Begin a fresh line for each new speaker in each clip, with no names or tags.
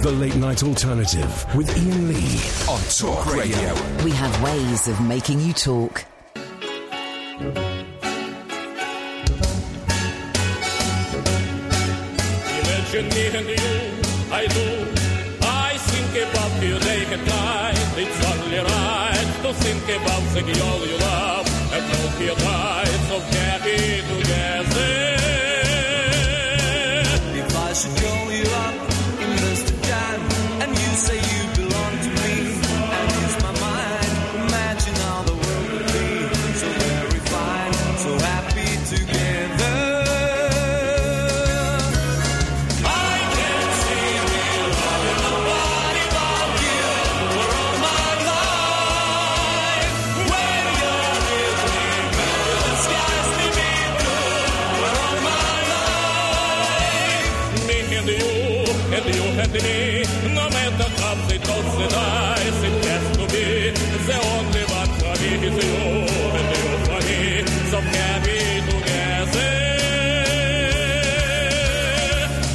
The Late Night Alternative with Ian Lee on Talk Radio.
We have ways of making you talk.
Imagine me and you, I do. I think about you late at night. It's only right to think about the girl you love. And hope you die so happy together.
If I should call you up in this time and you say you belong to me, I use my mind, imagine how the world would be. So very fine, so happy together. I can't say we love you, nobody but you for all my life. When you're with me, baby, the sky's the blue for all my life.
Me and you, and you and me. No matter how they toss the dice, it has to be the only one for me is you, and you for me. So happy together.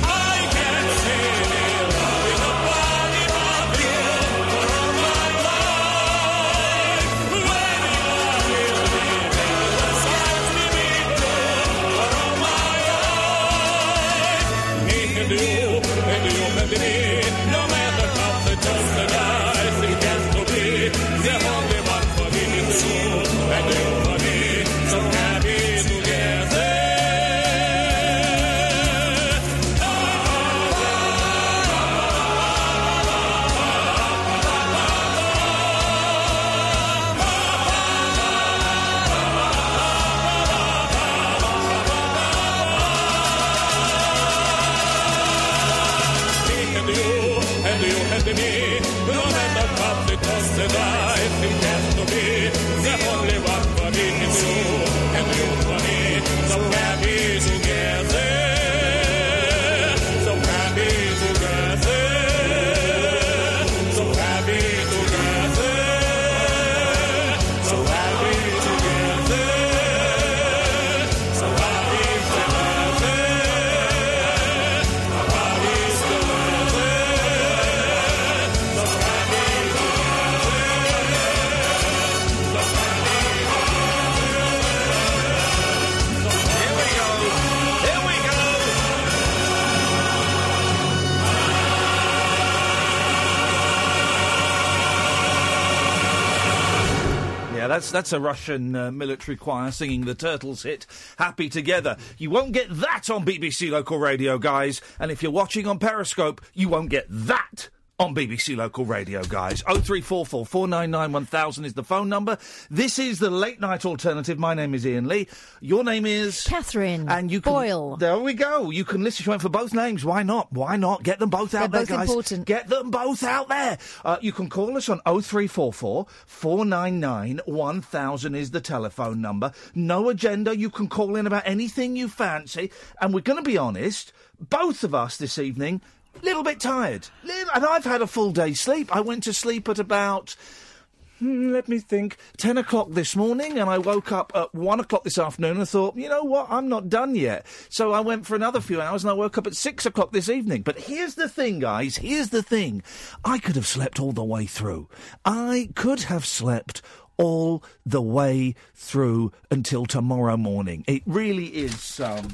I can't see me loving nobody but you for all my life. When you are with me, baby, the sky's the blue for all my life. Me and you, and you and me. No matter how the jokes arise, it has to be the only one for me is you, and you for me. So happy together. Me and you, and you and me. No matter how the toss and dice, it has to be the only one for me is you, and you for me. So happy together. So happy together. So happy together. So happy together. So happy together.
Yeah, that's that's a Russian uh, military choir singing the Turtles hit "Happy Together." You won't get that on BBC Local Radio, guys. And if you're watching on Periscope, you won't get that on BBC Local Radio, guys. Oh three four four four nine nine one thousand is the phone number. This is the late night alternative. My name is Ian Lee. Your name is Catherine. And you can, Boyle. There we go. You can listen. She went for both names. Why not? Why not? Get them both out
They're both
there, guys.
important.
Get them both out there. Uh, you can call us on 0344 499 1000 is the telephone number. No agenda. You can call in about anything you fancy. And we're going to be honest, both of us this evening, little bit tired. Little, and I've had a full day's sleep. I went to sleep at about. Hmm, let me think. 10 o'clock this morning, and I woke up at 1 o'clock this afternoon and thought, you know what, I'm not done yet. So I went for another few hours and I woke up at 6 o'clock this evening. But here's the thing, guys, here's the thing. I could have slept all the way through. I could have slept all the way through until tomorrow morning. It really is. Um,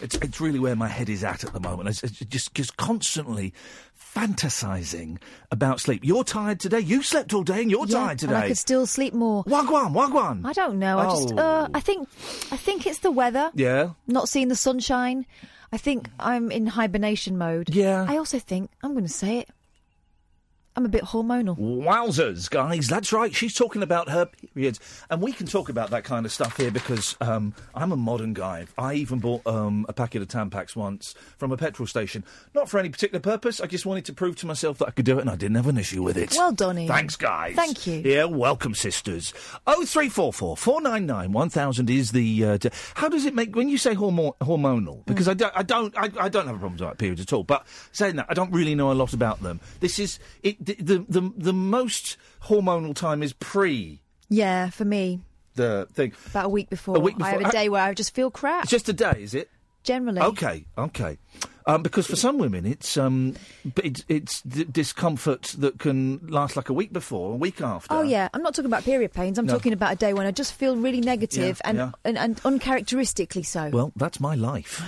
it's, it's really where my head is at at the moment. It's, it's just just constantly fantasizing about sleep. You're tired today. You slept all day and you're
Yeah,
tired
and
today.
I could still sleep more.
Wagwan, wagwan.
I don't know. I just,
Oh.
uh, I think, I think it's the weather.
Yeah.
Not seeing the sunshine. I think I'm in hibernation mode. Yeah. I also think I'm going to say it. I'm a bit hormonal.
Wowzers, guys. That's right. She's talking about her periods. And we can talk about that kind of stuff here because um, I'm a modern guy. I even bought um, a packet of Tampax once from a petrol station. Not for any particular purpose. I just wanted to prove to myself that I could do it and I didn't have an issue with it.
Well done, Ian.
Thanks, guys.
Thank you.
Yeah, welcome, sisters. 0344 499 1000 is the. Uh, t- how does it make. When you say hormo-
Mm.
hormonal, because I, do, I don't I, I don't have a problem with periods at all, but saying that, I don't really know a lot about them. This is. it. The, the, the, the most hormonal time is pre
Yeah, for me,
the thing.
about a week before.
week
I have
before- Uh,
a day where I just feel crap.
It's just a day, is it?
generally.
Okay, okay. Um, because for some women, it's um, b- it's, it's d- discomfort that can last like a week before, a week after.
Oh yeah, I'm not talking about period pains. I'm
No.
talking about a day when I just feel really negative
Yeah,
and,
yeah.
and and uncharacteristically so.
Well, that's my life.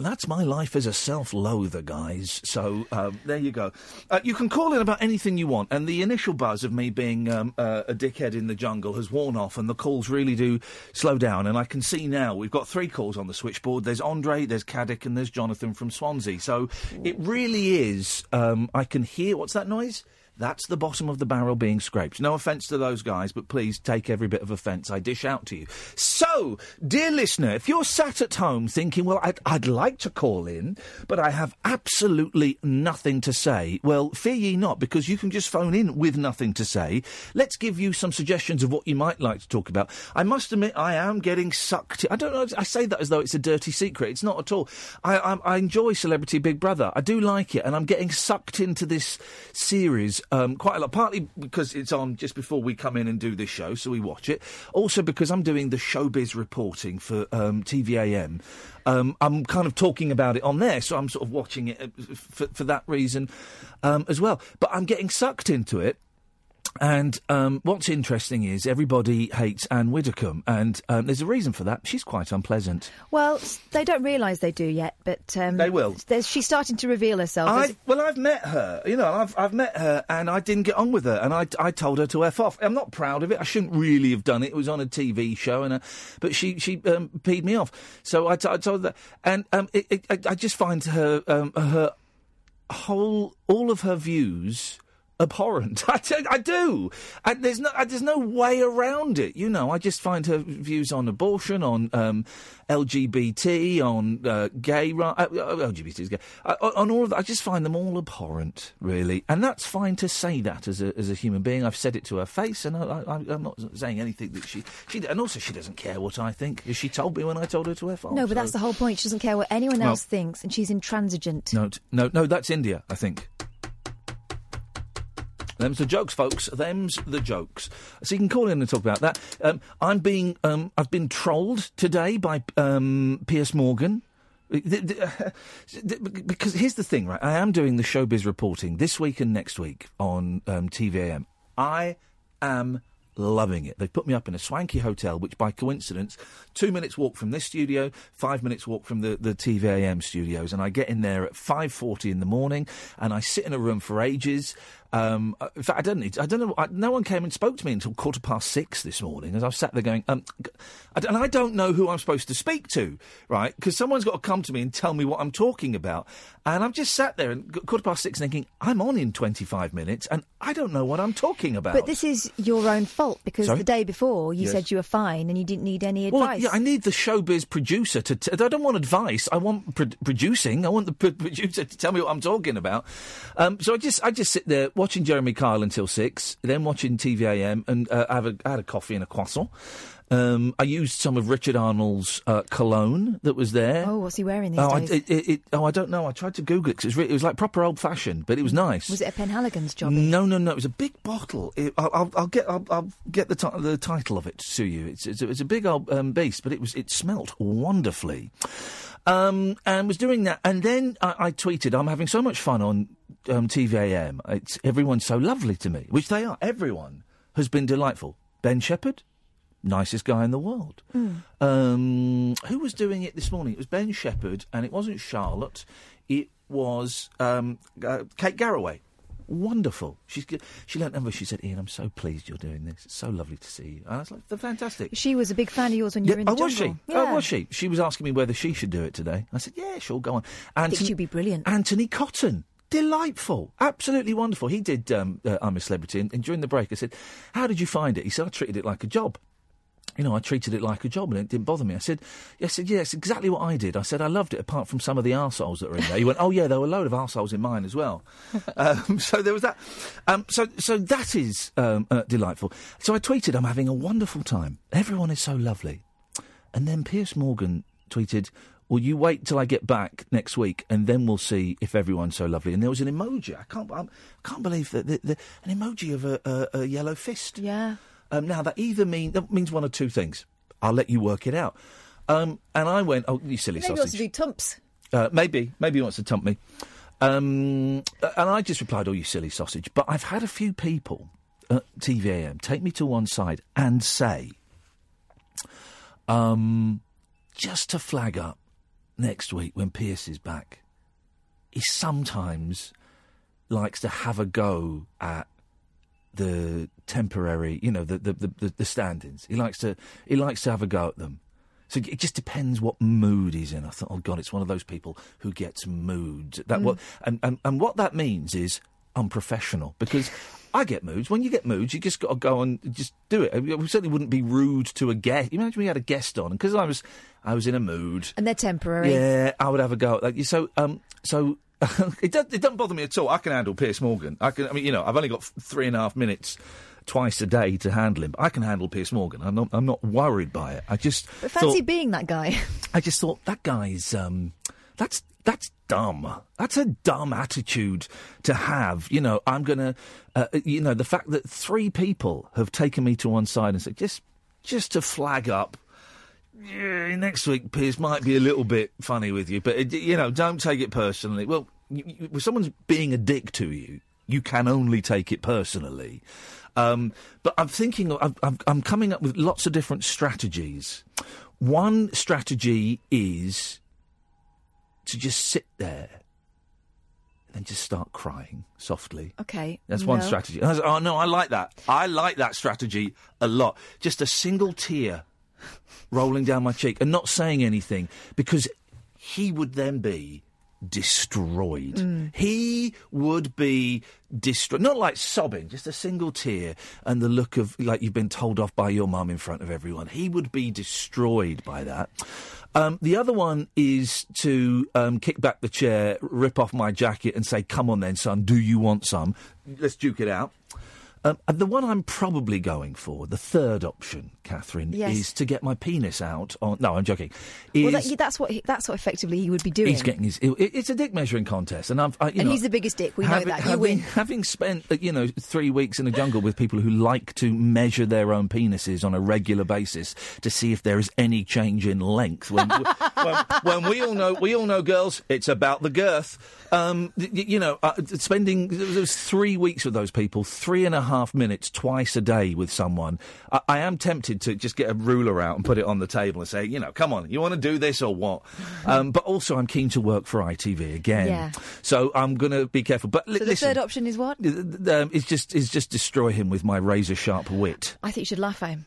That's my life as a self-loather, guys. So um, there you go. Uh, you can call in about anything you want, and the initial buzz of me being um, uh, a dickhead in the jungle has worn off, and the calls really do slow down. And I can see now we've got three calls on the switchboard. There's Andre, there's Caddick, and there's Jonathan from Swansea. So it really is. Um, I can hear what's that noise? That's the bottom of the barrel being scraped. No offence to those guys, but please take every bit of offence I dish out to you. So, dear listener, if you're sat at home thinking, well, I'd, I'd like to call in, but I have absolutely nothing to say, well, fear ye not, because you can just phone in with nothing to say. Let's give you some suggestions of what you might like to talk about. I must admit, I am getting sucked. I don't know. I say that as though it's a dirty secret. It's not at all. I, I, I enjoy Celebrity Big Brother. I do like it, and I'm getting sucked into this series um, quite a lot. Partly because it's on just before we come in and do this show, so we watch it. Also because I'm doing the showbiz reporting for um, TVAM. Um, I'm kind of talking about it on there, so I'm sort of watching it uh, f- for, for that reason um, as well. But I'm getting sucked into it. And um, what's interesting is everybody hates Anne Widdecombe, and um, there's a reason for that. She's quite unpleasant.
Well, s- they don't realise they do yet, but um,
They will.
There's, she's starting to reveal herself.
I,
There's-
well, I've met her. You know, I've I've met her, and I didn't get on with her, and I I told her to f off. I'm not proud of it. I shouldn't really have done it. It was on a TV show, and uh, but she she um, peed me off. So I, t- I told her, that. and um, it, it, I I just find her um, her whole all of her views abhorrent. I do. I do. I, there's no I, there's no way around it. You know, I just find her views on abortion, on um, LGBT, on uh, gay ri- uh, uh, LGBT is gay, uh, on- on all of that. I just find them all abhorrent, really, and that's fine to say that as a as a human being. I've said it to her face, and I, I, I'm not saying anything that she she and also she doesn't care what I think. 'cause She told me when I told her to f off.
no, but that's
so-
the whole point. She doesn't care what anyone
Well-
else thinks, and she's intransigent.
no, t- no, no, that's India, I think. Them's the jokes, folks. Them's the jokes. So you can call in and talk about that. Um, I'm being, um, I've been trolled today by um, Piers Morgan. The- the- Because here's the thing, right? I am doing the showbiz reporting this week and next week on um, TVAM. I am loving it. They put me up in a swanky hotel, which by coincidence, two minutes walk from this studio, five minutes walk from the, the TVAM studios, and I get in there at 5.40 in the morning, and I sit in a room for ages. Um, uh, in fact, I don't need, I don't know, I, no one came and spoke to me until quarter past six this morning as I've sat there going, um, g- I d- and I don't know who I'm supposed to speak to, right? Because someone's got to come to me and tell me what I'm talking about. And I've just sat there and g- quarter past six thinking, I'm on in 25 minutes and I don't know what I'm talking about.
But this is your own fault because
Sorry?
the day before you
Yes.
said you were fine and you didn't need any
Well,
advice.
yeah, I need the showbiz producer to. T- I don't want advice. I want pro- producing. I want the pro- producer to tell me what I'm talking about. Um, so I just, I just sit there watching Jeremy Kyle until six, then watching TVAM, and uh, have a, I had a coffee and a croissant. Um, I used some of Richard Arnold's uh, cologne that was there.
Oh, what's he wearing these
Oh, I,
days?
it, it, it, oh, I don't know. I tried to Google it 'cause it was, re- it was like proper old fashioned, but it was nice.
Was it a Penhaligon's job?
No, no, no. It was a big bottle. It, I'll, I'll, I'll get I'll, I'll get the, ti- the title of it to you. It's it's, a- it's a big old um, beast, but it was it smelt wonderfully, um, and was doing that. And then I, I tweeted, "I'm having so much fun on um, TVAM. It's everyone's so lovely to me, which they are. Everyone has been delightful. Ben Shepherd, nicest guy in the world. Um, who was doing it this morning? It was Ben Shepherd, and it wasn't Charlotte. It was um, uh, Kate Garraway. Wonderful. She's g- she leant over. She said, "Ian, I'm so pleased you're doing this. It's so lovely to see you." And I was like, "They're "Fantastic."
She was a big fan of yours when you were in the
oh, was she?
jungle. Yeah.
Oh, was she? She was asking me whether she should do it today. I said, "Yeah, sure, go on."
I think she'd be brilliant.
Anthony Cotton. Delightful, absolutely wonderful. He did um, uh, I'm a Celebrity, and, and during the break, I said, "How did you find it?" He said, "I treated it like a job." You know, I treated it like a job, and it didn't bother me. I said, "I said, yeah, it's exactly what I did." I said, "I loved it, apart from some of the arseholes that were in there." He went, "Oh yeah, there were a load of arseholes in mine as well." um, so there was that. Um, so, so that is um, uh, delightful. So I tweeted, "I'm having a wonderful time. Everyone is so lovely." And then Piers Morgan tweeted, "Will you wait till I get back next week, and then we'll see if everyone's so lovely?" And there was an emoji. I can't, I can't believe that the, the, an emoji of a, a, a yellow fist.
Yeah.
Um, now that either mean that means one of two things. I'll let you work it out. Um, and I went, "Oh, you silly
Maybe ought to
sausage."
do tumps.
Uh, maybe, maybe he wants to tump me. Um, uh, and I just replied, "Oh, you silly sausage!" But I've had a few people at TVAM take me to one side and say, um, just to flag up next week when Pierce is back, he sometimes likes to have a go at the temporary, you know, the the, the, the, the stand-ins. He likes to he likes to have a go at them. So it just depends what mood he's in. I thought, oh God, it's one of those people who gets moods. That
Mm.
what and, and and what that means is unprofessional because I get moods. When you get moods, you just got to go and just do it. We certainly wouldn't be rude to a guest. Imagine we had a guest on, and because I was I was in a mood.
And they're temporary.
Yeah, I would have a go. Like so, um, so it does, it doesn't bother me at all. I can handle Pierce Morgan. I can. I mean, you know, I've only got f- three and a half minutes twice a day to handle him. But I can handle Pierce Morgan. I'm not. I'm not worried by it. I just
But fancy
thought,
being that guy.
I just thought that guy's um, that's that's dumb. That's a dumb attitude to have. You know, I'm gonna, uh, you know, the fact that three people have taken me to one side and said just just to flag up. Yeah, next week, Piers might be a little bit funny with you, but it, you know, don't take it personally. Well, you, you, when someone's being a dick to you, you can only take it personally. Um, but I'm thinking, I'm, I'm, I'm coming up with lots of different strategies. One strategy is to just sit there and then just start crying softly.
Okay.
That's one
no.
strategy. And I was, oh no, I like that. I like that strategy a lot. Just a single tear rolling down my cheek and not saying anything because he would then be destroyed.
Mm.
He would be destroyed. Not like sobbing, just a single tear and the look of like you've been told off by your mum in front of everyone. He would be destroyed by that. Um, the other one is to um, kick back the chair, rip off my jacket, and say, "Come on, then, son. Do you want some? Let's duke it out." Um, and the one I'm probably going for, the third option, Catherine,
Yes.
is to get my penis out. On no, I'm joking.
Well,
Is-
that, yeah, that's what he, that's what effectively he would be doing.
He's getting his. it- it's a dick measuring contest, and I've. I, you
and
know,
he's the biggest dick. We know
having,
that. You
having-
win.
having spent uh, you know three weeks in the jungle with people who like to measure their own penises on a regular basis to see if there is any change in length. When, when, when we all know, we all know, girls, it's about the girth. Um, y- y- you know, uh, spending it was three weeks with those people, three and a half minutes twice a day with someone. I, I am tempted to just get a ruler out and put it on the table and say, you know, come on, you want to do this or what? Um, but also, I'm keen to work for ITV again.
Yeah.
So I'm going to be careful. But li-
so the
listen,
third option is what?
um, it's just it's just destroy him with my razor sharp wit.
I think you should laugh at him.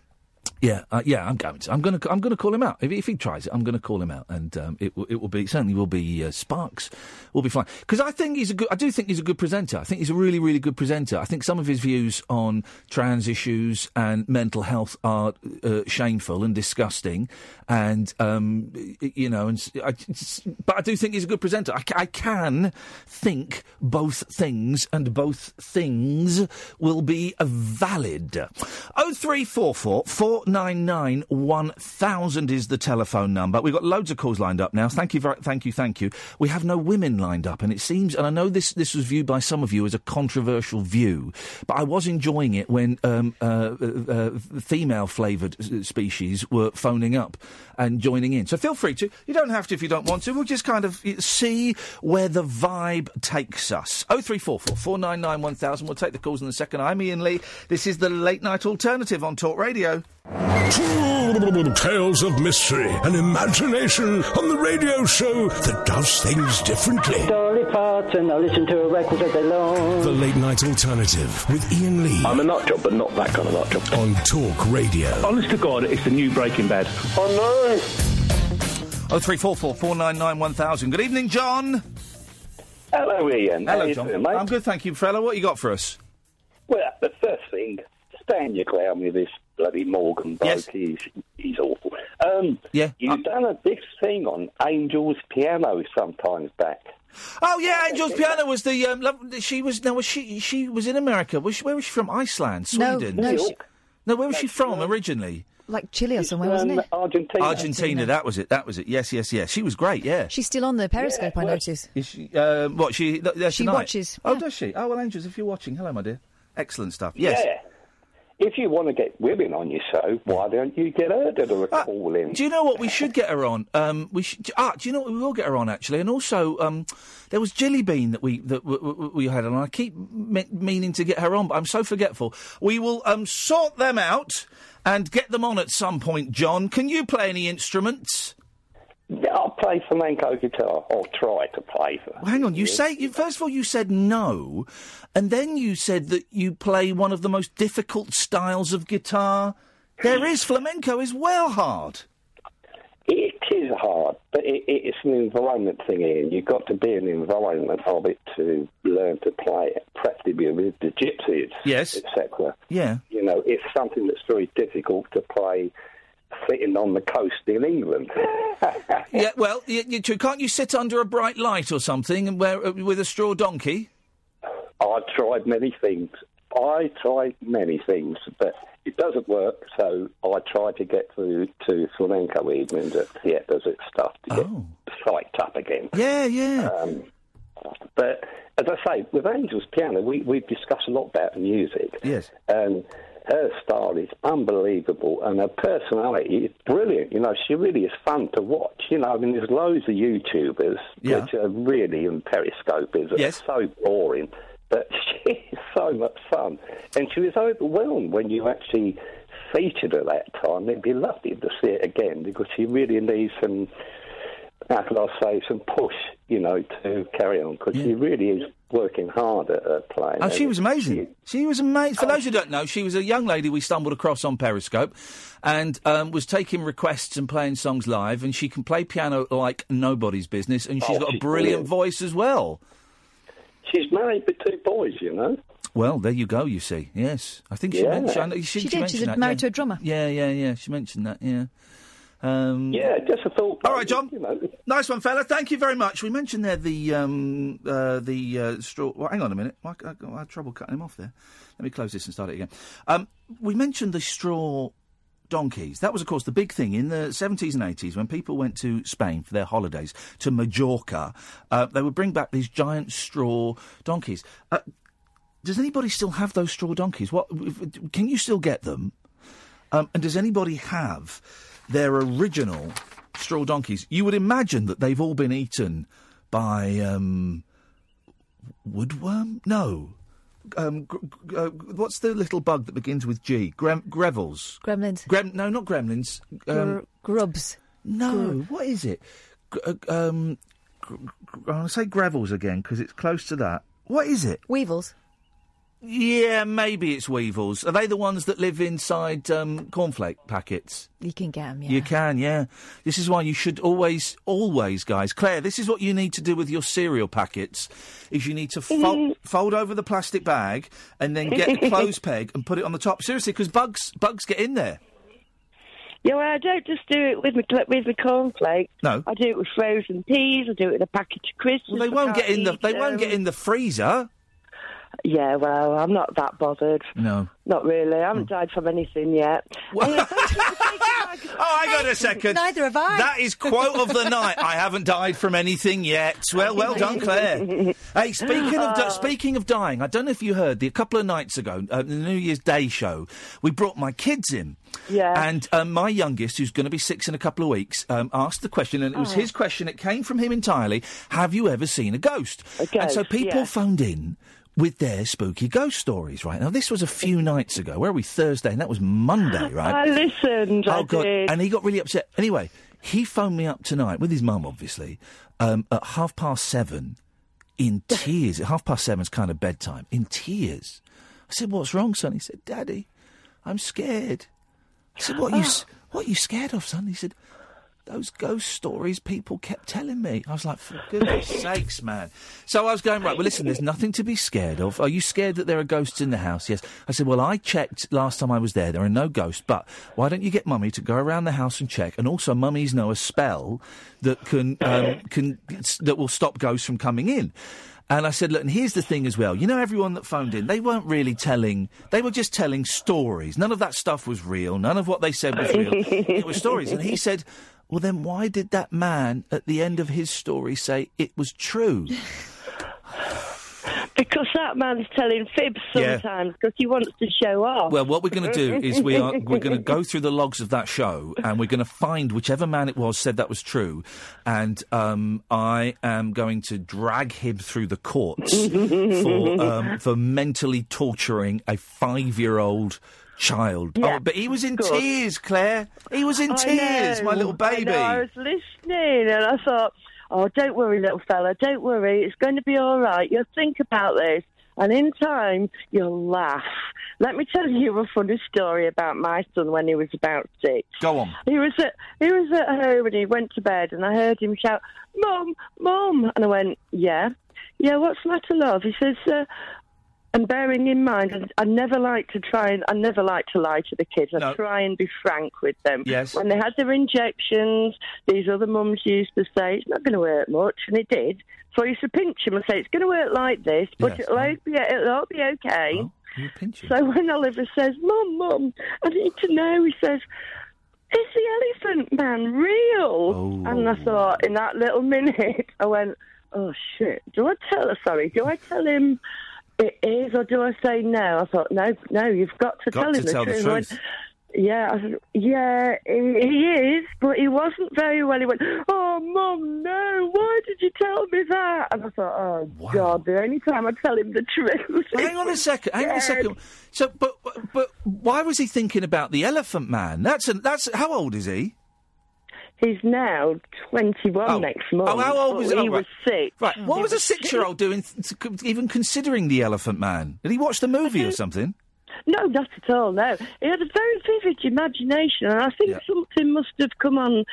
Yeah, uh, yeah, I'm going to. I'm going to. I'm going to call him out if, if he tries it. I'm going to call him out, and um, it will. It will be certainly will be uh, sparks. Will be fine because I think he's a good. I do think he's a good presenter. I think he's a really, really good presenter. I think some of his views on trans issues and mental health are uh, shameful and disgusting, and um, y- you know, and s I s but I do think he's a good presenter. I, ca- I can think both things, and both things will be valid. 0344 499 1000 is the telephone number. We've got loads of calls lined up now. Thank you, very, thank you, thank you. We have no women lined up, and it seems, and I know this, this was viewed by some of you as a controversial view, but I was enjoying it when um, uh, uh, uh, female flavoured s- species were phoning up and joining in. So feel free to. You don't have to if you don't want to. We'll just kind of uh, see where the vibe takes us. 0344 499 1000. We'll take the calls in a second. I'm Ian Lee. This is the Late Night Alternative on Talk Radio.
Tales of mystery and imagination on the radio show that does things differently.
Dolly Parton, I listen to a record all day long.
The Late Night Alternative with Ian Lee. I'm a nut job, but not that kind of nut job. On Talk Radio. Honest to God, it's the new Breaking Bad.
Oh
0344 499 1000. Good evening, John.
Hello, Ian. How
Hello,
you
John.
doing, mate?
I'm good, thank you, fella. What you got for us?
Well, the first thing, stand your ground with this bloody Morgan bloke. He's, he's awful. Um,
yeah.
You've done a big thing on Angel's piano sometimes back.
Oh yeah, Angel's piano was the um, love, she was no was she she was in America. Was she, where was she from? Iceland,
No,
Sweden.
no, she-
No, where was she from originally?
Like Chile or somewhere, wasn't it?
Argentina.
Argentina. That was it. That was it. Yes, yes, yes. She was great. Yeah.
She's still on the Periscope, I notice.
Is she, um, what she? th- there
She
tonight?
watches,
Oh, does she? Oh well, Angels, if you're watching, hello, my dear. Excellent stuff. Yes.
Yeah.
If you want to get women on your show, why don't you get her to do a call in?
Ah, Do you know what we should get her on? Um, we should, ah, do you know what we will get her on actually? And also, um, there was Jilly Bean that we that w- w- we had on. I keep me- meaning to get her on, but I'm so forgetful. We will um, sort them out and get them on at some point. John, can you play any instruments?
Yeah, I'll play flamenco guitar, or try to play for.
Hang on, you say you, first of all you said no, and then you said that you play one of the most difficult styles of guitar. There is flamenco is well hard.
It is hard, but it, it- it's an environment thing, Ian. You've got to be in the environment of it to learn to play it, practically with the gypsies,
Yes.
etc.
Yeah.
You know, it's something that's very difficult to play sitting on the coast in England.
yeah, well, you, you two, can't you sit under a bright light or something and wear, uh, with a straw donkey?
I tried many things. I tried many things, but it doesn't work. So I try to get through to flamenco evenings at theatres and stuff to get psyched up again.
Oh. Yeah, yeah.
Um, but as I say, with Angel's piano, we we discuss a lot about music.
Yes.
And her style is unbelievable, and her personality is brilliant. You know, she really is fun to watch. You know, I mean, there's loads of YouTubers
Yeah.
which are really in periscopers and
Yes.
so boring, but she is so much fun, and she was overwhelmed when you actually featured her that time. It'd be lovely to see it again because she really needs some how can I say, some push, you know, to carry on because she really is working hard at her playing.
Oh, she was amazing. She was amazing. For those who don't know, she was a young lady we stumbled across on Periscope and um, was taking requests and playing songs live. And she can play piano like nobody's business. And she's
Oh,
got a
she's brilliant.
brilliant voice as well.
She's married with two boys, you know.
Well, there you go, you see. Yes. I think she
Yeah.
mentioned I know-
She
She
she
did. She's
mentioned that,
married
yeah.
to a drummer.
Yeah, yeah, yeah. She mentioned that. Yeah. Um,
yeah, just a thought.
All right, John.
know.
Nice one, fella. Thank you very much. We mentioned there the um, uh, the uh, straw. Well, hang on a minute. Why c- I, I had trouble cutting him off there. Let me close this and start it again. Um, we mentioned the straw donkeys. That was, of course, the big thing in the 70s and 80s when people went to Spain for their holidays to Mallorca. Uh, they would bring back these giant straw donkeys. Uh, does anybody still have those straw donkeys? What if- can you still get them? Um, and does anybody have their original straw donkeys? You would imagine that they've all been eaten by um, woodworm. No, um, gr- gr- uh, what's the little bug that begins with G? Grem- Grevels.
Gremlins.
Grem- no, not gremlins. Um,
grubs.
no, what is it? Gr- uh, um, gr- gr- I want to say grevels again because it's close to that. What is it?
Weevils.
Yeah, maybe it's weevils. Are they the ones that live inside um, cornflake packets?
You can get them, yeah.
You can, yeah. This is why you should always, always, guys. Claire, this is what you need to do with your cereal packets: is you need to fold, fold over the plastic bag and then get a clothes peg and put it on the top. Seriously, because bugs, bugs get in there.
Yeah, well, I don't just do it with my cl- with my cornflakes.
No.
I do it with frozen peas. I do it with a package of crisps.
Well, they won't get in the, they won't get in the freezer.
Yeah, well, I'm not that bothered.
No. Hmm.
Not really. I haven't died from anything yet.
Oh, hang on a second.
Neither have I.
That is quote of the night. I haven't died from anything yet. Well, well done, Claire. Hey, speaking of di- speaking of dying, I don't know if you heard the a couple of nights ago, uh, the New Year's Day show, we brought my kids in.
Yeah.
And um, my youngest, who's going to be six in a couple of weeks, um, asked the question, and it was
Oh.
his question. It came from him entirely. Have you ever seen a ghost? and so
ghost,
people
yeah.
phoned in with their spooky ghost stories. Right now, this was a few nights ago. Where are we? Thursday, and that was Monday, right?
I listened.
Oh
I
god!
did.
And he got really upset. Anyway, he phoned me up tonight with his mum, obviously, um, at half past seven, in tears. half past seven's kind of bedtime. In tears, I said, "What's wrong, son?" He said, "Daddy, I'm scared." I said, "What are you? s- What are you scared of, son?" He said, "Those ghost stories people kept telling me." I was like, "For goodness sakes, man!" So I was going right. Well, listen, there's nothing to be scared of. Are you scared that there are ghosts in the house? Yes. I said, "Well, I checked last time I was there. There are no ghosts. But why don't you get mummy to go around the house and check? And also, mummies know a spell that can um, can that will stop ghosts from coming in." And I said, look, and here's the thing as well. You know, everyone that phoned in, they weren't really telling, they were just telling stories. None of that stuff was real. None of what they said was real. it was stories. And he said, well, then why did that man at the end of his story say it was true?
Because that man's telling fibs
Yeah.
sometimes because he wants to show off.
Well, what we're going to do is we are we're going to go through the logs of that show, and we're going to find whichever man it was said that was true, and um, I am going to drag him through the courts for um, for mentally torturing a five year old child.
Yeah.
Oh, but he was in
Good.
tears, Claire. He was in
I
tears,
know,
my little
I
baby.
know, I, was listening and I thought, oh, don't worry, little fella, don't worry. It's going to be all right. You'll think about this. And in time, you'll laugh. Let me tell you a funny story about my son when he was about six.
Go on.
He was at he was at home and he went to bed and I heard him shout, "Mum, Mum!" And I went, "Yeah, yeah. What's the matter, love?" He says, uh, and bearing in mind, I I never like to try and I never like to lie to the kids. I try and be frank with them.
Yes.
When they had their injections, these other mums used to say it's not going to hurt much, and it did. So I used to pinch him and say it's going to hurt like this, but
Yes.
it'll, o- be, it'll all be okay.
You pinch
So when Oliver says, Mum, Mum, I need to know, he says, Is the elephant man
Oh.
real? And I thought, in that little minute, I went, Oh shit, do I tell her, sorry, do I tell him it is or do I say no? I thought, No, no, you've got to
Got
tell
to
him
tell the
truth. I went,
truth.
yeah, I said, yeah, he, he is, but he wasn't very well. He went, oh, mum, no, why did you tell me that? And I thought, oh, God, the only time I tell him the truth.
Hang on a second. Hang on a second. So, but but why was he thinking about the Elephant Man? That's an, that's how old is he?
He's now 21
Oh.
next month.
Oh, how old
but
was
he?
oh,
was
right.
six.
Right. What
He
was a six-year-old doing, th- th- even considering the Elephant Man? Did he watch the movie or something?
No, not at all. No, he had a very vivid imagination, and I think something must have come on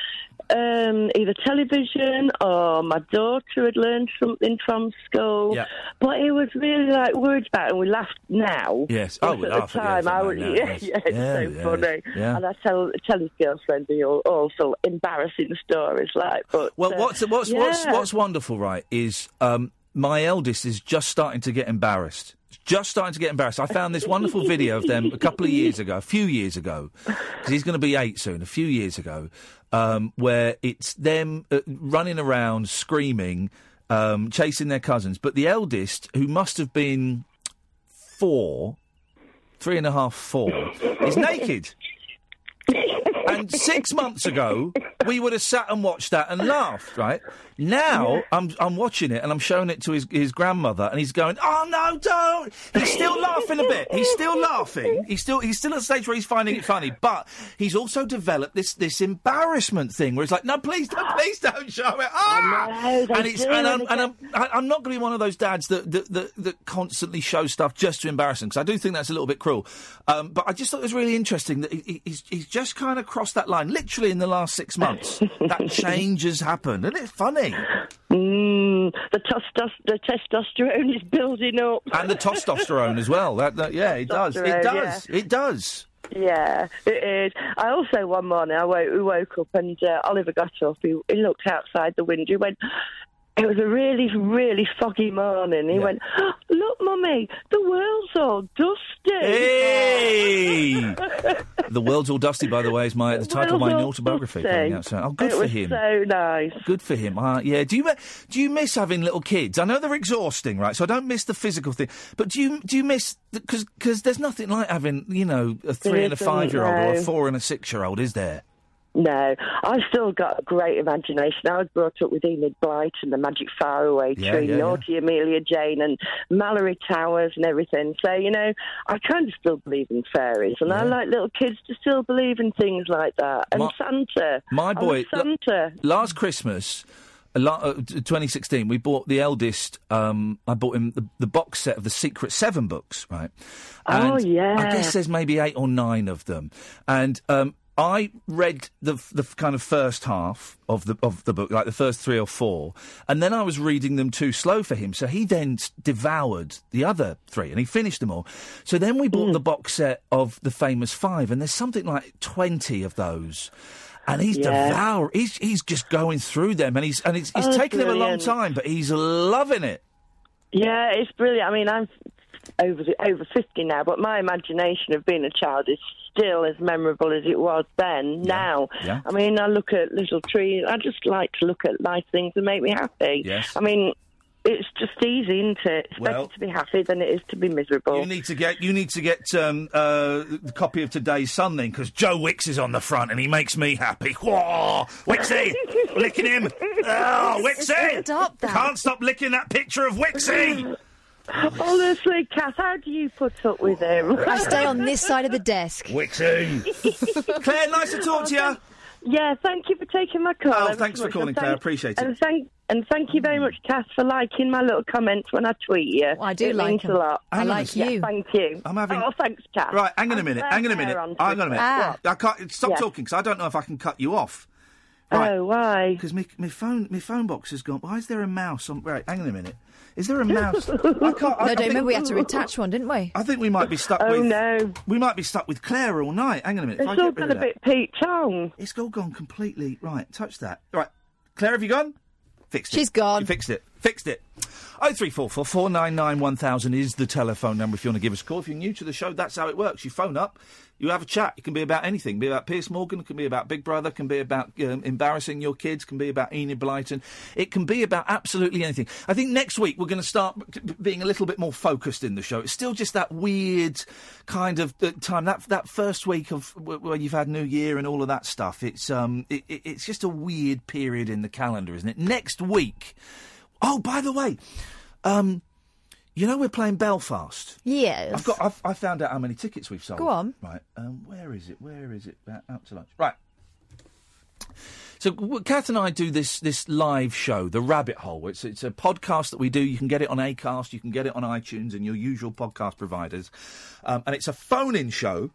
um, either television or my daughter had learned something from school.
Yeah.
But he was really like worried about, it, and we laughed now.
Yes.
But
Oh, we
at
laugh
the
at
time,
the
I was
Elephant Man now,
yeah,
yes.
yeah, it's
Yeah,
so
yeah,
funny.
yeah.
And I tell tell his girlfriend the all- awful embarrassing stories like. But
Well,
uh,
what's what's what's
yeah.
what's wonderful, right? Is um, my eldest is just starting to get embarrassed. Just starting to get embarrassed. I found this wonderful video of them a couple of years ago, a few years ago, because he's going to be eight soon. A few years ago, um, where it's them uh, running around screaming, um, chasing their cousins. But the eldest, who must have been four, three and a half, four, is naked. And six months ago, we would have sat and watched that and laughed, right? Now I'm I'm watching it and I'm showing it to his his grandmother, and he's going, "Oh no, don't!" He's still laughing a bit. He's still laughing. He's still he's still at the stage where he's finding it funny, but he's also developed this this embarrassment thing where it's like, "No, please don't, please don't show it." Ah!
know, they
and it's
do,
and I'm
and
and I'm, I- I'm not going to be one of those dads that that, that, that constantly shows stuff just to embarrass them because I do think that's a little bit cruel. Um, but I just thought it was really interesting that he- he, he's, he's just kind of crossed that line literally in the last six months. that change has happened, and it's funny.
Mm, the, testos- the testosterone is building up.
And the testosterone as well. That, that yeah, it does. It
Testosterone,
does. It does.
Yeah, it is. I also one morning I woke, we woke up and uh, Oliver got up. He, he looked outside the window. He went. It was a really, really foggy morning. He went, "Look, mummy, the world's all dusty."
Hey! the world's all dusty. By the way, is my the title of my
World's
new
All
autobiography
Dusty.
coming out soon. Oh, good
it
for
was
him.
So nice.
Good for him. Uh, yeah. Do you mi- do you miss having little kids? I know they're exhausting, right? So I don't miss the physical thing, but do you do you miss because because there's nothing like having you know a three and a
isn't,
five year old or a
no.
four and a six year old, is there?
No, I've still got a great imagination. I was brought up with Enid Blyton, The Magic Faraway
Yeah,
Tree,
yeah, yeah.
Naughty Amelia Jane, and Mallory Towers and everything. So, you know, I kind of still believe in fairies, and I like little kids to still believe in things like that. And
My-
Santa.
my
I love
boy-
Santa.
Last Christmas, a lot, uh, t- 2016, we bought the eldest. Um, I bought him the, the box set of the Secret Seven books, right?
Oh, yeah.
I guess there's maybe eight or nine of them, and um, I read the f- the f- kind of first half of the of the book, like the first three or four, and then I was reading them too slow for him, so he then s- devoured the other three, and he finished them all. So then we
Hmm.
bought the box set of the famous five, and there's something like twenty of those. And he's
Yeah.
devour. He's he's just going through them, and he's and it's, it's
Oh,
taken him a long
brilliant.
time, but he's loving it.
Yeah, it's brilliant. I mean, I'm over the, over fifty now, but my imagination of being a child is still as memorable as it was then. Now,
yeah.
I mean, I look at little trees. I just like to look at nice things that make me happy.
Yes.
I mean. it's just easy, isn't it? It's
Well-
better to be happy than it is to be miserable.
You need to get you need to get um, uh, the copy of today's Sun then, because Joe Wicks is on the front and he makes me happy. Whoa, Wixie, licking him. Oh, Wixie,
Stop that.
Can't stop licking that picture of Wixie.
Honestly, Kath, how do you put up with him?
I stay on this side of the desk.
Wixie. Claire, nice to talk to you.
Yeah, thank you for taking my call.
Oh,
Ever
thanks
so
for
much.
calling,
And
Claire.
thank-
Appreciate it.
And thank and thank you very much, Kath, for liking my little comments when I tweet you. I
do
it
like
means
them.
a lot.
I Hang on a like sec.
Yeah,
you.
thank you.
I'm having-
Oh, thanks, Kath.
Right, hang on a minute. Hang on a minute.
On
Hang on a minute. Ah.
Twitter.
I can't stop
Yeah.
talking because I don't know if I can cut you off.
Oh, why?
Because my, my phone my phone box has gone. Why is there a mouse on? Right, hang on a minute. Is there a mouse? I can't. I,
no,
I
don't
think-
remember we had to attach one, didn't we?
I think we might be stuck
Oh,
with.
no.
We might be stuck with Claire all night. Hang on a minute. If
It's
I
all
get rid
gone
of
a bit
that-
Pete Chong.
It's all gone completely. Right, touch that. Right, Claire, have you gone? Fixed it.
She's gone.
You fixed it. Fixed it. Oh three four four four nine nine one thousand is the telephone number if you want to give us a call. If you're new to the show, that's how it works. You phone up, you have a chat. It can be about anything. It can be about Pierce Morgan. It can be about Big Brother. It can be about um, embarrassing your kids. It can be about Enid Blyton. It can be about absolutely anything. I think next week we're going to start b- b- being a little bit more focused in the show. It's still just that weird kind of uh, time that that first week of wh- where you've had New Year and all of that stuff. It's um it, it- it's just a weird period in the calendar, isn't it? Next week. Oh, by the way, um, you know we're playing Belfast.
Yes.
I've got. I've, I found out how many tickets we've sold.
Go on.
Right. Um, where is it? Where is it? Uh, out to lunch. Right. So w- Kath and I do this this live show, the Rabbit Hole. It's it's a podcast that we do. You can get it on Acast, you can get it on iTunes, and your usual podcast providers. Um, and it's a phone-in show,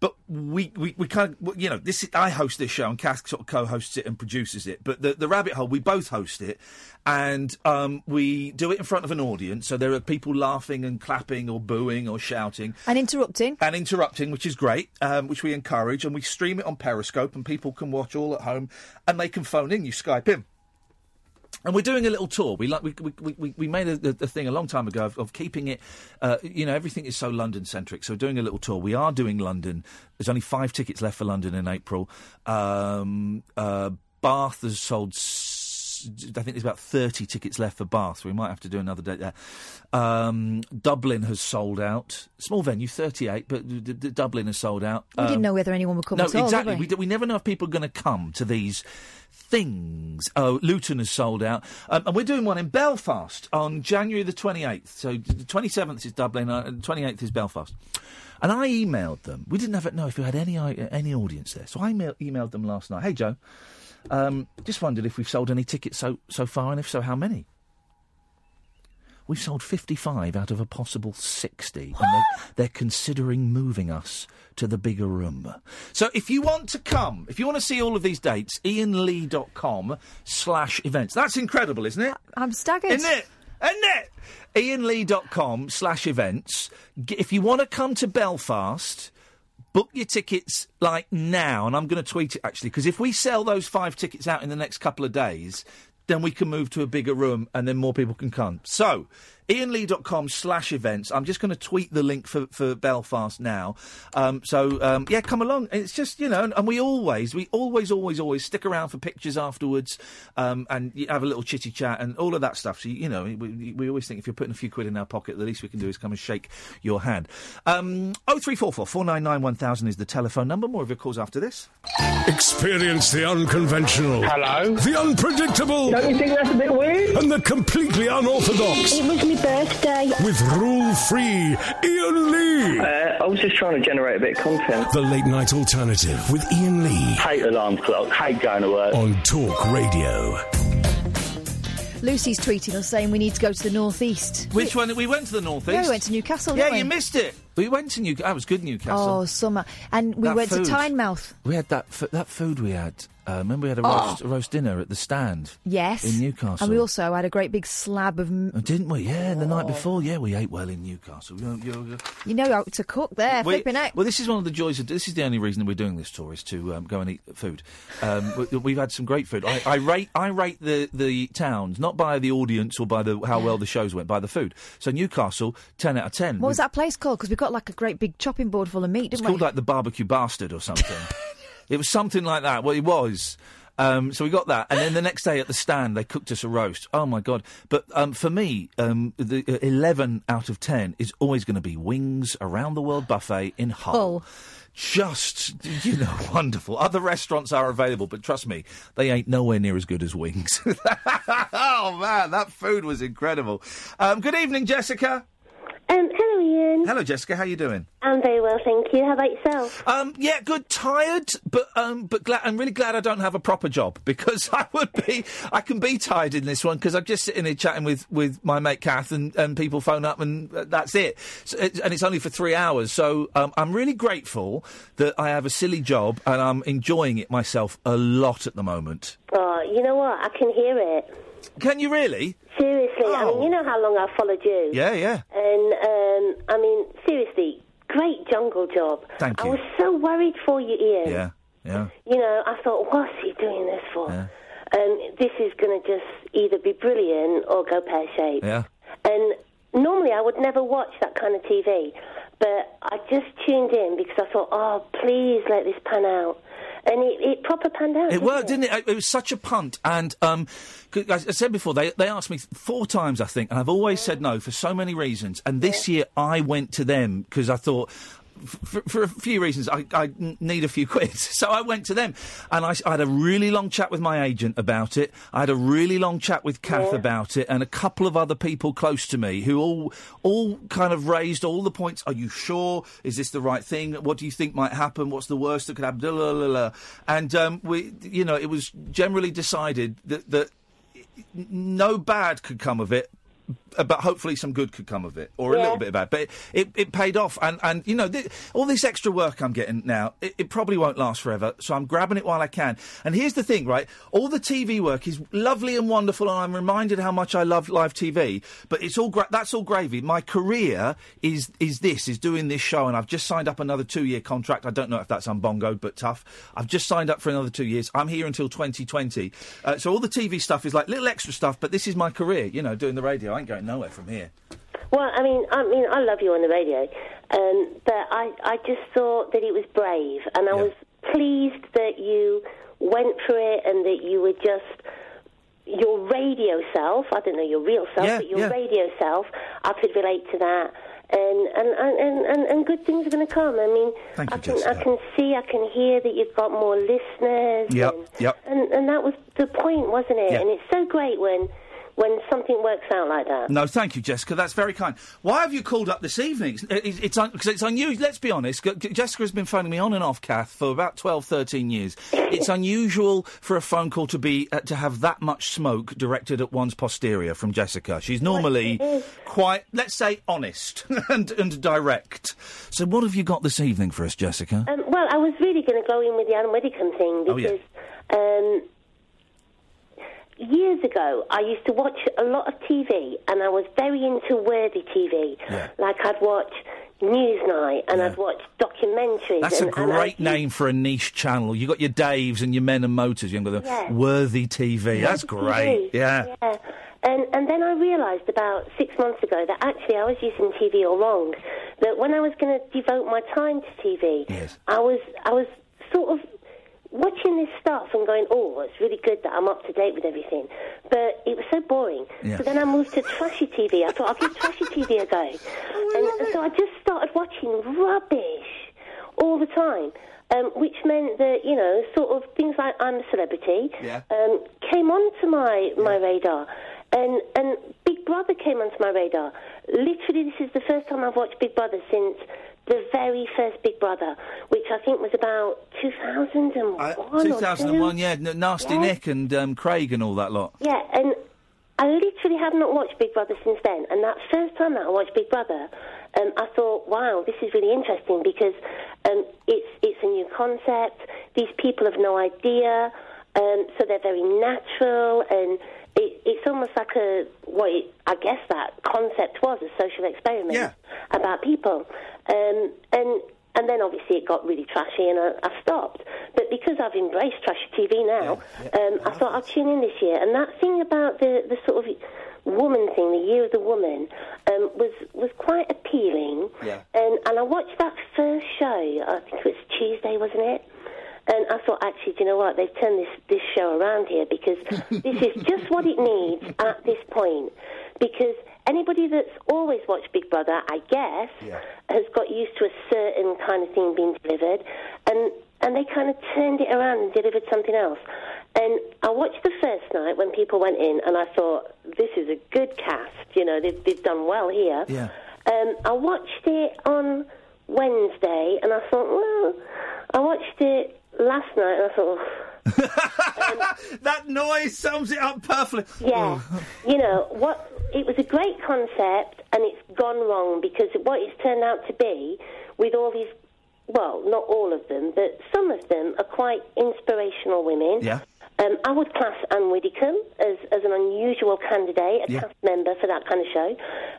but we we, we kind of w- you know this. is- I host this show, and Kath sort of co-hosts it and produces it. But the the Rabbit Hole, we both host it, and um, we do it in front of an audience. So there are people laughing and clapping or booing or shouting.
And interrupting.
And interrupting, which is great, um, which we encourage, and we stream it on Periscope, and people can watch all at home, and they can phone in. You Skype in. And we're doing a little tour. We like we we, we, we made a, a, a thing a long time ago of, of keeping it. Uh, you know, everything is so London centric. So doing a little tour. We are doing London. There's only five tickets left for London in April. Um, uh, Bath has sold. s- I think there's about 30 tickets left for Bath. We might have to do another date there. Um, Dublin has sold out. Small venue, 38, but d- d- Dublin has sold out.
We didn't
Um,
know whether anyone would come
no,
at all, did
exactly.
we?
d- we never know if people are going to come to these things. Oh, Luton has sold out, um, and we're doing one in Belfast on January the twenty eighth. So the twenty seventh is Dublin, twenty eighth is Belfast. And I emailed them. We didn't have know if we had any uh, any audience there, so I email, emailed them last night. Hey Joe, um, just wondered if we've sold any tickets so so far, and if so, how many? We've sold 55 out of a possible 60. And they're, they're considering moving us to the bigger room. So if you want to come, if you want to see all of these dates, ianlee.com slash events. That's incredible, isn't it?
I'm staggered.
Isn't it? Isn't it? ianlee.com slash events. G- If you want to come to Belfast, book your tickets like now. And I'm going to tweet it actually, because if we sell those five tickets out in the next couple of days, then we can move to a bigger room and then more people can come. So, ianlee.com slash events. I'm just going to tweet the link for, for Belfast now. Um, so, um, yeah, come along. It's just, you know, and, and we always, we always, always, always stick around for pictures afterwards um, and you have a little chitty chat and all of that stuff. So, you know, we- we, we always think if you're putting a few quid in our pocket, the least we can do is come and shake your hand. Um, 0344 499 1000 is the telephone number. More of your calls after this.
Experience the unconventional. Hello. The unpredictable.
Don't you think that's a bit weird?
And the completely unorthodox.
It was my birthday.
With rule free Ian Lee.
Uh, I was just trying to generate a bit of content.
The late night alternative with Ian Lee.
Hate alarm clock, hate going to work.
On Talk Radio.
Lucy's tweeting us saying we need to go to the northeast.
Which one? We went to the northeast.
Yeah, we went to Newcastle,
Yeah,
didn't
you
we?
missed it. We went to Newcastle. That was good Newcastle.
Oh, summer. And we
That
went
food.
to Tynemouth.
We had that f- that food we had. Uh, remember we had a
Oh.
roast, a roast dinner at the stand.
Yes.
in Newcastle.
And we Oh. also had a great big slab of. m-
Oh, didn't we? Yeah, the night before. Yeah, we ate well in Newcastle. You- you-
You know how to cook there,
We-
flipping out.
well, this is one of the joys of this is the only reason that we're doing this tour is to um, go and eat food. Um, we, we've had some great food. I, I rate I rate the, the towns not by the audience or by the how well the shows went, by the food. So Newcastle, ten out of ten.
What was
We've-
that place called? Because we got like a great big chopping board full of meat, didn't
It's
we?
called like the barbecue bastard or something. it was something like that. Well, it was. Um, so we got that, and then the next day at the stand, they cooked us a roast. Oh my god! But um, for me, um, the uh, eleven out of ten is always going to be wings around the world buffet in Hull. Just you know, wonderful. Other restaurants are available, but trust me, they ain't nowhere near as good as wings. oh man, that food was incredible. Um, good evening, Jessica.
Um, hello, Ian.
Hello, Jessica. How you doing?
I'm very well, thank you. How about yourself?
Um, yeah, good. Tired, but um, but glad. I'm really glad I don't have a proper job because I would be. I can be tired in this one because I'm just sitting here chatting with, with my mate Kath, and, and people phone up, and uh, that's it. So it's, and it's only for three hours, so um, I'm really grateful that I have a silly job and I'm enjoying it myself a lot at the moment.
Oh, you know what? I can hear it.
Can you really? Oh.
Seriously, I mean, you know how long I've followed you.
Yeah, yeah.
And, um, I mean, seriously, great jungle job.
Thank
I
you.
was so worried for you, Ian.
Yeah, yeah.
You know, I thought, what's he doing this for? Um, this is going to just either be brilliant or go pear shaped.
Yeah.
And normally I would never watch that kind of TV, but I just tuned in because I thought, oh, please let this pan out. And it, it proper panned out.
It
didn't
worked, didn't it? It- It was such a punt. And um, 'cause I I said before, they, they asked me four times, I think, and I've always said no for so many reasons. And this year I went to them because I thought. f- For, for a few reasons, I, I n- need a few quid. So I went to them and I, s- I had a really long chat with my agent about it. I had a really long chat with Kath about it and a couple of other people close to me who all all kind of raised all the points. Are you sure? Is this the right thing? What do you think might happen? What's the worst that could happen? Blah, blah, blah, blah. And um, we, you know, it was generally decided that that no bad could come of it. uh, But hopefully, some good could come of it, or a
Yeah.
little bit of bad. But it, it, it paid off, and and you know, th- all this extra work I'm getting now, it, it probably won't last forever. So I'm grabbing it while I can. And here's the thing, right? All the TV work is lovely and wonderful, and I'm reminded how much I love live TV. But it's all gra- that's all gravy. My career is is this is doing this show, and I've just signed up another two year contract. I don't know if that's unbongoed, but tough. I've just signed up for another two years. I'm here until 2020. Uh, so all the TV stuff is like little extra stuff, but this is my career. You know, doing the radio. I ain't going nowhere from here.
Well, I mean, I mean, I love you on the radio, um, but I, I just thought that it was brave, and I was pleased that you went for it, and that you were just your radio self. I don't know your real self,
Yeah,
but your
yeah.
radio self. I could relate to that, and and and and, and, and good things are going to come. I mean,
Thank
I
you,
can
Jessica.
I can see, I can hear that you've got more listeners.
Yep, yep.
And, and that was the point, wasn't it?
Yeah.
And it's so great when when something works out like that.
No, thank you, Jessica. That's very kind. Why have you called up this evening? It's because un- 'cause it's unusual. Let's be honest. G- G- Jessica has been phoning me on and off, Kath, for about 12, 13 years. it's unusual for a phone call to be uh, to have that much smoke directed at one's posterior from Jessica. She's normally quite, let's say, honest and, and direct. So, what have you got this evening for us, Jessica?
Um, well, I was really going to go in with the Anne Widdicombe thing
Oh, yeah.
because um, years ago I used to watch a lot of TV and I was very into worthy TV. Like I'd watch Newsnight and I'd watch documentaries.
That's a
and, and I-
great name for a niche channel. You got your Daves and your Men and Motors. You've got the
Yeah.
Worthy TV. That's
Worthy
great.
TV.
Yeah.
yeah. And, and then I realised about six months ago that actually I was using TV all wrong. That when I was going to devote my time to TV, I was I was sort of watching this stuff and going, oh, it's really good that I'm up to date with everything. But it was so boring.
Yeah.
So then I moved to trashy TV. I thought, I'll give trashy TV a go.
Oh,
and and so I just started watching rubbish all the time. Um, which meant that you know, sort of things like I'm a celebrity
Yeah.
um, came onto my my radar, and and Big Brother came onto my radar. Literally, this is the first time I've watched Big Brother since the very first Big Brother, which I think was about 2001.
Uh,
or
2001,
two.
yeah. N- Nasty
Yeah.
Nick and um, Craig and all that lot.
Yeah, and I literally have not watched Big Brother since then. And that first time that I watched Big Brother, um, I thought, wow, this is really interesting because um, it's it's a new concept. These people have no idea, um, so they're very natural, and it, it's almost like a what it, I guess that concept was a social experiment about people. Um, and and then obviously it got really trashy, and I, I stopped. But because I've embraced trashy TV now, um, I thought I'll tune in this year. And that thing about the, the sort of woman thing, the year of the woman, um, was was quite appealing.
Yeah.
And and I watched that first show. I think it was Tuesday, wasn't it? And I thought, actually, do you know what? They've turned this, this show around here because this is just what it needs at this point. Because anybody that's always watched Big Brother, I guess, has got used to a certain kind of thing being delivered, and and they kind of turned it around and delivered something else. And I watched the first night when people went in, and I thought, this is a good cast. You know, they've they've done well here.
Yeah.
Um, I watched it on Wednesday, and I thought, well, I watched it last night, and I thought. "Oh." Um,
that noise sums it up perfectly.
Yeah, you know what? It was a great concept, and it's gone wrong because what it's turned out to be, with all these, well, not all of them, but some of them are quite inspirational women.
Yeah.
Um, I would class Anne Widdicombe as, as an unusual candidate, a
Yeah.
cast member for that kind of show.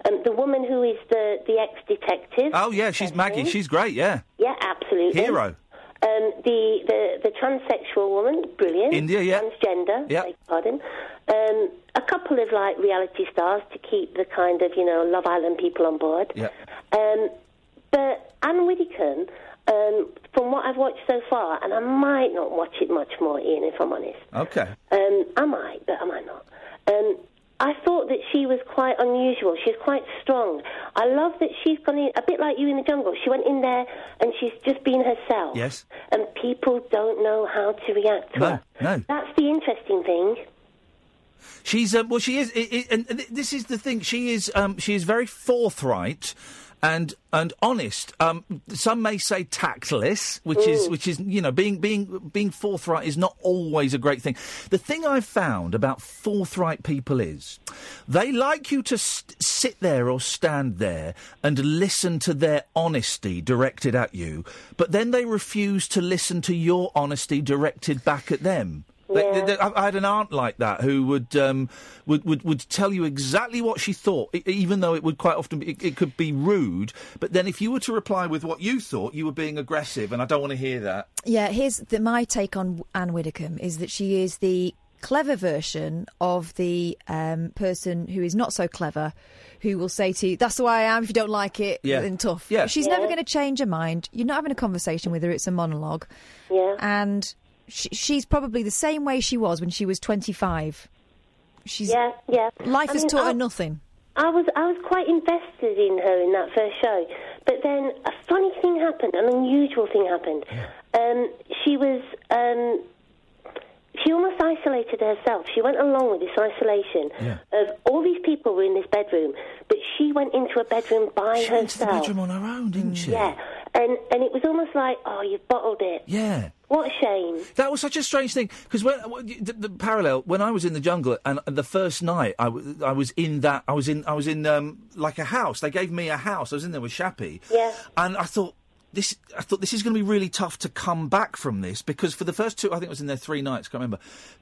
Um, the woman who is the, the ex detective.
Oh yeah, she's Maggie. She's great. Yeah,
Yeah, absolutely.
hero.
Um, the, the, the transsexual woman, brilliant.
India, yeah.
Transgender,
Yeah.
beg your pardon. Um, a couple of like reality stars to keep the kind of, you know, Love Island people on board.
Yeah.
Um, but Anne Widdicombe, um, from what I've watched so far, and I might not watch it much more, Ian, if I'm honest.
Okay.
Um, I might, but I might not. Um, I thought that she was quite unusual. She's quite strong. I love that she's gone in, a bit like you in the jungle. She went in there and she's just been herself.
Yes.
And people don't know how to react to
No,
her.
no.
That's the interesting thing.
She's um, well, she is, i i and th- this is the thing. She is um, she is very forthright and and honest. Um, some may say tactless, which is
Mm.
which is you know being being being forthright is not always a great thing. The thing I've found about forthright people is they like you to st- sit there or stand there and listen to their honesty directed at you, but then they refuse to listen to your honesty directed back at them. They, they- they- I I had an aunt like that who would, um, would would would tell you exactly what she thought, e- even though it would quite often be, it, it could be rude. But then, if you were to reply with what you thought, you were being aggressive, and I don't want to hear that.
Yeah, here's the, my take on Anne Widdicombe is that she is the clever version of the um, person who is not so clever, who will say to you, "That's the way I am. If you don't like it,
Yeah.
then tough."
Yeah.
She's
Yeah.
never going to change her mind. You're not having a conversation with her; it's a monologue.
Yeah.
And she, she's probably the same way she was when she was 25. She's
Yeah, yeah.
life
I
has
mean,
taught her
I-
nothing.
I was I was quite invested in her in that first show, but then a funny thing happened, an unusual thing happened. Um, she was um, she almost isolated herself. She went along with this isolation of all these people were in this bedroom, but she went into a bedroom by
She
herself.
went to the bedroom on her own, didn't she?
Yeah, and and it was almost like oh you've bottled it.
Yeah.
What a shame.
That was such a strange thing because when the, the parallel when I was in the jungle and the first night I, w- I was in that I was in I was in um, like a house they gave me a house I was in there with Shappy
Yeah.
and I thought this I thought this is going to be really tough to come back from this because for the first two I think I was in there three nights can't remember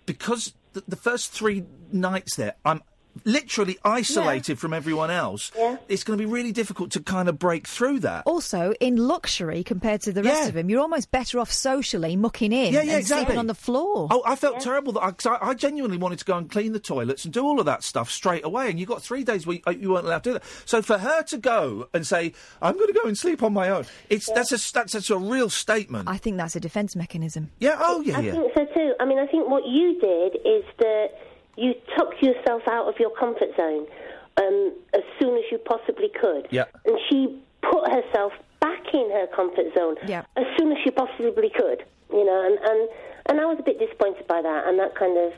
because the, the first three nights there I'm literally isolated from everyone else yeah. it's going to be really difficult to kind of break through that
Also, in luxury compared to the rest of them, you're almost better off socially mucking in
Yeah, yeah,
and
exactly.
sleeping on the floor.
Oh, I felt terrible that I, 'cause I, I genuinely wanted to go and clean the toilets and do all of that stuff straight away. And you got three days where you, uh, you weren't allowed to do that. So for her to go and say, "I'm going to go and sleep on my own," it's that's a that's, that's a real statement.
I think that's a defence mechanism.
yeah. Oh, yeah.
I
yeah.
think so too. I mean, I think what you did is that you took yourself out of your comfort zone um, as soon as you possibly could.
Yeah.
And she put herself back in her comfort zone as soon as she possibly could, you know, and, and, and I was a bit disappointed by that, and that kind of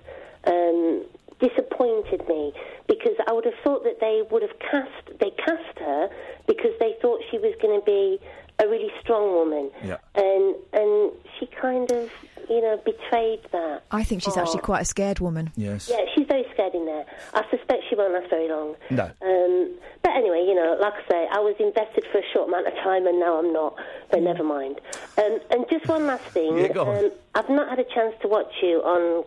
um, disappointed me because I would have thought that they would have cast, they cast her because they thought she was going to be a really strong woman
Yeah.
and and she kind of you know betrayed that.
I think she's
Oh.
actually quite a scared woman.
Yes.
Yeah, she's very scared in there. I suspect she won't last very long.
No.
Um, but anyway, you know, like I say, I was invested for a short amount of time, and now I'm not. But never mind. Um, and just one last thing.
Hmm. Yeah, go on.
Um, I've not had a chance to watch you on.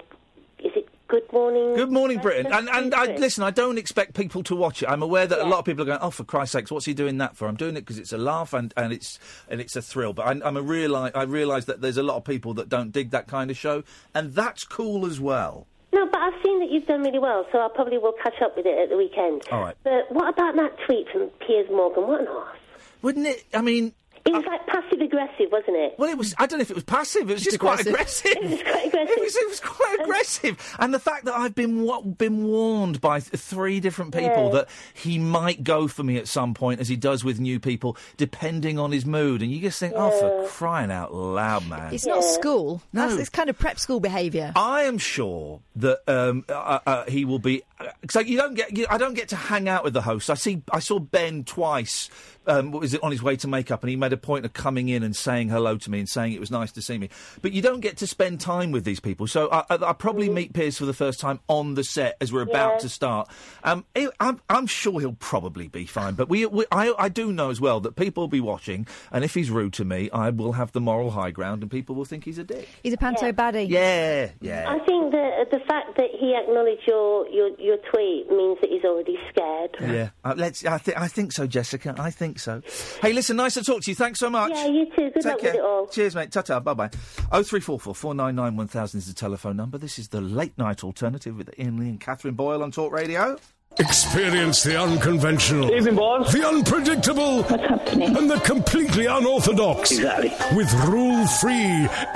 Is it Good Morning?
Good morning, Britain. And, and I,
Britain.
listen, I don't expect people to watch it. I'm aware that a lot of people are going, "Oh, for Christ's sakes, what's he doing that for?" I'm doing it because it's a laugh and, and it's and it's a thrill. But I, I'm a realize I realise that there's a lot of people that don't dig that kind of show, and that's cool as well.
No, but I've seen that you've done really well, so I probably will catch up with it at the weekend.
All right.
But what about that tweet from Piers Morgan? What an arse.
Wouldn't it? I mean,
It was like passive aggressive, wasn't it?
Well, it was. I don't know if it was passive. It was just quite aggressive.
It was quite aggressive.
It was, it was quite aggressive. And the fact that I've been wa- been warned by th- three different people
Yeah.
that he might go for me at some point, as he does with new people, depending on his mood. And you just think, oh, for crying out loud, man!
It's not school.
No.
That's, it's kind of prep school behaviour.
I am sure that um, uh, uh, he will be. So you don't get. You, I don't get to hang out with the host. I see. I saw Ben twice. Um, what was it on his way to makeup, and he made a point of coming in and saying hello to me and saying it was nice to see me. But you don't get to spend time with these people. So I, I, I probably meet Piers for the first time on the set as we're about
Yeah.
to start. Um, he- I'm, I'm sure he'll probably be fine. But we, we I, I do know as well that people will be watching, and if he's rude to me, I will have the moral high ground, and people will think he's a dick.
He's a panto baddie.
Yeah, yeah.
I think that the fact that he acknowledged your, your, your tweet means that he's already scared.
Yeah, uh, let's. I, th- I think so, Jessica. I think so. Hey, listen, nice to talk to you. Thanks so much.
Yeah, you too. Good
Take
luck
care.
with it all.
Cheers, mate. Ta ta. Bye bye. Oh three four four four nine nine one thousand is the telephone number. This is the late night alternative with Ian Lee and Catherine Boyle on Talk Radio.
Experience the unconventional. The unpredictable. And the completely unorthodox. Exactly. With rule free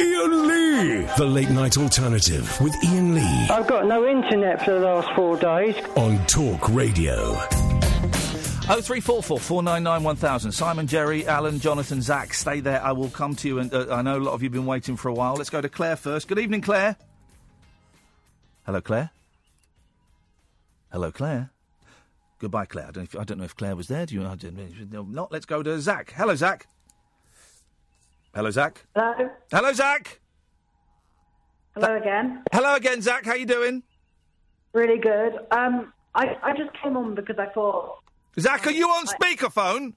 Ian Lee. The late night alternative with Ian Lee.
I've got no internet for the last four days.
On Talk Radio.
Oh three four four four nine nine one thousand. Simon, Jerry, Alan, Jonathan, Zach, stay there. I will come to you. And uh, I know a lot of you've been waiting for a while. Let's go to Claire first. Good evening, Claire. Hello, Claire. Hello, Claire. Goodbye, Claire. I don't, know if, I don't know if Claire was there. Do you? I don't, no, not. Let's go to Zach. Hello, Zach. Hello, Zach.
Hello.
Hello, Zach.
Hello again.
Hello again, Zach. How you doing?
Really good. Um, I, I just came on because I thought,
Zach, are you on speakerphone?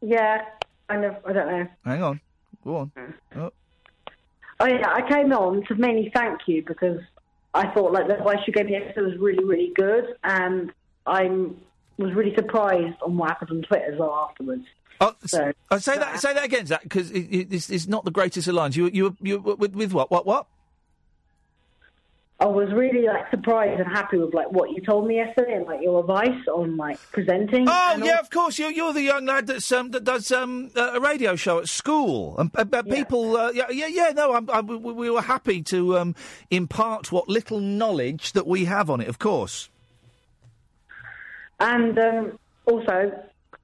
yeah, kind of, I don't know.
Hang on. Go on. Oh.
Oh, yeah, I came on to mainly thank you because I thought, like, the advice you gave me yesterday was really, really good. And I was really surprised on what happened on Twitter as well afterwards.
Oh, s- uh, say that. Say that again, Zach, because it, it, it's, it's not the greatest of lines. You, you, you with, with what? What? What?
I was really like surprised and happy with like what you told me yesterday and like your advice on like presenting.
Oh
and
yeah, of course. You're you're the young lad that's um, that does um, uh, a radio show at school, and uh, uh, people. Uh, yeah, yeah, yeah. No, I'm, I, we, we were happy to um, impart what little knowledge that we have on it. Of course.
And um, also,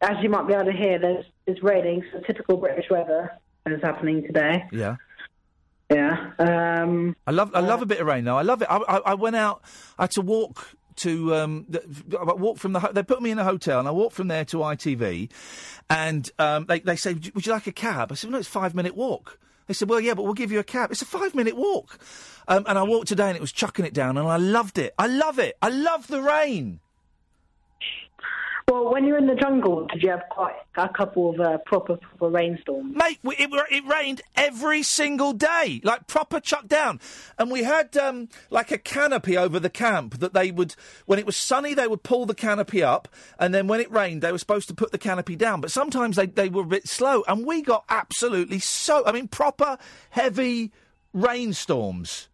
as you might be able to hear, there's, there's ratings for typical British weather that is happening today.
Yeah.
Yeah. Um,
I love I love a bit of rain though. I love it. I, I, I went out. I had to walk to um, the, I walked from the ho- they put me in a hotel and I walked from there to ITV, and um, they they say would you like a cab? I said no, it's a five minute walk. They said well yeah, but we'll give you a cab. It's a five minute walk, um, and I walked today and it was chucking it down and I loved it. I love it. I love the rain.
Well, when you're in the jungle, did you have quite a couple of uh, proper, proper rainstorms?
Mate, we- it, ra- it rained every single day, like proper chuck down. And we had um, like a canopy over the camp that they would, when it was sunny, they would pull the canopy up. And then when it rained, they were supposed to put the canopy down. But sometimes they, they were a bit slow. And we got absolutely so, I mean, proper heavy rainstorms.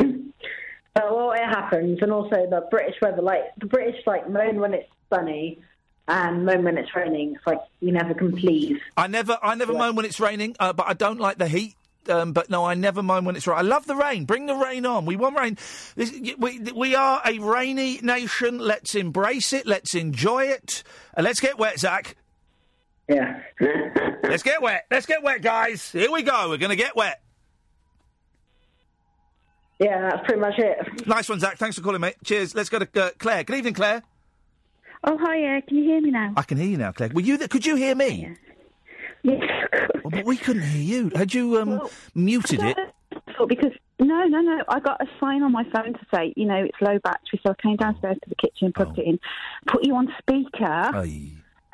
Uh, well, it happens, and also the British weather, like the British, like moan when it's sunny, and moan when it's raining. It's like you never can please.
I never, I never moan when it's raining, uh, but I don't like the heat. Um, but no, I never moan when it's right. I love the rain. Bring the rain on. We want rain. This, we, we are a rainy nation. Let's embrace it. Let's enjoy it. And let's get wet, Zach.
Yeah.
let's get wet. Let's get wet, guys. Here we go. We're going to get wet.
Yeah, that's pretty much it.
Nice one, Zach. Thanks for calling, mate. Cheers. Let's go to uh, Claire. Good evening, Claire.
Oh, hiya. Can you hear me now?
I can hear you now, Claire. Were you there? Could you hear me?
Yes.
Well, but we couldn't hear you. Had you um, muted it?
Well, Because no, no, no. I got a sign on my phone to say, you know, it's low battery. So I came downstairs to the kitchen, plugged
Oh.
it in, put you on speaker,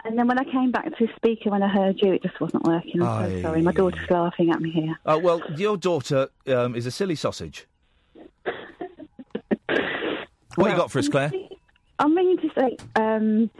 and then when I came back to speaker, when I heard you, it just wasn't working. I'm
Aye.
so sorry. My daughter's laughing at me here.
Oh, well, your daughter um, is a silly sausage. what you got for us, Claire?
I'm ringing to say, um,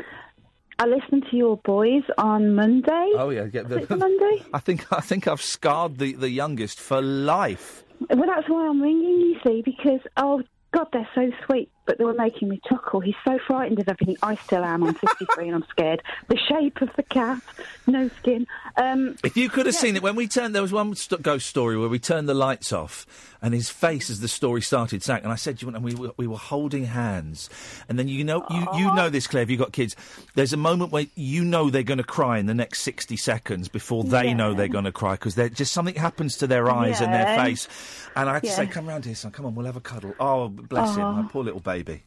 I listened to your boys on Monday.
Oh yeah, get
Is it the Monday?
I think I think I've scarred the, the youngest for life.
Well, that's why I'm ringing you, see, because oh God, they're so sweet. but they were making me chuckle. He's so frightened of everything. I still am. I'm 53 and I'm scared. The shape of the cat, no skin. Um,
If you could have seen it when we turned, there was one st- ghost story where we turned the lights off, and his face as the story started sank. And I said, "Do "You want?" And we were, we were holding hands, and then you know you, you know this, Claire. If you've got kids, there's a moment where you know they're going to cry in the next sixty seconds before they know they're going to cry because just something happens to their eyes and their
Yeah.
face. And I had to say,
Yeah.
"Come round here, son. Come on, we'll have a cuddle." Oh, bless him,
Aw.
my poor little baby.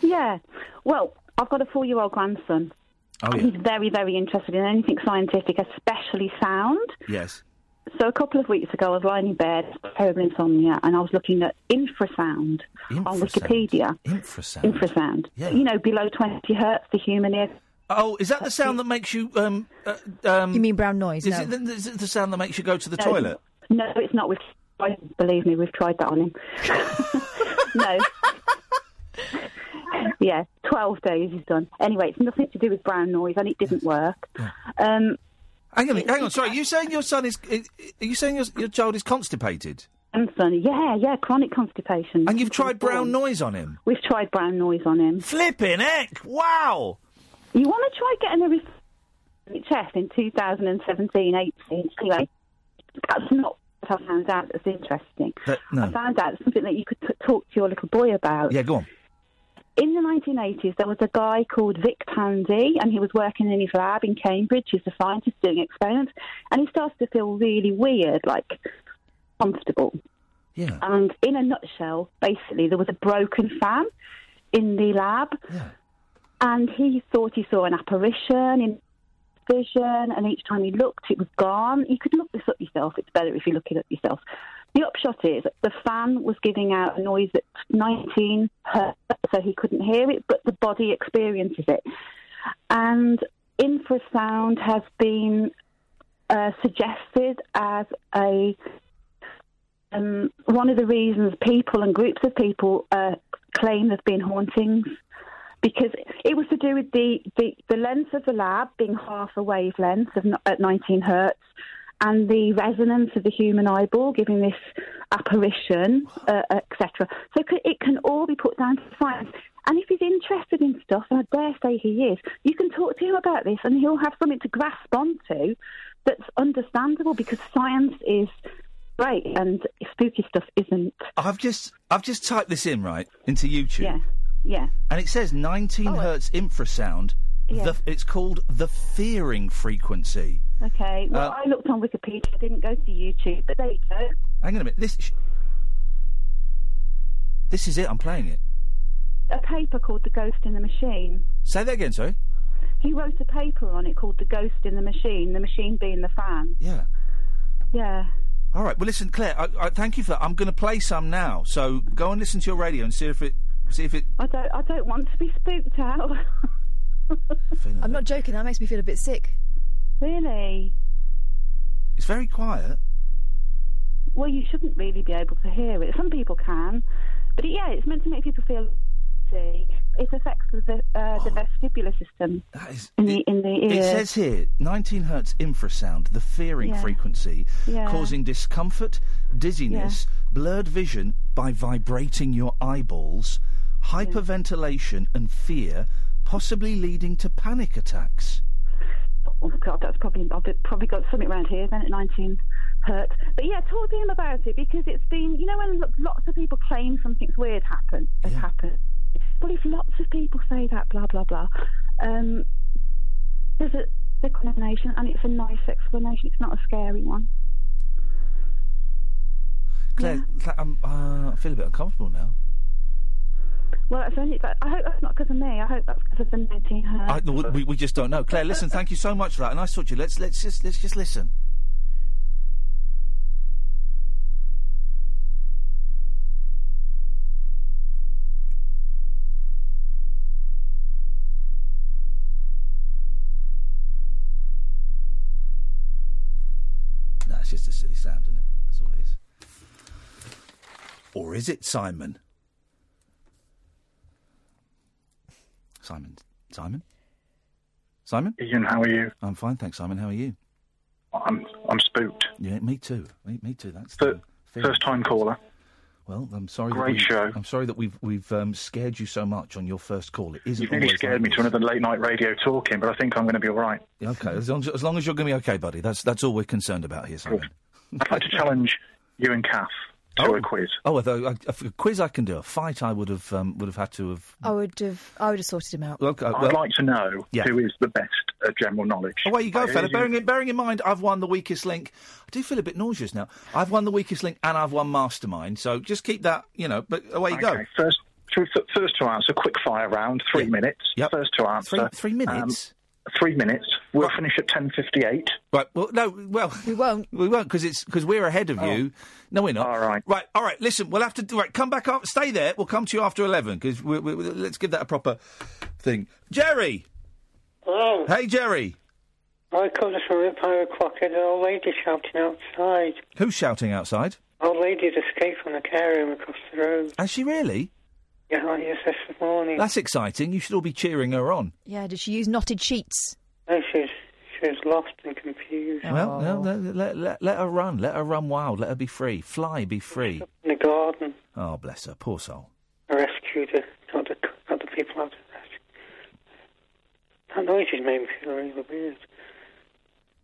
Yeah. Well, I've got a four year old grandson.
Oh
and
yeah,
He's very, very interested in anything scientific, especially sound.
yes.
So a couple of weeks ago, I was lying in bed, terrible insomnia, and I was looking at infrasound, on Wikipedia.
Infrasound.
Infrasound.
Yeah.
You know, below 20 hertz, the human ear.
Oh, is that the sound that makes you? Um, uh, um, you mean
brown noise?
Is,
no.
it, the, is it the sound that makes you go to the
No.
toilet?
No, it's not. We've tried, believe me, we've tried that on him. no. yeah, 12 days he's done. Anyway, it's nothing to do with brown noise, and it didn't work. Um,
Hang on, hang on. Sorry, you saying your son is? i- i- Are you saying your, your child is constipated?
and son, yeah, yeah, chronic constipation.
And you've tried brown noise on him?
We've tried brown noise on him.
Flipping heck! Wow.
You want to try getting a re- chest in 2017 18. Anyway, that's not what I found out that's interesting.
That- no.
I found out something that you could t- talk to your little boy about.
Yeah, go on.
In the 1980s, there was a guy called Vic Pandy, and he was working in his lab in Cambridge. He's a scientist doing experiments, and he started to feel really weird, like comfortable.
Yeah.
And in a nutshell, basically, there was a broken fan in the lab, and he thought he saw an apparition in vision, and each time he looked, it was gone. You could look this up yourself. It's better if you look it up yourself. The upshot is the fan was giving out a noise at 19 hertz, so he couldn't hear it, but the body experiences it. And infrasound has been uh, suggested as a um, one of the reasons people and groups of people uh, claim there's been hauntings because it was to do with the, the, the length of the lab being half a wavelength of, n- at 19 hertz and the resonance of the human eyeball giving this apparition, uh, etc. So c- it can all be put down to science. And if he's interested in stuff, and I dare say he is, you can talk to him about this and he'll have something to grasp onto that's understandable because science is great and spooky stuff isn't.
I've just I've just typed this in right into YouTube,
Yeah, yeah.
and it says 19 hertz infrasound.
Yeah.
The, it's called the fearing frequency.
Okay. Well,
Uh,
I looked on Wikipedia. I didn't go to YouTube, but there you go.
Hang on a minute. This sh- this is it. I'm playing it.
A paper called The Ghost in the Machine.
Say that again. Sorry.
He wrote a paper on it called The Ghost in the Machine, the machine being the fan.
Yeah.
Yeah.
All right. Well, listen, Claire. I, I thank you for that. I'm going to play some now. So go and listen to your radio and see if it see if it.
I don't, I don't want to be spooked out.
I'm not joking. That makes me feel a bit sick.
Really?
It's very quiet.
Well, you shouldn't really be able to hear it. Some people can. But it, yeah, it's meant to make people feel dizzy. It affects the, ve- uh, the vestibular system in, the, in the ear.
Oh. It says here 19 hertz infrasound, the fearing
Yeah.
frequency,
Yeah.
causing discomfort, dizziness, blurred vision by vibrating your eyeballs, hyperventilation, and fear, possibly leading to panic attacks.
Oh God, that's probably I've probably got something around here then at 19 hertz. But yeah, talk to him about it because it's been you know when lo- lots of people claim something's weird happen has happened. Well, if lots of people say that, blah blah blah, um, there's a the explanation and it's a nice explanation. It's not a scary one.
Claire, Cla- I'm, uh, I feel a bit uncomfortable now.
Well, that's only. That, I hope that's not because of me. I hope that's because of the 19 hertz.
I, we, we- we just don't know. Claire, listen, thank you so much for that. And I talk to you. Let's, let's, just, let's just listen. No, it's just a silly sound, isn't it? That's all it is. Or is it Simon? Simon. Simon? Simon?
Ian, how are you?
I'm fine, thanks, Simon. How are you?
I'm I'm spooked.
Yeah, me too. Me, me too. That's
Fir- first time caller.
Well, I'm sorry.
Great
that we,
show.
I'm sorry that we've we've um, scared you so much on your first call. It isn't
You've nearly
always
scared
like
me to
this.
another late night radio talking, but I think I'm going to be all right.
Okay, as long as, as long as you're going to be okay, buddy. That's that's all we're concerned about here, Simon.
I'd like to challenge you and Kath to a quiz.
Oh, although a, a quiz I can do. A fight I would have um, would have had to have.
I would have, I would have sorted him out.
Okay,
I'd
well-
like to know
Yeah.
who is the best at general knowledge.
Away you go,
Like,
fella.
who's your-
Bearing in, bearing in mind, I've won the weakest link. I do feel a bit nauseous now. I've won the weakest link and I've won Mastermind. So just keep that, you know. But oh, away you go.
Okay, First, two- f- first to answer, quick fire round, three minutes. First to answer,
Three- three minutes?
um, three minutes. We'll finish at ten fifty-eight.
Right. Well, no. Well,
we won't.
We won't because it's because we're ahead
Oh.
of you. No, we're not. All right. Right. All right. Listen, we'll have to do. Right. Come back up. Stay there. We'll come to you after eleven because we, we, we- let's give that a proper thing. Jerry.
Hello.
Hey, Jerry.
I called us from Empire Clock and an old lady shouting outside.
Who's shouting outside?
Old lady's escaped from the care room across the road.
Has she really?
Yeah, I used this this morning.
That's exciting. You should all be cheering her on.
Yeah, did she use knotted sheets?
No, she was, she was lost and confused.
Well, no, no, let, let, let her run. Let her run wild. Let her be free. Fly, be free.
In the garden,
Oh, bless her. Poor soul.
I rescued her. Not the, not the people out of rescue. That noise just made me feel really weird.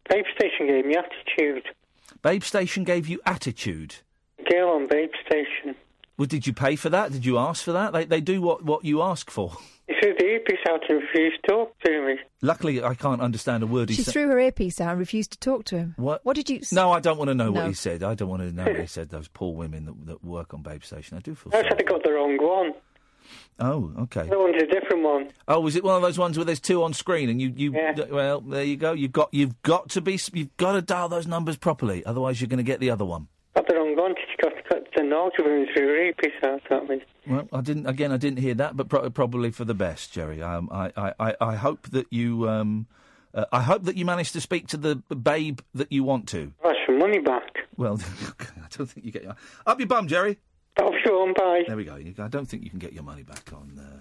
Babe Station gave me attitude.
Babe Station gave you attitude.
Girl on Babe Station.
Well, did you pay for that? Did you ask for that? They, they do what, what you ask for.
He threw the earpiece out and refused to talk to me.
Luckily, I can't understand a word he
She
said.
threw her earpiece out and refused to talk to him.
What?
What did you? s-
No, I don't want to know what
No.
he said. I don't want to know what he said. Those poor women that, that work on Babe Station. I do feel
I
sorry.
said I got the wrong one.
Oh, okay.
I wanted a different one.
Oh, was it one of those ones where there's two on screen and you, you well, there you go. You've got you've got to be s- you've got to dial those numbers properly, otherwise you're going to get the other one.
Got the wrong one. She got, got the algebra through her earpiece out at me.
Well, I didn't. Again, I didn't hear that, but pro- probably for the best, Jerry. Um, I, I, I, I hope that you. Um, uh, I hope that you manage to speak to the babe that you want to.
That's some money back.
Well, I don't think you get your up your bum, Jerry.
Off your own bye.
There we go. You- I don't think you can get your money back on uh,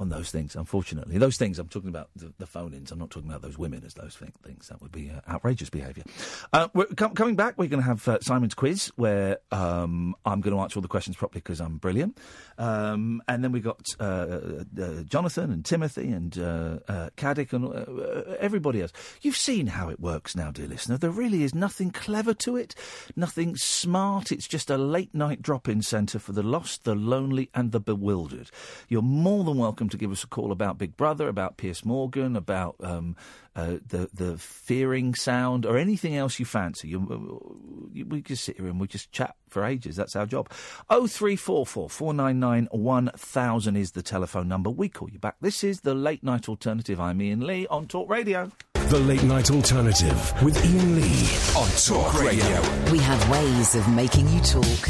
on those things. Unfortunately, those things I'm talking about the, the phone-ins. I'm not talking about those women as those thi- things. That would be uh, outrageous behaviour. Uh, we're com- coming back. We're going to have uh, Simon's quiz where um, I'm going to answer all the questions properly because I'm brilliant. Um, and then we got uh, uh, uh, Jonathan and Timothy and uh, uh, Caddick and uh, uh, everybody else. You've seen how it works now, dear listener. There really is nothing clever to it, nothing smart. It's just a late night drop in centre for the lost, the lonely, and the bewildered. You're more than welcome to give us a call about Big Brother, about Pierce Morgan, about um, uh, the the fearing sound, or anything else you fancy. You, you- we just sit here and we just chat for ages. That's our job. Oh three four four four nine nine one thousand is the telephone number. We call you back. This is the late night alternative. I'm Ian Lee on Talk Radio.
The Late Night Alternative with Ian Lee on Talk Radio.
We have ways of making you talk.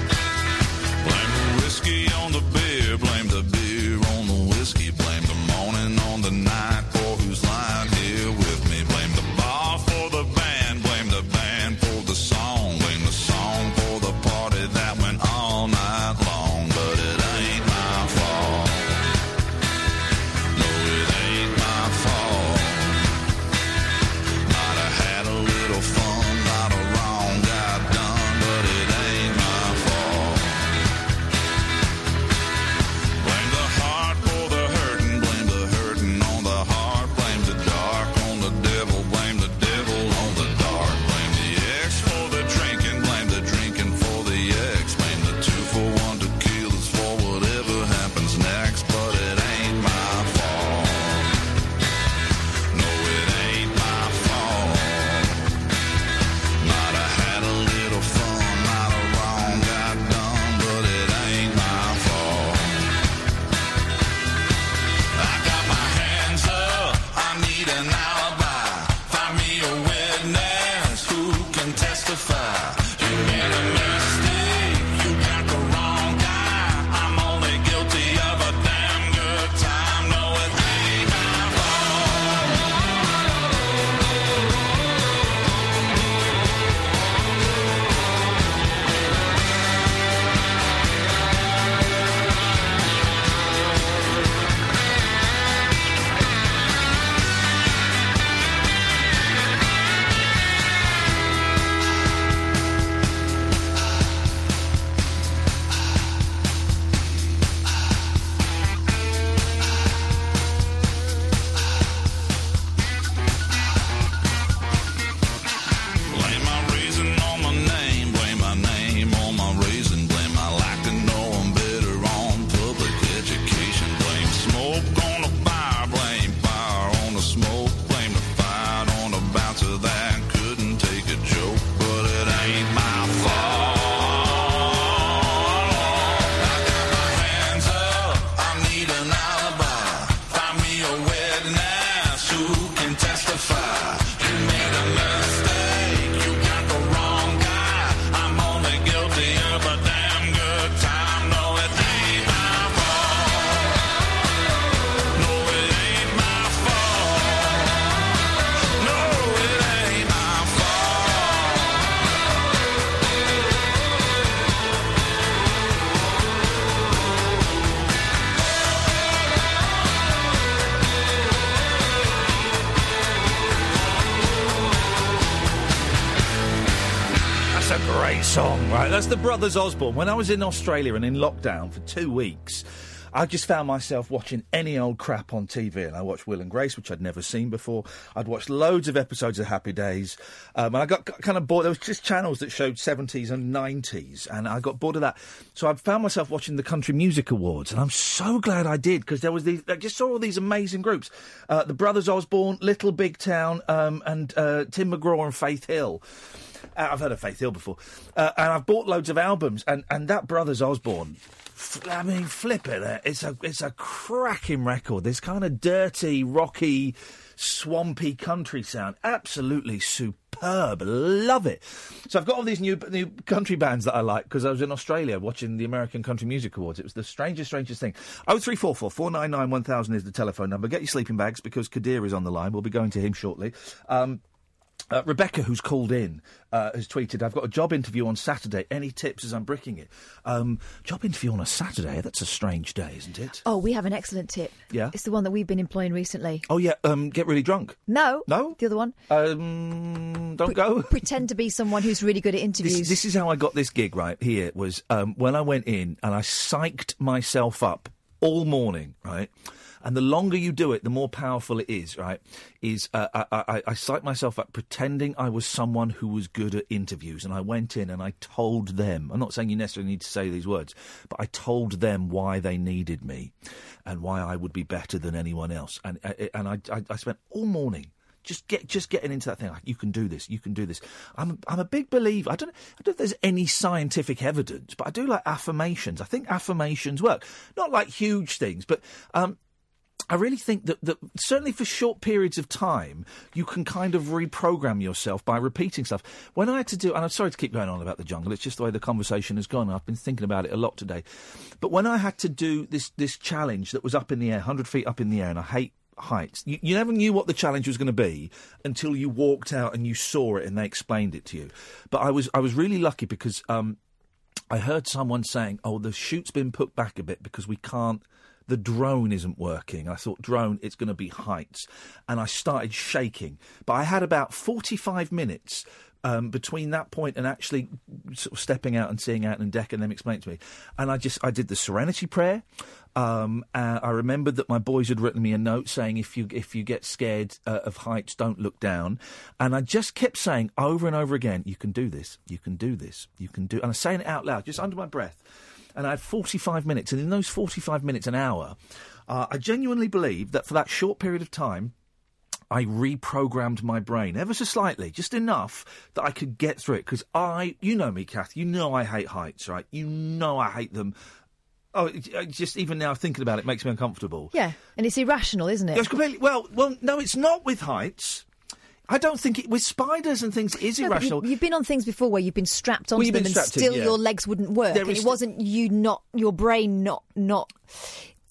Blame the whiskey on the beer, blame the beer on the whiskey, blame the morning on the night for who's lying here with me. Blame the bar for the band, blame the band for the song, blame the song for the party that went all night long. But it ain't my fault. No, it ain't my fault. Might have had a little fun, might have wrong got done, but it ain't my fault. Blame the heart for the hurting, blame the hurting on the heart, blame the dark on the devil, blame the devil on the dark, blame the ex for the drinking, blame the drinking for the ex, blame the two for one tequilas for whatever happens next, but it ain't my fault. No, it ain't my fault. Might have had a little fun, might have wrong got done, but it ain't my fault. I got my hands up. I need an alibi. Find me a witness who can testify. You made a mistake. You got the wrong guy. I'm only guilty of a damn good
a great song, right? That's the Brothers Osborne. When I was in Australia and in lockdown for two weeks, I just found myself watching any old crap on TV. And I watched Will and Grace, which I'd never seen before. I'd watched loads of episodes of Happy Days. Um, and I got kind of bored. There was just channels that showed 70s and 90s. And I got bored of that. So I found myself watching the Country Music Awards. And I'm so glad I did because there was these, I just saw all these amazing groups. Uh, the Brothers Osborne, Little Big Town, um, and uh, Tim McGraw and Faith Hill. Uh, I've heard of Faith Hill before, uh, and I've bought loads of albums. And, and that Brothers Osborne, f- I mean, flip it, eh? it's a it's a cracking record. This kind of dirty, rocky, swampy country sound, absolutely superb. Love it. So I've got all these new new country bands that I like because I was in Australia watching the American Country Music Awards. It was the strangest, strangest thing. Oh three four four four nine nine one thousand is the telephone number. Get your sleeping bags because Kadir is on the line. We'll be going to him shortly. Um, uh, Rebecca, who's called in, uh, has tweeted, I've got a job interview on Saturday. Any tips as I'm bricking it? Um, job interview on a Saturday? That's a strange day, isn't it?
Oh, we have an excellent tip.
Yeah.
It's the one that we've been employing recently.
Oh, yeah, um, get really drunk.
No.
No?
The other one.
Um, don't go.
Pretend to be someone who's really good at interviews.
This, this is how I got this gig right here, was um, when I went in and I psyched myself up all morning, right? And the longer you do it, the more powerful it is, right? Is uh, I, I, I psyched myself up pretending I was someone who was good at interviews, and I went in and I told them. I'm not saying you necessarily need to say these words, but I told them why they needed me, and why I would be better than anyone else. And uh, and I, I, I spent all morning just get just getting into that thing. Like, you can do this. You can do this. I'm I'm a big believer. I don't I don't know if there's any scientific evidence, but I do like affirmations. I think affirmations work. Not like huge things, but um, I really think that, that certainly for short periods of time, you can kind of reprogram yourself by repeating stuff. When I had to do, and I'm sorry to keep going on about the jungle, it's just the way the conversation has gone. I've been thinking about it a lot today. But when I had to do this, this challenge that was up in the air, 100 feet up in the air, and I hate heights, you, you never knew what the challenge was going to be until you walked out and you saw it and they explained it to you. But I was, I was really lucky because um, I heard someone saying, oh, the shoot's been put back a bit because we can't the drone isn't working. I thought, drone, it's going to be heights. And I started shaking. But I had about 45 minutes um, between that point and actually sort of stepping out and seeing out and deck and them explain to me. And I just, I did the serenity prayer. Um, uh, I remembered that my boys had written me a note saying, if you, if you get scared uh, of heights, don't look down. And I just kept saying over and over again, you can do this, you can do this, you can do. And I'm saying it out loud, just under my breath and I had 45 minutes. And in those 45 minutes, an hour, uh, I genuinely believe that for that short period of time, I reprogrammed my brain ever so slightly, just enough that I could get through it. Because I, you know me, Kath, you know I hate heights, right? You know I hate them. Oh, it- it just even now thinking about it makes me uncomfortable.
Yeah, and it's irrational, isn't it?
It's completely well, well, no, it's not with heights. I don't think it with spiders and things it is
No, but
irrational.
You, have been on things before where you've been strapped
Well,
onto
you've
them
been
and
strapped in,
still
yeah.
your legs wouldn't work.
There
And
is-
it wasn't you not your brain not not.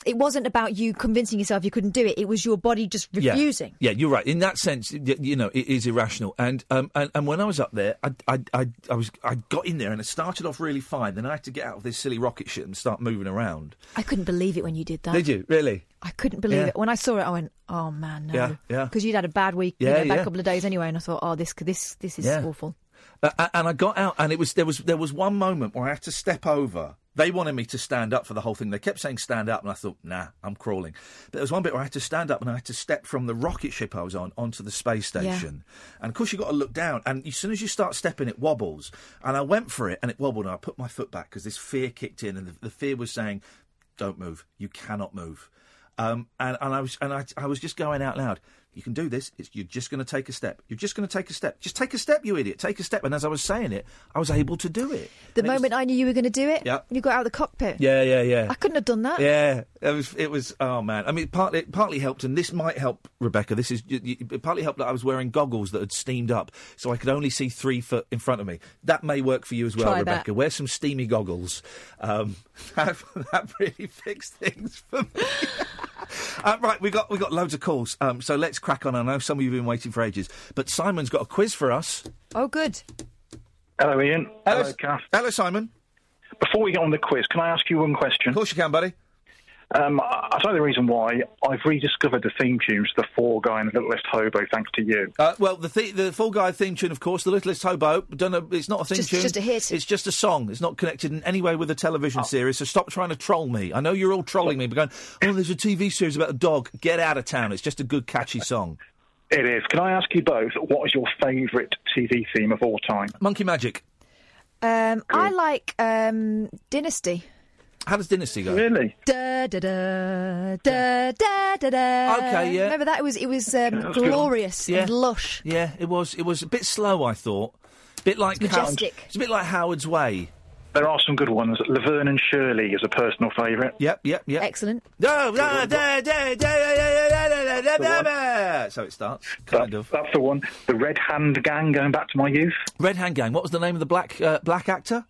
It wasn't about you convincing yourself you couldn't do it. It was your body just refusing.
Yeah, yeah you're right. In that sense, y- you know, it is irrational. And um, and, and when I was up there, I, I, I, I was I got in there and it started off really fine. Then I had to get out of this silly rocket shit and start moving around.
I couldn't believe it when you did that.
Did you really?
I couldn't believe
Yeah.
it when I saw it. I went, "Oh man, no!"
Yeah, yeah.
Because you'd had a bad week, you
Yeah,
know, bad
yeah.
couple of days anyway, and I thought, "Oh, this this this is
Yeah.
awful."
Uh, a- and I got out, and it was there was there was one moment where I had to step over. They wanted me to stand up for the whole thing. They kept saying stand up, and I thought, nah, I'm crawling. But there was one bit where I had to stand up and I had to step from the rocket ship I was on onto the space
Yeah.
station. And of course, you've got to look down. And as soon as you start stepping, it wobbles. And I went for it, and it wobbled. And I put my foot back because this fear kicked in, and the, the fear was saying, don't move. You cannot move. Um, and, and I was and I, I was just going out loud. You can do this. It's, you're just going to take a step. You're just going to take a step. Just take a step, you idiot. Take a step. And as I was saying it, I was able to do it.
The moment I knew you were going to do it,
Yeah.
you got out of the cockpit.
Yeah, yeah, yeah.
I couldn't have done that.
Yeah, it was. It was. Oh man, I mean, partly it partly helped, and this might help Rebecca. This is y- y- it partly helped that I was wearing goggles that had steamed up, so I could only see three foot in front of me. That may work for you as well,
Try that.
Rebecca. Wear some steamy goggles. Um, that, that really fixed things for me. Uh, right, we got we got loads of calls, um, so let's crack on. I know some of you have been waiting for ages, but Simon's got a quiz for us.
Oh, good.
Hello, Ian.
Hello,
Hello, Kath.
Hello, Simon.
Before we get on the quiz, can I ask you one question? Of
course you can, buddy.
Um, I- I'll tell you the reason why. I've rediscovered the theme tunes to The Four Guy and The Littlest Hobo, thanks to you.
Uh, well, the, th- the Full Guy theme tune, of course, The Littlest Hobo. Don't know, it's not a theme
Just-
tune.
just a hit. Oh.
It's just a song. It's not connected in any way with a television series, so stop trying to troll me. I know you're all trolling me, but going, oh, there's a TV series about a dog. Get out of town. It's just a good, catchy song.
It is. Can I ask you both, what is your favourite TV theme of all time?
Monkey Magic.
Um, I like um, Dynasty.
How does Dynasty go?
Really?
Da, da, da, da, da, da, da.
Okay, yeah.
Remember that? It was, it was um,
That's good.
glorious
Yeah.
and lush.
Yeah, it was. It was a bit slow, I thought. Bit like
It's
Howard-
majestic.
It's a bit like Howard's Way.
There are some good ones. Laverne and Shirley is a personal favourite.
Yep, yep, yep.
Excellent.
No, no, da, da, da, da, da, da, da, da, da, da. So it starts. Kind of.
That's the one. The Red Hand Gang, going back to my youth.
Red Hand Gang. What was the name of the black uh, black actor?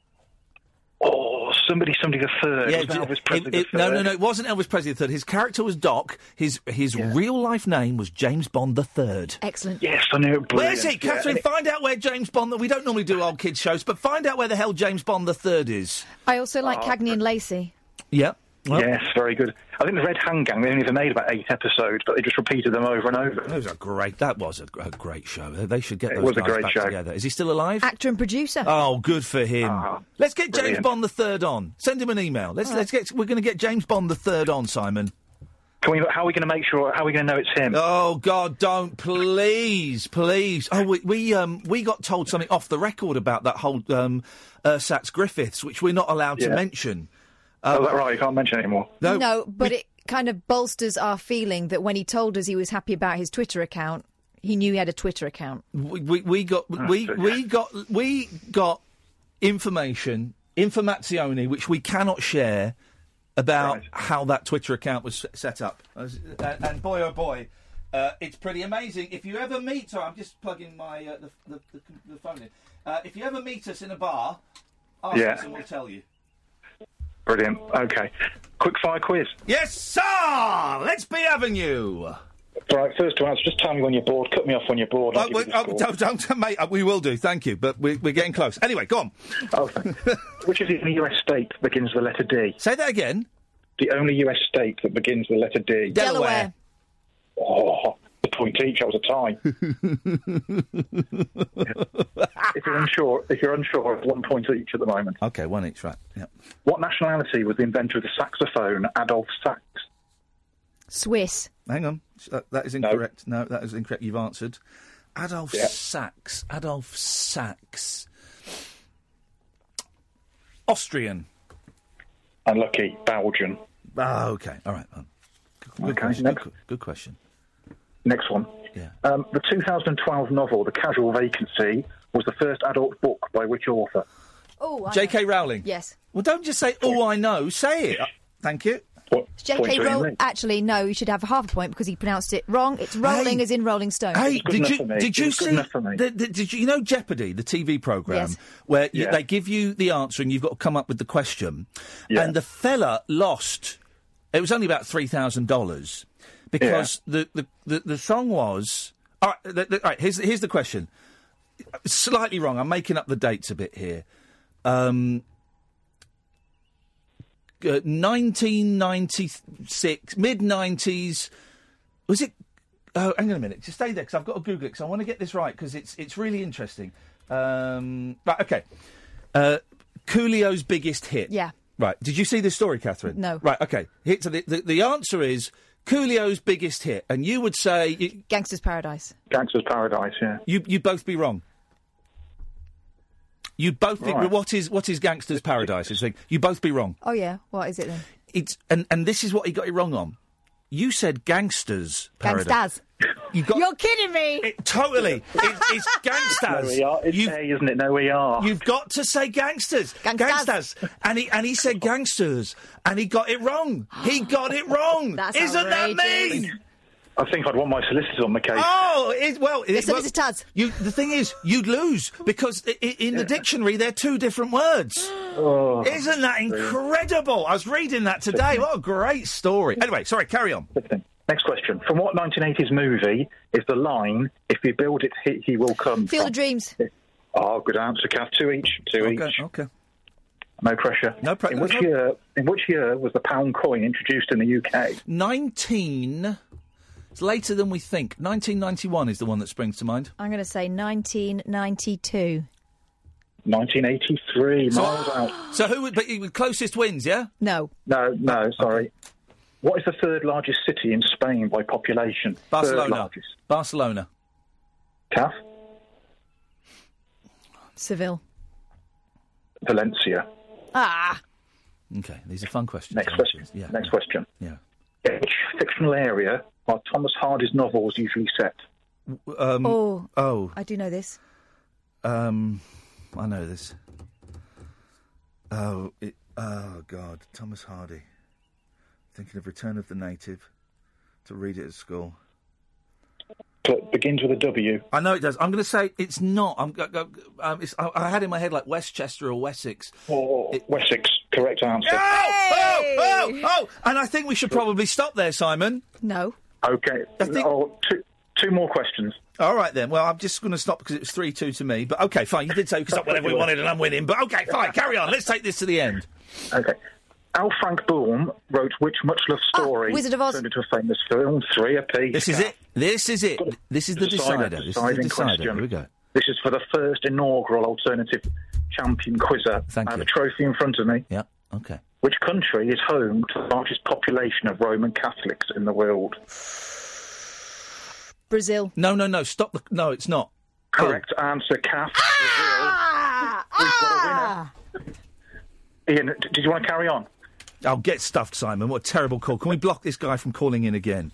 Oh, somebody, somebody the third.
Yeah,
Wasn't
ju-
Elvis Presley
it-
the
it- no, no,
third?
no. It wasn't Elvis Presley the third. His character was Doc. His his real life name was James Bond the third.
Excellent.
Yes, I knew it. Brilliant.
Where is he,
Yeah,
Catherine?
and it-
Find out where James Bond. We don't normally do old kids shows, but find out where the hell James Bond the third is.
I also
Oh,
like Cagney and Lacey.
Yep.
Yes, very good. I think the Red Hand Gang, they only ever made about eight episodes, but they just repeated them over and over.
Those are great. That was a, gr- a great show. They- They should get
It
those
was a
guys
great
back
show.
together. Is he still alive?
Actor and producer.
Oh, good for him.
Ah,
let's get James
brilliant.
Bond the third on. Send him an email. Let's
All
let's get. We're going to get James Bond the third on, Simon.
Can we? How are we going to make sure? How are we going to know it's him?
Oh God, don't please, please. Oh, we we um we got told something off the record about that whole um Ersatz Griffiths, which we're not allowed to
Yeah.
mention. Um,
oh, that right. You can't mention it anymore.
No, but it kind of bolsters our feeling that when he told us he was happy about his Twitter account, he knew he had a Twitter account.
we, we, we got
Ah,
we we got we got information informazione which we cannot share about how that Twitter account was s- set up. As- And, and boy oh boy, uh, it's pretty amazing. If you ever meet, sorry, I'm just plugging my uh, the, the, the, com- the phone in. Uh, if you ever meet us in a bar, ask
Yeah.
us and we'll tell you.
Brilliant. Okay. Quick fire quiz.
Yes, sir. Let's be having you.
Right. First to answer. Just tell me when you're bored. Cut me off when you're bored. I'll
Oh,
give
we,
you the
oh,
score.
don't, don't, mate. uh, We will do. Thank you, but we, we're getting close. Anyway, go on.
Oh, Which is the only U.S. state that begins with the letter D?
Say that again.
The only U.S. state that begins with the letter D.
Delaware.
Oh, the point each. That was a tie. if you're unsure, if you're unsure, it's one point each at the moment.
Okay, one each. Right. Yeah.
What nationality was the inventor of the saxophone, Adolf Sax?
Swiss.
Hang on. That, that is incorrect. No. that is incorrect. You've answered. Adolf
Yeah.
Sachs. Adolf Sachs. Austrian.
Unlucky, Belgian.
Ah, okay. All right. um, Good, good
Oh, Okay,
question.
next.
Good, good question.
Next one.
Yeah.
Um, the 2012 novel, The Casual Vacancy, was the first adult book by which author?
Oh, I
J.K. Rowling.
Yes.
Well, don't just say, oh, I know. Say it. Uh, Thank you.
What?
It's J.K. Rowling. Actually, no, you should have half a point because he pronounced it wrong. It's rolling as in Rolling Stone.
Hey, did you did you see? The, the, did you, you know Jeopardy, the TV program,
Yes.
where you,
Yeah.
they give you the answer and you've got to come up with the question, and the fella lost. It was only about three thousand dollars because the, the, the the song was. All right, the, the, all right here's here's the question. Slightly wrong. I'm making up the dates a bit here. Um, uh, 1996, mid 90s. Was it? Oh, hang on a minute. Just stay there because I've got to Google it because I want to get this right because it's it's really interesting. Um, right, okay. Uh, Coolio's biggest hit.
Yeah.
Right. Did you see this story, Catherine?
No.
Right. Okay. Hit. So the, the the answer is Coolio's biggest hit, and you would say you,
Gangster's Paradise.
Gangster's Paradise. Yeah.
you you'd both be wrong. You would both be,
Right.
what is what is Gangster's Paradise? Is the thing you both be wrong.
Oh, yeah. What is it then?
It's and and this is what he got it wrong on. You said Gangsters Paradise.
Gangsters.
You got
You're kidding me.
Totally. It's, it's
No,
gangsters.
we are. It's
You've-
A, isn't it? No, we are.
You've got to say gangsters. Gangsters. And he and he said gangsters. And he got it wrong. He got it wrong.
That's
Isn't that
outrageous.
me?
I think I'd want my solicitors on the case.
Oh, it, well, it,
Listen,
well,
Mr. Taz.
You, the thing is, you'd lose because i- i- in the dictionary they're two different words.
Oh.
Isn't that incredible? I was reading that today. What a great story. Anyway, sorry, carry on.
Next question. From what 1980s movie is the line, if you build it, he, he will come?
Field
from?
of Dreams.
Oh, good answer, Kath. Two each. Two each.
Okay.
No pressure. No pressure. In which year? In which year was the pound coin introduced in the UK?
19. It's later than we think. 1991 is the one that springs to mind.
I'm going to say 1992.
1983. Miles out.
So who would, but you- closest wins, yeah?
No.
No, no, sorry. What is the third largest city in Spain by population? Third
Barcelona.
largest.
Barcelona.
Kath?
Seville.
Valencia.
Ah.
Okay, these are fun questions.
Next question. Next question.
Yeah.
In which fictional area are Thomas Hardy's novels usually set?
Um,
Oh.
Oh.
I do know this.
Um, I know this. Oh, it, oh God, Thomas Hardy. Thinking of Return of the Native. To read it at school.
It begins with a W.
I know it does. I'm going to say it's not. I'm, go- go- um, it's, I, I had in my head like Westchester or Wessex.
Or Wessex. Correct answer.
Oh, oh, oh! And I think we should probably stop there, Simon.
No.
Okay. Oh, two, two more questions.
All right then. Well, I'm just going to stop because it was three two to me. But okay, fine. You did say we could stop whenever we wanted, and I'm winning. But okay, fine. Carry on. Let's take this to the end.
Okay. Al Frank Boom wrote which much loved story
Ah, Wizard of Oz.
turned into a famous film, three apiece.
This is it. This is it. This is the decider. This is the
deciding
decider.
question.
Here we go.
This is for the first inaugural alternative champion quizzer. I have a trophy in front of me.
Yeah. Okay.
Which country is home to the largest population of Roman Catholics in the world?
Brazil.
No, no, no. Stop. The, no, it's not.
Correct answer, Kath.
Ah!
Ian, d- did you want to carry on?
I'll get stuffed, Simon. What a terrible call. Can we block this guy from calling in again?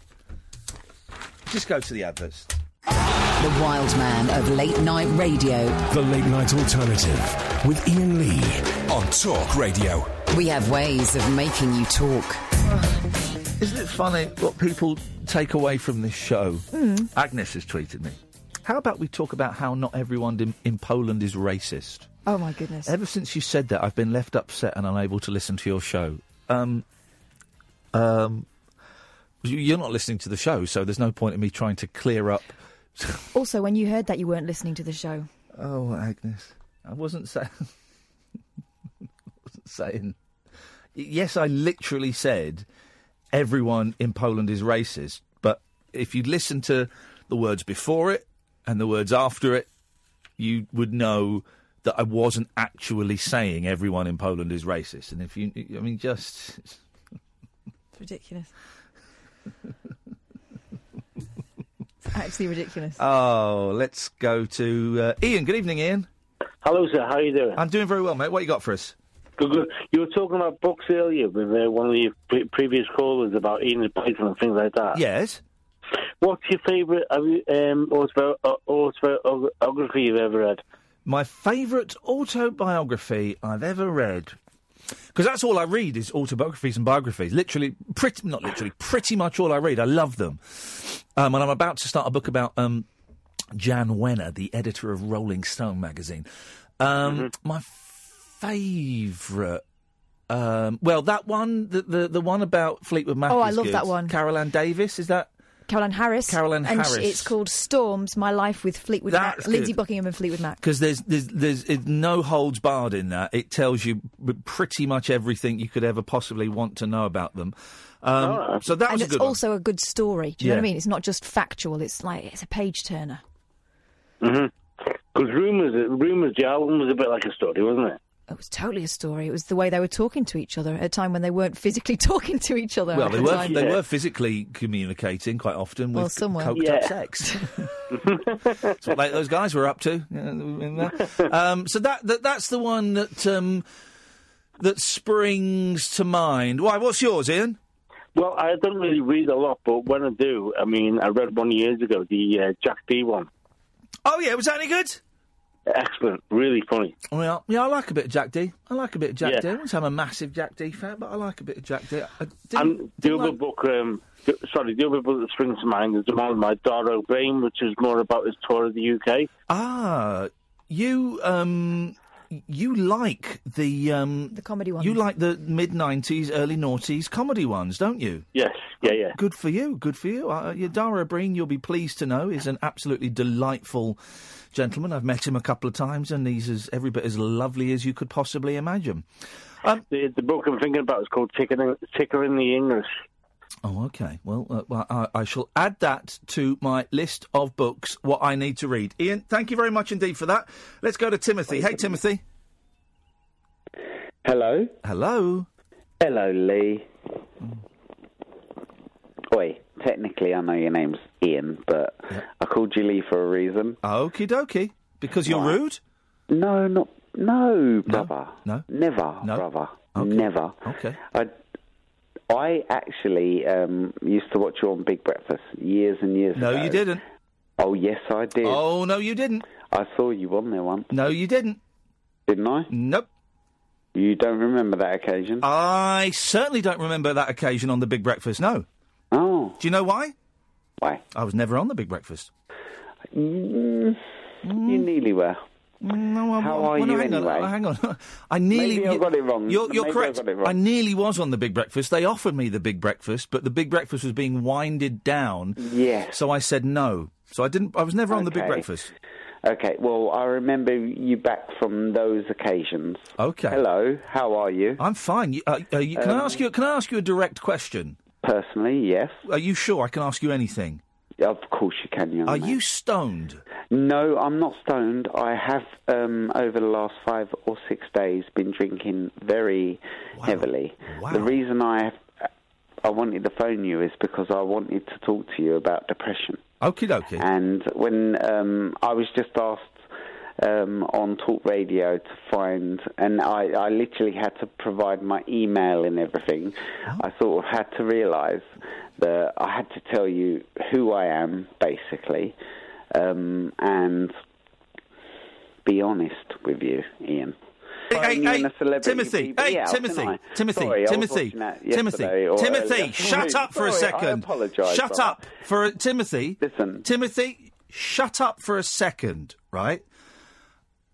Just go to the adverts.
The wild man of late night radio.
The Late Night Alternative with Ian Lee on Talk Radio.
We have ways of making you talk.
Isn't it funny what people take away from this show? Agnes has tweeted me. Hmm. How about we talk about how not everyone in, in Poland is racist?
Oh my goodness.
Ever since you said that, I've been left upset and unable to listen to your show. Um, um, you- you're not listening to the show, so there's no point in me trying to clear up.
Also, when you heard that, you weren't listening to the show.
Oh, Agnes, I wasn't saying. wasn't saying. Yes, I literally said everyone in Poland is racist, but if you listen to the words before it and the words after it, you would know that I wasn't actually saying everyone in Poland is racist. And if you, I mean, just
It's ridiculous. it's actually ridiculous.
Oh, let's go to uh, Ian. Good evening, Ian.
Hello, sir. How are you doing?
I'm doing very well, mate. What you got for us?
Good, good. You were talking about books earlier with uh, one of your pre- previous callers about eating the poison and things like that.
Yes.
What's your favourite have you, um, autobi- uh, autobiography you've ever read?
My favourite autobiography I've ever read. Because that's all I read is autobiographies and biographies. Literally, pretty not literally, pretty much all I read. I love them, um, and I'm about to start a book about um, Jan Wenner, the editor of Rolling Stone magazine. Um, My favourite, um, well, that one, the, the the one about Fleetwood Mac.
Oh, I
is
love
good.
that one.
Carol Ann Davis is that?
Caroline Harris.
Caroline
and
Harris.
sh- it's called Storms: My Life with Fleetwood Mac.
That's
Lindsay
good.
Buckingham and Fleetwood Mac.
Because there's there's there's it, no holds barred in that. It tells you b- pretty much everything you could ever possibly want to know about them. Um, So that
and
was a
it's
good
also a good story. Do you know what I
Yeah.
mean? It's not just factual. It's like it's a page turner.
Because
Mm-hmm.
rumours, rumours, the album was a bit like a story, wasn't it?
It was totally a story. It was the way they were talking to each other at a time when they weren't physically talking to each other.
one. Well,
at
they
the
were
time.
they were physically communicating quite often with
Well, some were.
coked up
Yeah.
sex. That's what they, those guys were up to. Yeah, in that. um, so that, that that's the one that um, that springs to mind. Why? What's yours, Ian?
Well, I don't really read a lot, but when I do, I mean, I read one years ago, the uh, Jack D one.
Oh yeah, was that any good?
Excellent, really funny.
Well, yeah, I like a bit of Jack D. I like a bit of Jack
Yeah.
D. I wouldn't say I'm a massive Jack D fan, but I like a bit of Jack D. I
And
didn't,
the
didn't
other
like-
book, um, th- sorry, the other book that springs to mind is the one by Dara O'Brien, which is more about his tour of the UK.
Ah, you um, you like the um, the
comedy
ones. You like the mid '90s, early noughties comedy ones, don't you?
Yes, yeah, yeah.
Good for you. Good for you. Uh, yeah, Dara Breen, you'll be pleased to know, is an absolutely delightful gentleman. I've met him a couple of times, and he's as, every bit as lovely as you could possibly imagine. Um,
the, the book I'm thinking about is called Tickering, Tickering the English.
Oh, okay. Well, uh, well I, I shall add that to my list of books, what I need to read. Ian, thank you very much indeed for that. Let's go to Timothy. Hey, Timothy.
Hello.
Hello.
Hello, Lee. Oi, technically I know your name's Ian, but I called you Lee for a reason.
Okie dokie. Because you're rude?
No, not. No, brother.
No.
Never, brother. Never.
Okay.
I, I actually um, used to watch you on Big Breakfast years and years
No,
ago.
you didn't.
Oh, yes, I did.
Oh, no, you didn't.
I saw you on there once.
No, you didn't.
Didn't I?
Nope.
You don't remember that occasion?
I certainly don't remember that occasion on the Big Breakfast, no.
Oh.
Do you know why?
Why? Mm,
I was never on the Big Breakfast.
You nearly were.
No, I,
How
well,
are
no,
you
hang on,
anyway?
hang on. I Mm, nearly.
Maybe I got it wrong.
You're, you're
Maybe I
correct.
got it wrong.
I nearly was on the Big Breakfast. They offered me the Big Breakfast, but the Big Breakfast was being winded down.
Yeah.
So I said no. So I didn't. I was never on the Big
Okay.
Breakfast.
Okay, well, I remember you back from those occasions.
Okay.
Hello, how are you?
I'm fine. You, uh, uh, you, can I
Um,
ask you? Can I ask you a direct question?
Personally, yes.
Are you sure I can ask you anything?
Of course you can, young
Are
man.
you stoned?
No, I'm not stoned. I have, um, over the last five or six days, been drinking very heavily. The reason I I wanted to phone you is because I wanted to talk to you about depression.
Okie dokie.
And when um, I was just asked um, on Talk Radio to find, and I, I literally had to provide my email and everything,
Oh.
I sort of had to realise that I had to tell you who I am, basically, um, and be honest with you, Ian.
Hey, hey, hey,
celebrity
Timothy.
BBL,
Hey,
didn't
Timothy.
I?
Timothy.
Sorry, I was
Timothy.
watching that
Timothy.
yesterday or
Timothy.
earlier.
Shut up for a
Sorry, I
second.
apologise,
Shut
brother.
up for Timothy. Listen. Timothy, shut up for a second, right?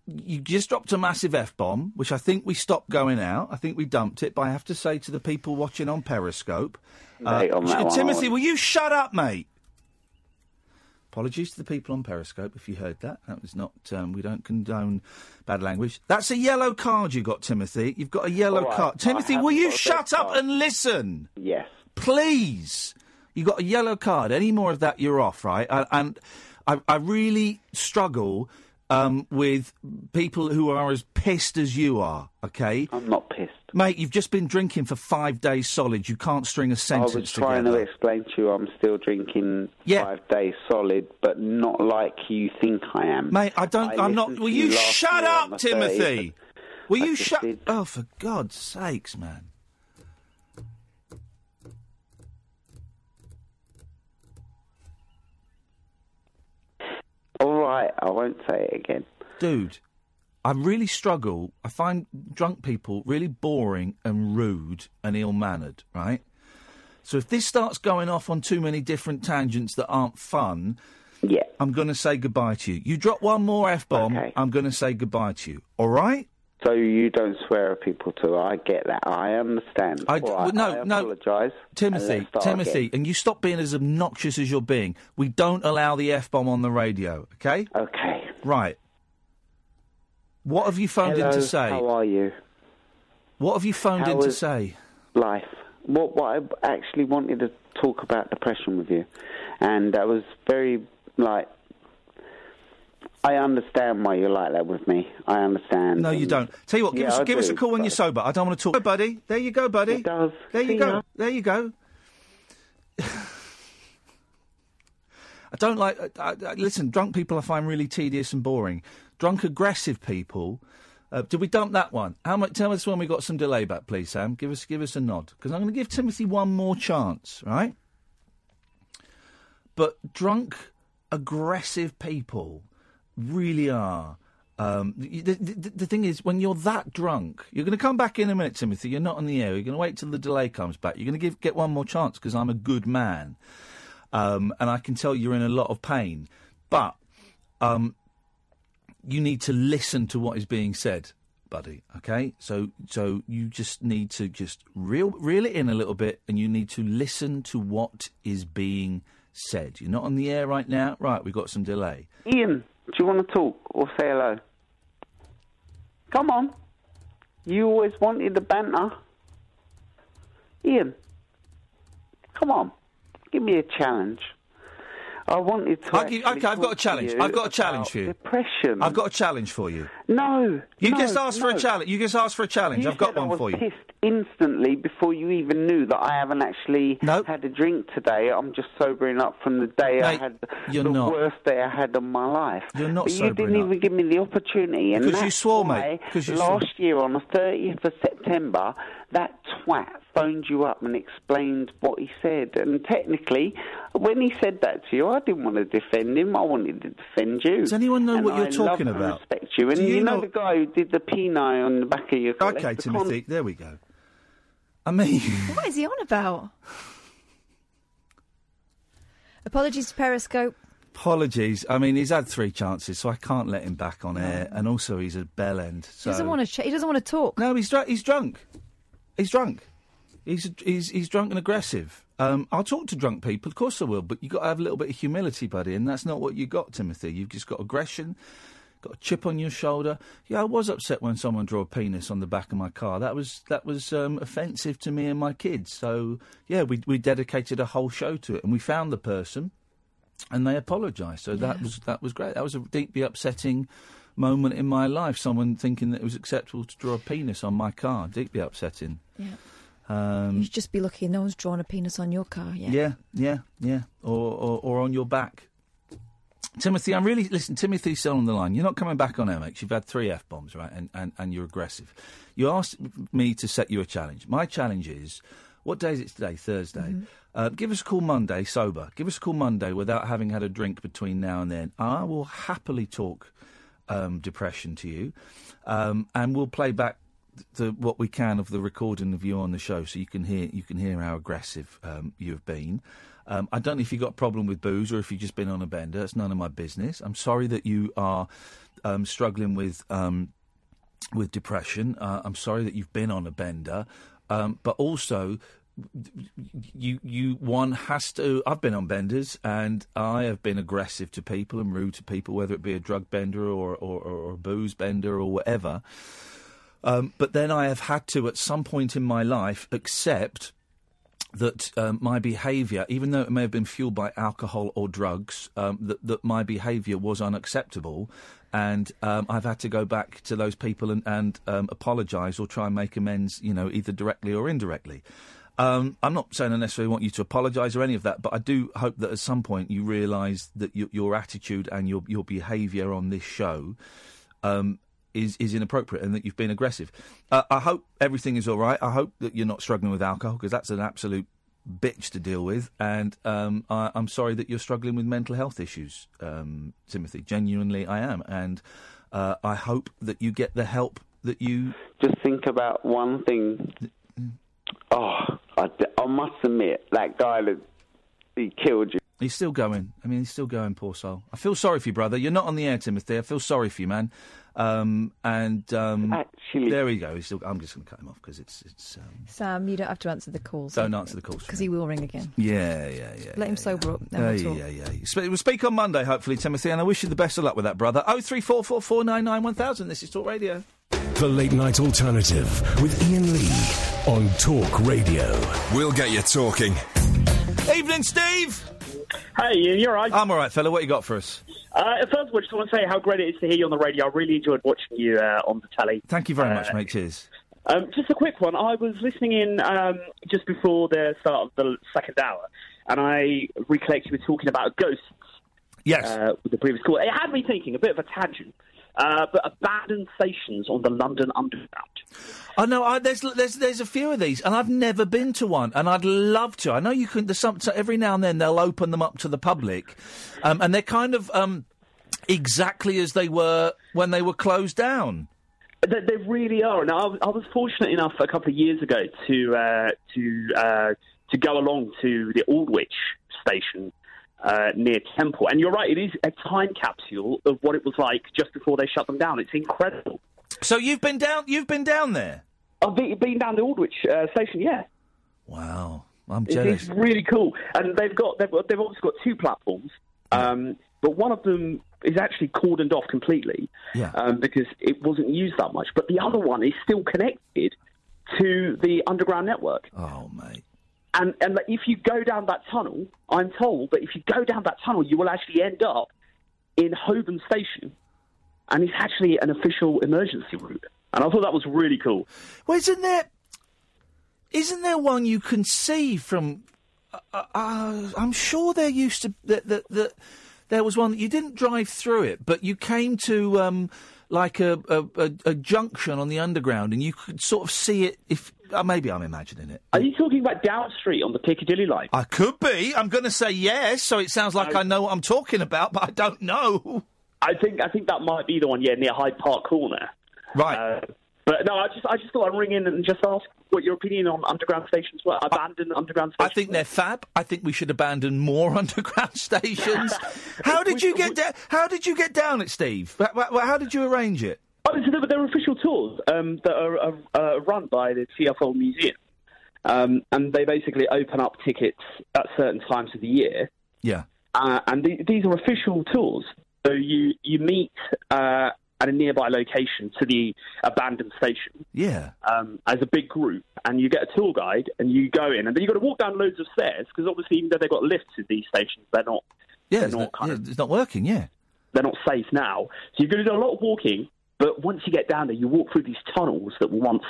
You just dropped a massive F bomb, which I think we stopped going out. I think we dumped it, but I have to say to the people watching on Periscope, uh,
Mate, on that one, I
Timothy,
want-
will you shut up, mate? Apologies to the people on Periscope if you heard that. That was not. Um, we don't condone bad language. That's a yellow card you got, Timothy. You've got a yellow
All right,
card.
I
Timothy,
haven't
will you
got a
shut
red
up
card.
and listen?
Yes.
Please. You got a yellow card. Any more of that, you're off, right? I, and I, I really struggle um, with people who are as pissed as you are. Okay.
I'm not pissed.
Mate, you've just been drinking for five days solid. You can't string a
I
sentence
was trying
together.
to explain to you I'm still drinking five days solid, but not like you think I am.
Mate, I don't. I am not.
listened
Will
to
you
last
shut
year on
up,
the 30th.
Timothy? Will
I
you
just
shut?
did.
Oh, for God's sakes, man!
All right, I won't say it again.
Dude, I really struggle. I find drunk people really boring and rude and ill-mannered. Right. So if this starts going off on too many different tangents that aren't fun,
yeah,
I'm going to say goodbye to you. You drop one more f bomb, I'm going to say goodbye to you. All right?
So you don't swear at people too. I get that. I understand.
I,
All right,
no,
I
no.
apologise.
Timothy, Timothy, and you stop being as obnoxious as you're being. We don't allow the f bomb on the radio, okay?
Okay.
Right. What have you phoned in
Hello,
to say?
how are you?
What have you phoned
How
in to
is-
say?
life. What what I actually wanted to talk about depression with you, and that was very like. I understand why you're like that with me. I understand.
No, you
And-
don't. Tell you what, give,
Yeah,
us,
I
give us a
do,
call when
but-
you're sober. I don't want to talk. Hey, buddy. There you go, buddy.
It does.
There you
See
go.
ya.
There you go. I don't like. I, I, listen, drunk people I find really tedious and boring. Drunk aggressive people. Uh, did we dump that one? How much? Tell us when we got some delay back, please, Sam. Give us give us a nod because I'm going to give Timothy one more chance, right? But drunk aggressive people really are. Um, the, the, the- the thing is, when you're that drunk, you're going to come back in a minute, Timothy. You're not on the air. You're going to wait till the delay comes back. You're going to give, get one more chance because I'm a good man, um, and I can tell you're in a lot of pain. But um, you need to listen to what is being said, buddy. Okay, so so you just need to just reel reel it in a little bit, and you need to listen to what is being said. You're not on the air right now, right? We've got some delay.
Ian, Do you want to talk or say hello? Come on. You always wanted the banter. Ian, come on. Give me a challenge. I wanted to.
I'll give,
actually
okay, I've got a
talk to
challenge.
you
I've got a
about
challenge for you.
Depression.
I've got a challenge for you.
No.
You
no,
just asked for
no.
a challenge. You just asked for a challenge.
You
I've got
said I
one
was
for you.
Pissed instantly before you even knew that I haven't actually had a drink today. I'm just sobering up from the day I
Mate,
had
you're
the
not.
worst day I had of my life.
You're not
But you
sobering
didn't even give me the opportunity. And
Because you
that's
swore,
why
mate. 'Cause you swore.
last year on the 30th of September, that twat phoned you up and explained what he said. And technically, when he said that to you, I didn't want to defend him. I wanted to defend you. Does
anyone know what
I
you're
love
talking
and
about?
Respect you. And
Do you
you
know-
know the guy who did the Pinot on the back of your collar?
Okay,
The
Timothy, there we go. I mean,
What is he on about? Apologies to Periscope.
apologies. I mean, he's had three chances, so I can't let him back on air. And also, he's a bell end.
He
So
doesn't want to. Ch- he doesn't want to talk.
No, he's dr- he's drunk. He's drunk. He's he's he's drunk and aggressive. Um, I'll talk to drunk people, of course I will. But you have got to have a little bit of humility, buddy, and that's not what you got, Timothy. You've just got aggression, got a chip on your shoulder. Yeah, I was upset when someone drew a penis on the back of my car. That was that was um, offensive to me and my kids. So yeah, we we dedicated a whole show to it, and we found the person, and they apologised. So that was that was great. That was a deeply upsetting moment in my life. Someone thinking that it was acceptable to draw a penis on my car. Deeply upsetting.
Yeah.
Um,
You'd just be lucky no one's drawn a penis on your car yet.
yeah, yeah, yeah. Or, or or on your back. Timothy, I'm really listen. Timothy's still on the line. You're not coming back on air, mate. 'cause You've had three f bombs, right? And, and and you're aggressive. You asked me to set you a challenge. My challenge is, what day is it today? Thursday. Uh, give us a call Monday, sober. Give us a call Monday without having had a drink between now and then. I will happily talk um, depression to you, um, and we'll play back the what we can of the recording of you on the show, so you can hear you can hear how aggressive um, you have been. Um, I don't know if you got a problem with booze or if you've just been on a bender. It's none of my business. I'm sorry that you are um, struggling with um, with depression. Uh, I'm sorry that you've been on a bender, um, but also you you one has to I've been on benders and I have been aggressive to people and rude to people whether it be a drug bender or or, or, or a booze bender or whatever um, but then I have had to at some point in my life accept that um, my behaviour, even though it may have been fueled by alcohol or drugs, um, that, that my behaviour was unacceptable. And um, I've had to go back to those people and, and um, apologise or try and make amends, you know, either directly or indirectly. Um, I'm not saying I necessarily want you to apologise or any of that, but I do hope that at some point you realise that your, your attitude and your, your behaviour on this show um, is is inappropriate and that you've been aggressive. Uh, I hope everything is all right. I hope that you're not struggling with alcohol because that's an absolute bitch to deal with. And um, I, I'm sorry that you're struggling with mental health issues, um, Timothy. Genuinely, I am, and uh, I hope that you get the help that you.
Just think about one thing. Oh, I, d- I must admit, that guy that he killed you.
He's still going. I mean, he's still going, poor soul. I feel sorry for you, brother. You're not on the air, Timothy. I feel sorry for you, man. Um, and um,
actually,
there we go. He's still, I'm just going to cut him off because it's it's. Um,
Sam, you don't have to answer the calls.
don't answer the calls.
Because he will ring again.
Yeah, yeah, yeah.
Let him sober up. Then
Yeah,
we'll talk.
yeah, yeah. Sp- We'll speak on Monday, hopefully, Timothy, and I wish you the best of luck with that, brother. Oh three four four four nine nine one thousand. This is Talk Radio.
The Late Night Alternative with Ian Lee on Talk Radio.
We'll get you talking.
Evening, Steve.
Hey, Ian, you're right.
I'm all right, fella. What you got for us?
Uh, first of all, just want to say how great it is to hear you on the radio. I really enjoyed watching you uh, on the telly. Uh,
Thank you very much, mate. Cheers.
Um, just a quick one. I was listening in um, just before the start of the second hour, and I recollect you were talking about ghosts.
Yes.
Uh, with the previous call, it had me thinking a bit of a tangent, uh, but abandoned stations on the London Underground.
Oh no, I, there's there's there's a few of these, and I've never been to one, and I'd love to. I know you can. There's some so every now and then they'll open them up to the public, um, and they're kind of um, exactly as they were when they were closed down.
They, they really are. And I, was- I was fortunate enough a couple of years ago to uh, to uh, to go along to the Aldwych station uh, near Temple. And you're right, it is a time capsule of what it was like just before they shut them down. It's incredible.
So you've been down. You've been down there.
I've been, been down the Aldwych uh, station. Yeah.
Wow, I'm
It-
jealous.
It's really cool, and they've got they've got- they've also got two platforms. Um, but one of them is actually cordoned off completely
Yeah.
um, because it wasn't used that much. But the other one is still connected to the underground network.
Oh, mate.
And, and like, if you go down that tunnel, I'm told that if you go down that tunnel, you will actually end up in Holborn Station. And it's actually an official emergency route. And I thought that was really cool.
Well, isn't there? Isn't there one you can see from? Uh, uh, I'm sure there used to that that that there was one that you didn't drive through it, but you came to um, like a, a, a, a junction on the underground, and you could sort of see it. If uh, maybe I'm imagining it.
Are you talking about Down Street on the Piccadilly line?
I could be. I'm going to say yes, so it sounds like I know what I'm talking about, but I don't know.
I think I think that might be the one, yeah, near Hyde Park Corner. Uh,
Right.
but no, I just I just thought I'd ring in and just ask what your opinion on underground stations were. Abandoned underground
I think they're fab. I think we should abandon more underground stations. how did you get down? How did you get down it, Steve? Wh- wh- How did you arrange it?
Oh, so there, there are official tours um, that are uh, uh, run by the TfL Museum, um, and they basically open up tickets at certain times of the year.
Yeah.
Uh, and the, these are official tours. So you you meet uh, at a nearby location to the abandoned station
Yeah.
um, as a big group, and you get a tour guide, and you go in, and then you've got to walk down loads of stairs because obviously, even though they've got lifts at these stations, they're not
Yeah, it's not, yeah, it's not working. Yeah.
they're not safe now. So you're going to do a lot of walking, but once you get down there, you walk through these tunnels that were once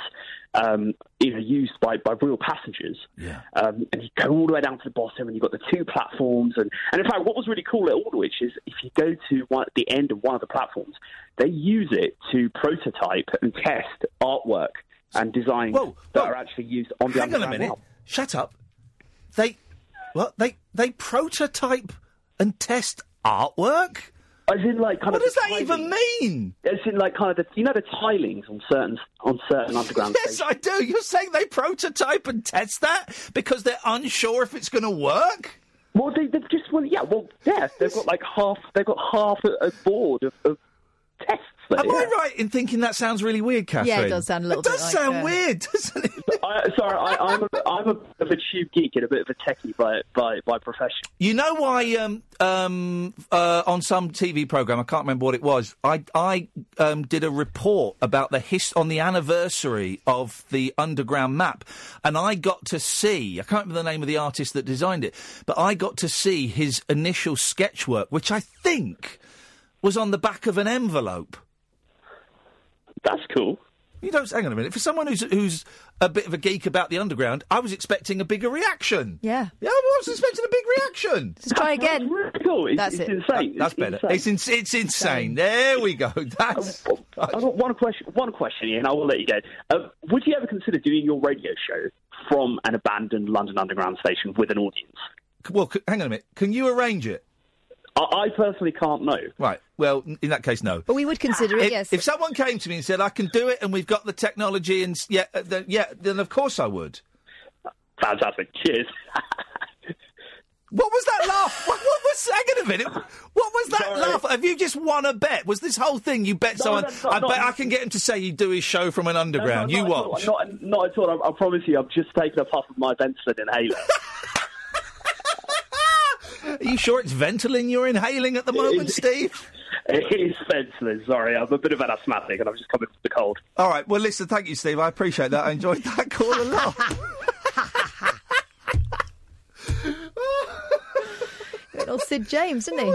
um, you know used by, by real passengers.
Yeah.
Um, and you go all the way down to the bottom, and you've got the two platforms. And, and in fact, what was really cool at Aldwych is if you go to one, the end of one of the platforms, they use it to prototype and test artwork and designs that are actually used on the
Hang on a
underground
minute.
rail.
Shut up. They, well, they they prototype and test artwork.
As in, like, kind
what does that even mean?
As in, like, kind of the you know the tilings on certain on certain underground
Yes, I do. You're saying they prototype and test that because they're unsure if it's going to work.
Well, they, they've just well, yeah, well, yeah, they've got like half, they've got half a, a board of, of tests. There,
Am I right in thinking that sounds really weird, Catherine?
Yeah, it does sound a little
It
bit
does
like uh,
sound
that.
weird, doesn't it?
I, sorry, I, I'm a, I'm a bit of a tube geek and a bit of a techie by by by profession.
You know why? Um, um, uh, on some TV program, I can't remember what it was. I I um, did a report about the his on the anniversary of the underground map, and I got to see. I can't remember the name of the artist that designed it, but I got to see his initial sketchwork, which I think was on the back of an envelope.
That's cool.
You don't hang on a minute. For someone who's who's a bit of a geek about the underground, I was expecting a bigger reaction.
Yeah.
Yeah, I was expecting a big reaction.
Just try again.
Cool. It's,
That's
it's
it.
insane.
That's
It's
better.
insane.
It's, ins it's insane. There we go. That's
I've got one question. One question here, and I will let you go. Uh, would you ever consider doing your radio show from an abandoned London Underground station with an audience?
well. c- Hang on a minute. Can you arrange it?
I, I personally can't know.
Right. Well, n- in that case, no.
But we would consider it,
if,
yes.
if someone came to me and said, "I can do it," and we've got the technology, and s- yeah, uh, then, yeah, then of course I would.
Fantastic. Cheers.
What was that laugh? what, what was? Hang on a minute. What was that laugh? Have you just won a bet? Was this whole thing you bet
No,
someone?
that's not-
I
not-
bet I can get him to say you do his show from an underground.
No,
you
not at all.
watch.
Not, not at all. I, I promise you, I've just taken a puff of my Ventolin inhaler.
Are you sure it's Ventolin you're inhaling at the moment, Steve?
it is Ventolin. Sorry, I'm a bit of an asthmatic, and I've just come in with the cold.
All right. Well, listen. Thank you, Steve. I appreciate that. I enjoyed that call a lot.
Little Sid James, isn't he?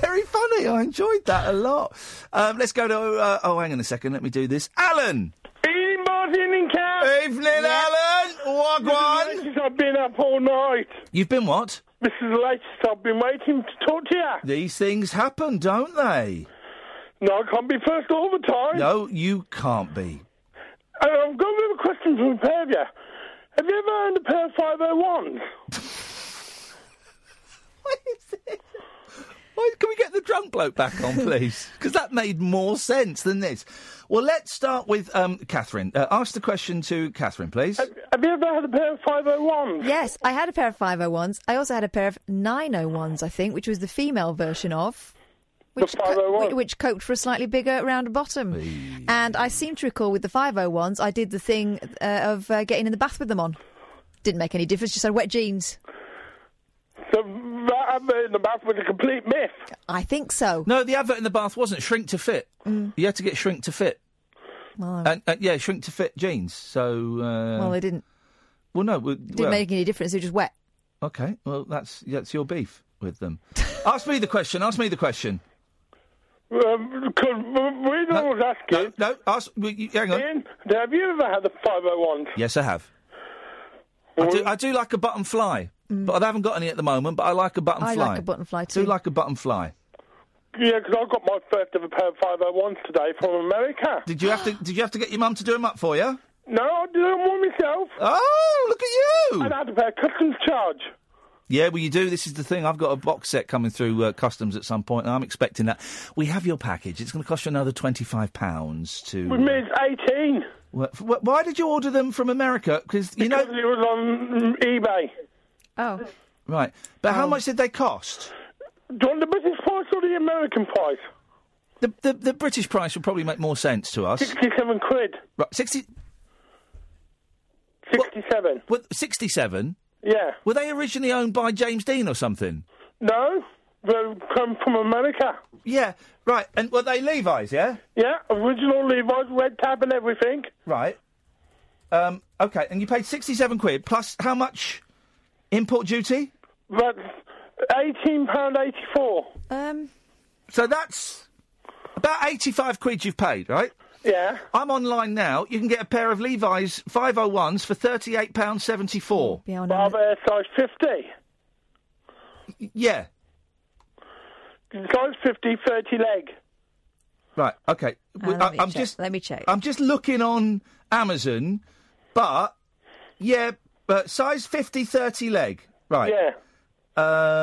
Very funny. I enjoyed that a lot. Um, let's go to. Uh, oh, hang on a second. Let me do this. Alan.
Evening, Cap.
Evening, Alan. Wagwan.
I've been up all night.
You've been what?
This is the latest. I've been waiting to talk to you.
These things happen, don't they?
No, I can't be first all the time.
No, you can't be.
And I've got a bit of a question from the pair of you. Have you ever owned a pair of 501s?
Why, can we get the drunk bloke back on, please? Because that made more sense than this. Well, let's start with um, Catherine. Uh, ask the question to Catherine, please.
Have you ever had a pair of 501s?
Yes, I had a pair of 501s. I also had a pair of 901s, I think, which was the female version of. Which, co-
oh
whi- which coped for a slightly bigger round bottom. And I seem to recall with the 501s, I did the thing uh, of uh, getting in the bath with them on. Didn't make any difference, just had wet jeans.
So, that advert in the bath was a complete myth.
I think so. Mm.
No, the advert in the bath wasn't shrink to fit. You had to get shrink to fit.
Well,
And, and yeah, shrink to fit jeans. So. Uh,
Oh. well, they didn't
Well, no. We,
didn't make any difference. They're just wet.
Okay. Well, that's that's your beef with them. ask me the question. Ask me the question.
Um, 'cause we know what I was asking.
No, ask. hang on.
Ian, have you ever had a 501?
Yes, I have. I do, I do like a button fly, but I haven't got any at the moment. But I like a button
Mm. I
fly.
like a button fly
Do
too.
like a button fly.
Yeah, because I got my first ever pair of 501s today from America.
Did you have to? Did you have to get your mum to do them up for you?
No, I did them all myself.
Oh, look at
you! And I had to pay a customs charge.
Yeah, well, you do. This is the thing. I've got a box set coming through uh, customs at some point, and I'm expecting that. We have your package. It's going to cost you another twenty-five pounds to.
With me, it's 18.
Wh- wh- Why did you order them from America? Because you know
it was on mm, eBay.
Oh.
Right, but how much did they cost?
Do you want Oh. the British price or the American price?
The, the the British price would probably make more sense to us.
Sixty-seven quid.
Right, sixty.
Sixty-seven.
What, sixty-seven?
Yeah.
Were they originally owned by James Dean or something?
No, they come from America.
Yeah, right. And were they Levi's? Yeah.
Yeah, original Levi's, red tab and everything.
Right. Um, okay, and you paid sixty-seven quid plus how much import duty?
That's eighteen pound eighty-four.
Um.
So that's about eighty-five quid you've paid, right?
Yeah.
I'm online now. You can get a pair of Levi's 501s for thirty-eight pound seventy-four.
Yeah,
Barber size 50.
Yeah.
Size 50, 30 leg.
Right. Okay.
Uh, let me
I'm
check,
just.
let me check.
I'm just looking on Amazon, but yeah, but size 50, 30 leg. Right. Yeah.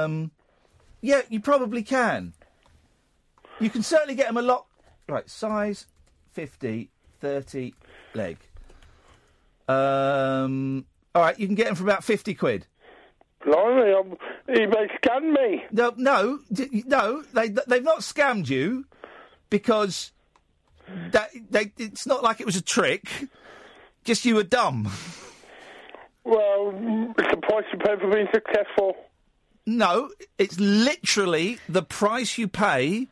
Um. Yeah, you probably can. You can certainly get them a lot. Right. Size 50, 30 leg. Um. All right. You can get them for about fifty quid.
Blimey, I'm, eBay scammed me.
No, no, d- no. They they've not scammed you because that they. It's not like it was a trick. Just you were dumb.
Well, mm, it's the price you pay for being successful.
No, it's literally the price you pay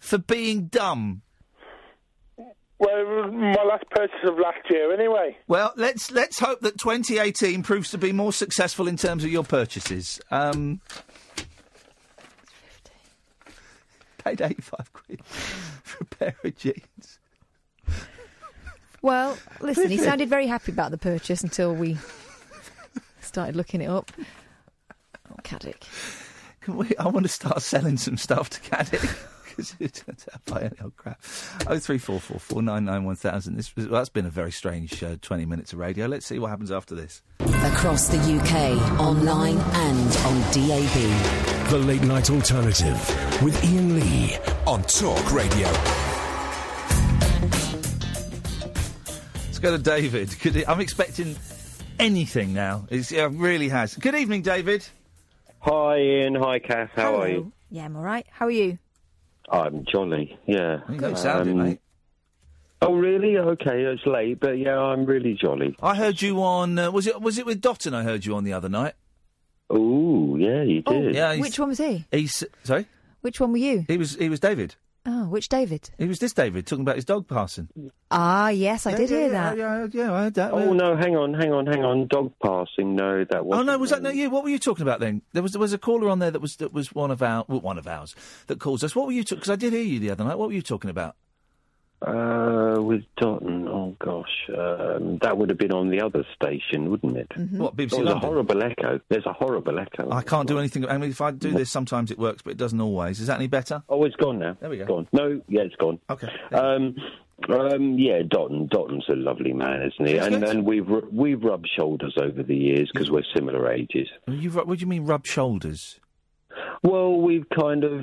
for being dumb.
Well, it was my last purchase of last year, anyway.
Well, let's let's hope that 2018 proves to be more successful in terms of your purchases. Um, paid 85 quid for a pair of jeans.
Well, listen, he
Really?
sounded very happy about the purchase until we started looking it up. Oh, Caddick.
Can we? I want to start selling some stuff to Caddick because it turns out by any old crap. Oh three four four four nine nine one thousand. This was, well, that's been a very strange uh, twenty minutes of radio. Let's see what happens after this.
Across the UK, online and on DAB.
The Late Night Alternative with Ian Lee on Talk Radio.
Let's go to David. Good e- I'm expecting anything now. It's, it really has. Good evening, David.
Hi, Ian. Hi, Kath. How are you?
Yeah, I'm all right. How are you?
I'm jolly. Yeah. Um,
You don't sound it, mate.
Oh, really? Okay, it's late, but yeah, I'm really jolly.
I heard you on. Uh, was it was it with Dotton? I heard you on the other night.
Ooh, yeah, you
Oh,
did.
Yeah, he's-
which one was he?
He's sorry.
Which one were you?
He was he was David.
Oh, which David?
He was this David talking about his dog passing.
Ah, yes, I
Yeah,
did
yeah,
hear
yeah,
that.
Yeah, yeah, I heard that.
Oh no, hang on, hang on, hang on. Dog passing. No, that
Oh
wasn't.
no, was that not you? What were you talking about then? There was there was a caller on there that was that was one of our well, one of ours that calls us. What were you? Because I did hear you the other night. What were you talking about? Oh,
Uh, with Dotton. Oh gosh, um, that would have been on the other station, wouldn't it?
What, BBC
There's a
London?
horrible echo. There's a horrible echo.
Mm-hmm. I can't do anything. I mean, if I do this, sometimes it works, but it doesn't always. Is that any better?
Oh, it's gone now.
There we go.
Gone. No, yeah, it's gone.
Okay.
Um, um, yeah, Dotton. Dotton's a lovely man, isn't he?
He's
And
good.
and we've ru- we've rubbed shoulders over the years because we're similar ages.
You, ru- what do you mean, rub shoulders?
Well, we've kind of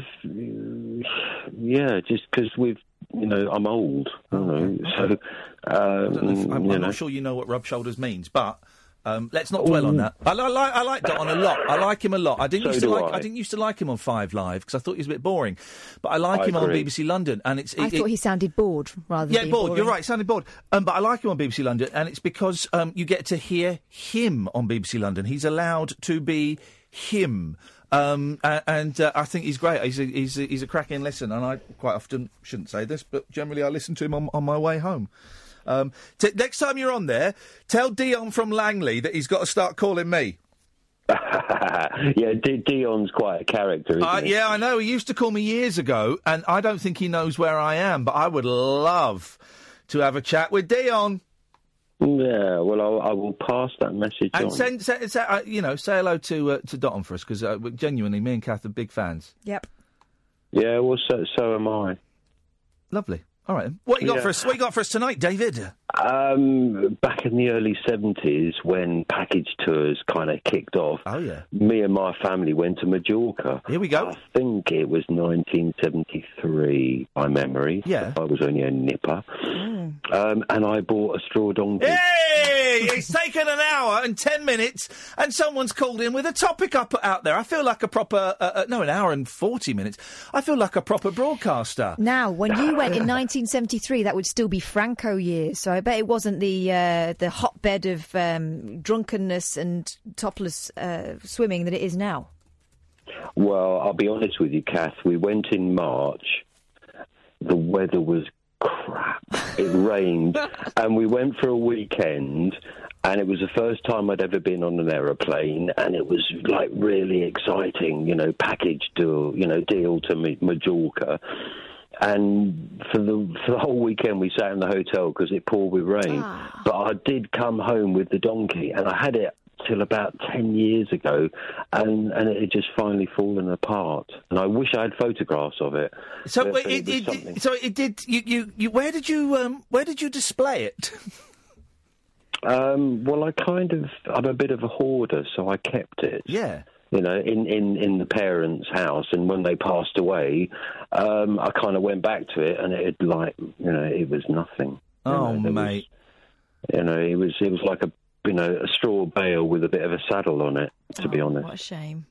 yeah, just because we've you know I'm old,
Oh,
you know, so um,
I don't know if- I'm,
you
I'm
know.
not sure you know what rub shoulders means, but um, let's not dwell on that. I, li- I like I like Dotton a lot. I like him a lot. I didn't
Mm, So
used to
do
like
I.
didn't used to like him on Five Live because I thought he was a bit boring, but I like
I
him on
agree.
BBC London, and it's.
I
it-
thought
it-
he sounded bored rather than
Yeah,
being
bored. You're
boring.
right. Sounded bored. Um, but I like him on BBC London, and it's because um, you get to hear him on BBC London. He's allowed to be him. Um, a- and uh, I think he's great. He's a, he's a, he's a cracking listener, and I quite often shouldn't say this, but generally I listen to him on, on my way home. Um, t- next time you're on there, tell Dion from Langley that he's got to start calling me.
yeah, uh, D- Dion's quite a character, isn't
Uh,
he?
yeah, I know. He used to call me years ago, and I don't think he knows where I am, but I would love to have a chat with Dion.
Yeah, well, I'll, I will pass that message
And
on.
send, send, send uh, you know, say hello to uh, to Dotton for us because uh, we're- genuinely, me and Kath are big fans.
Yep.
yeah, well, so, so am I.
Lovely. All right. then. What you got
Yeah.
for us? What you got for us tonight, David?
Um, back in the early 70s, when package tours kind of kicked off,
oh, yeah.
me and my family went to Majorca.
Here we go.
I think it was 1973, by memory.
Yeah.
I was only a nipper. Um, and I bought a straw donkey.
Hey, it's taken an hour and ten minutes, and someone's called in with a topic up out there. I feel like a proper uh, uh, no, an hour and forty minutes. I feel like a proper broadcaster.
Now, when you went in 1973, that would still be Franco years, so I bet it wasn't the uh, the hotbed of um, drunkenness and topless uh, swimming that it is now.
Well, I'll be honest with you, Kath. We went in March. The weather was crap. It rained, and we went for a weekend. And it was the first time I'd ever been on an aeroplane, and it was like really exciting, you know, package deal, you know, deal to Ma- Majorca. And for the for the whole weekend, we sat in the hotel because it poured with rain. But I did come home with the donkey, and I had it till about ten years ago, and and it had just finally fallen apart. And I wish I had photographs of it.
So
But
it,
was
it, it-
something.
so it did. You, you, you where did you um, where did you display it?
Um, well, I kind of I'm a bit of a hoarder, so I kept it.
Yeah.
You know, in, in, in the parents' house, and when they passed away, um, I kind of went back to it, and it had like you know it was nothing.
Oh, mate.
you know, it was it was like a you know a straw bale with a bit of a saddle on it. To be honest,
Oh, What a shame.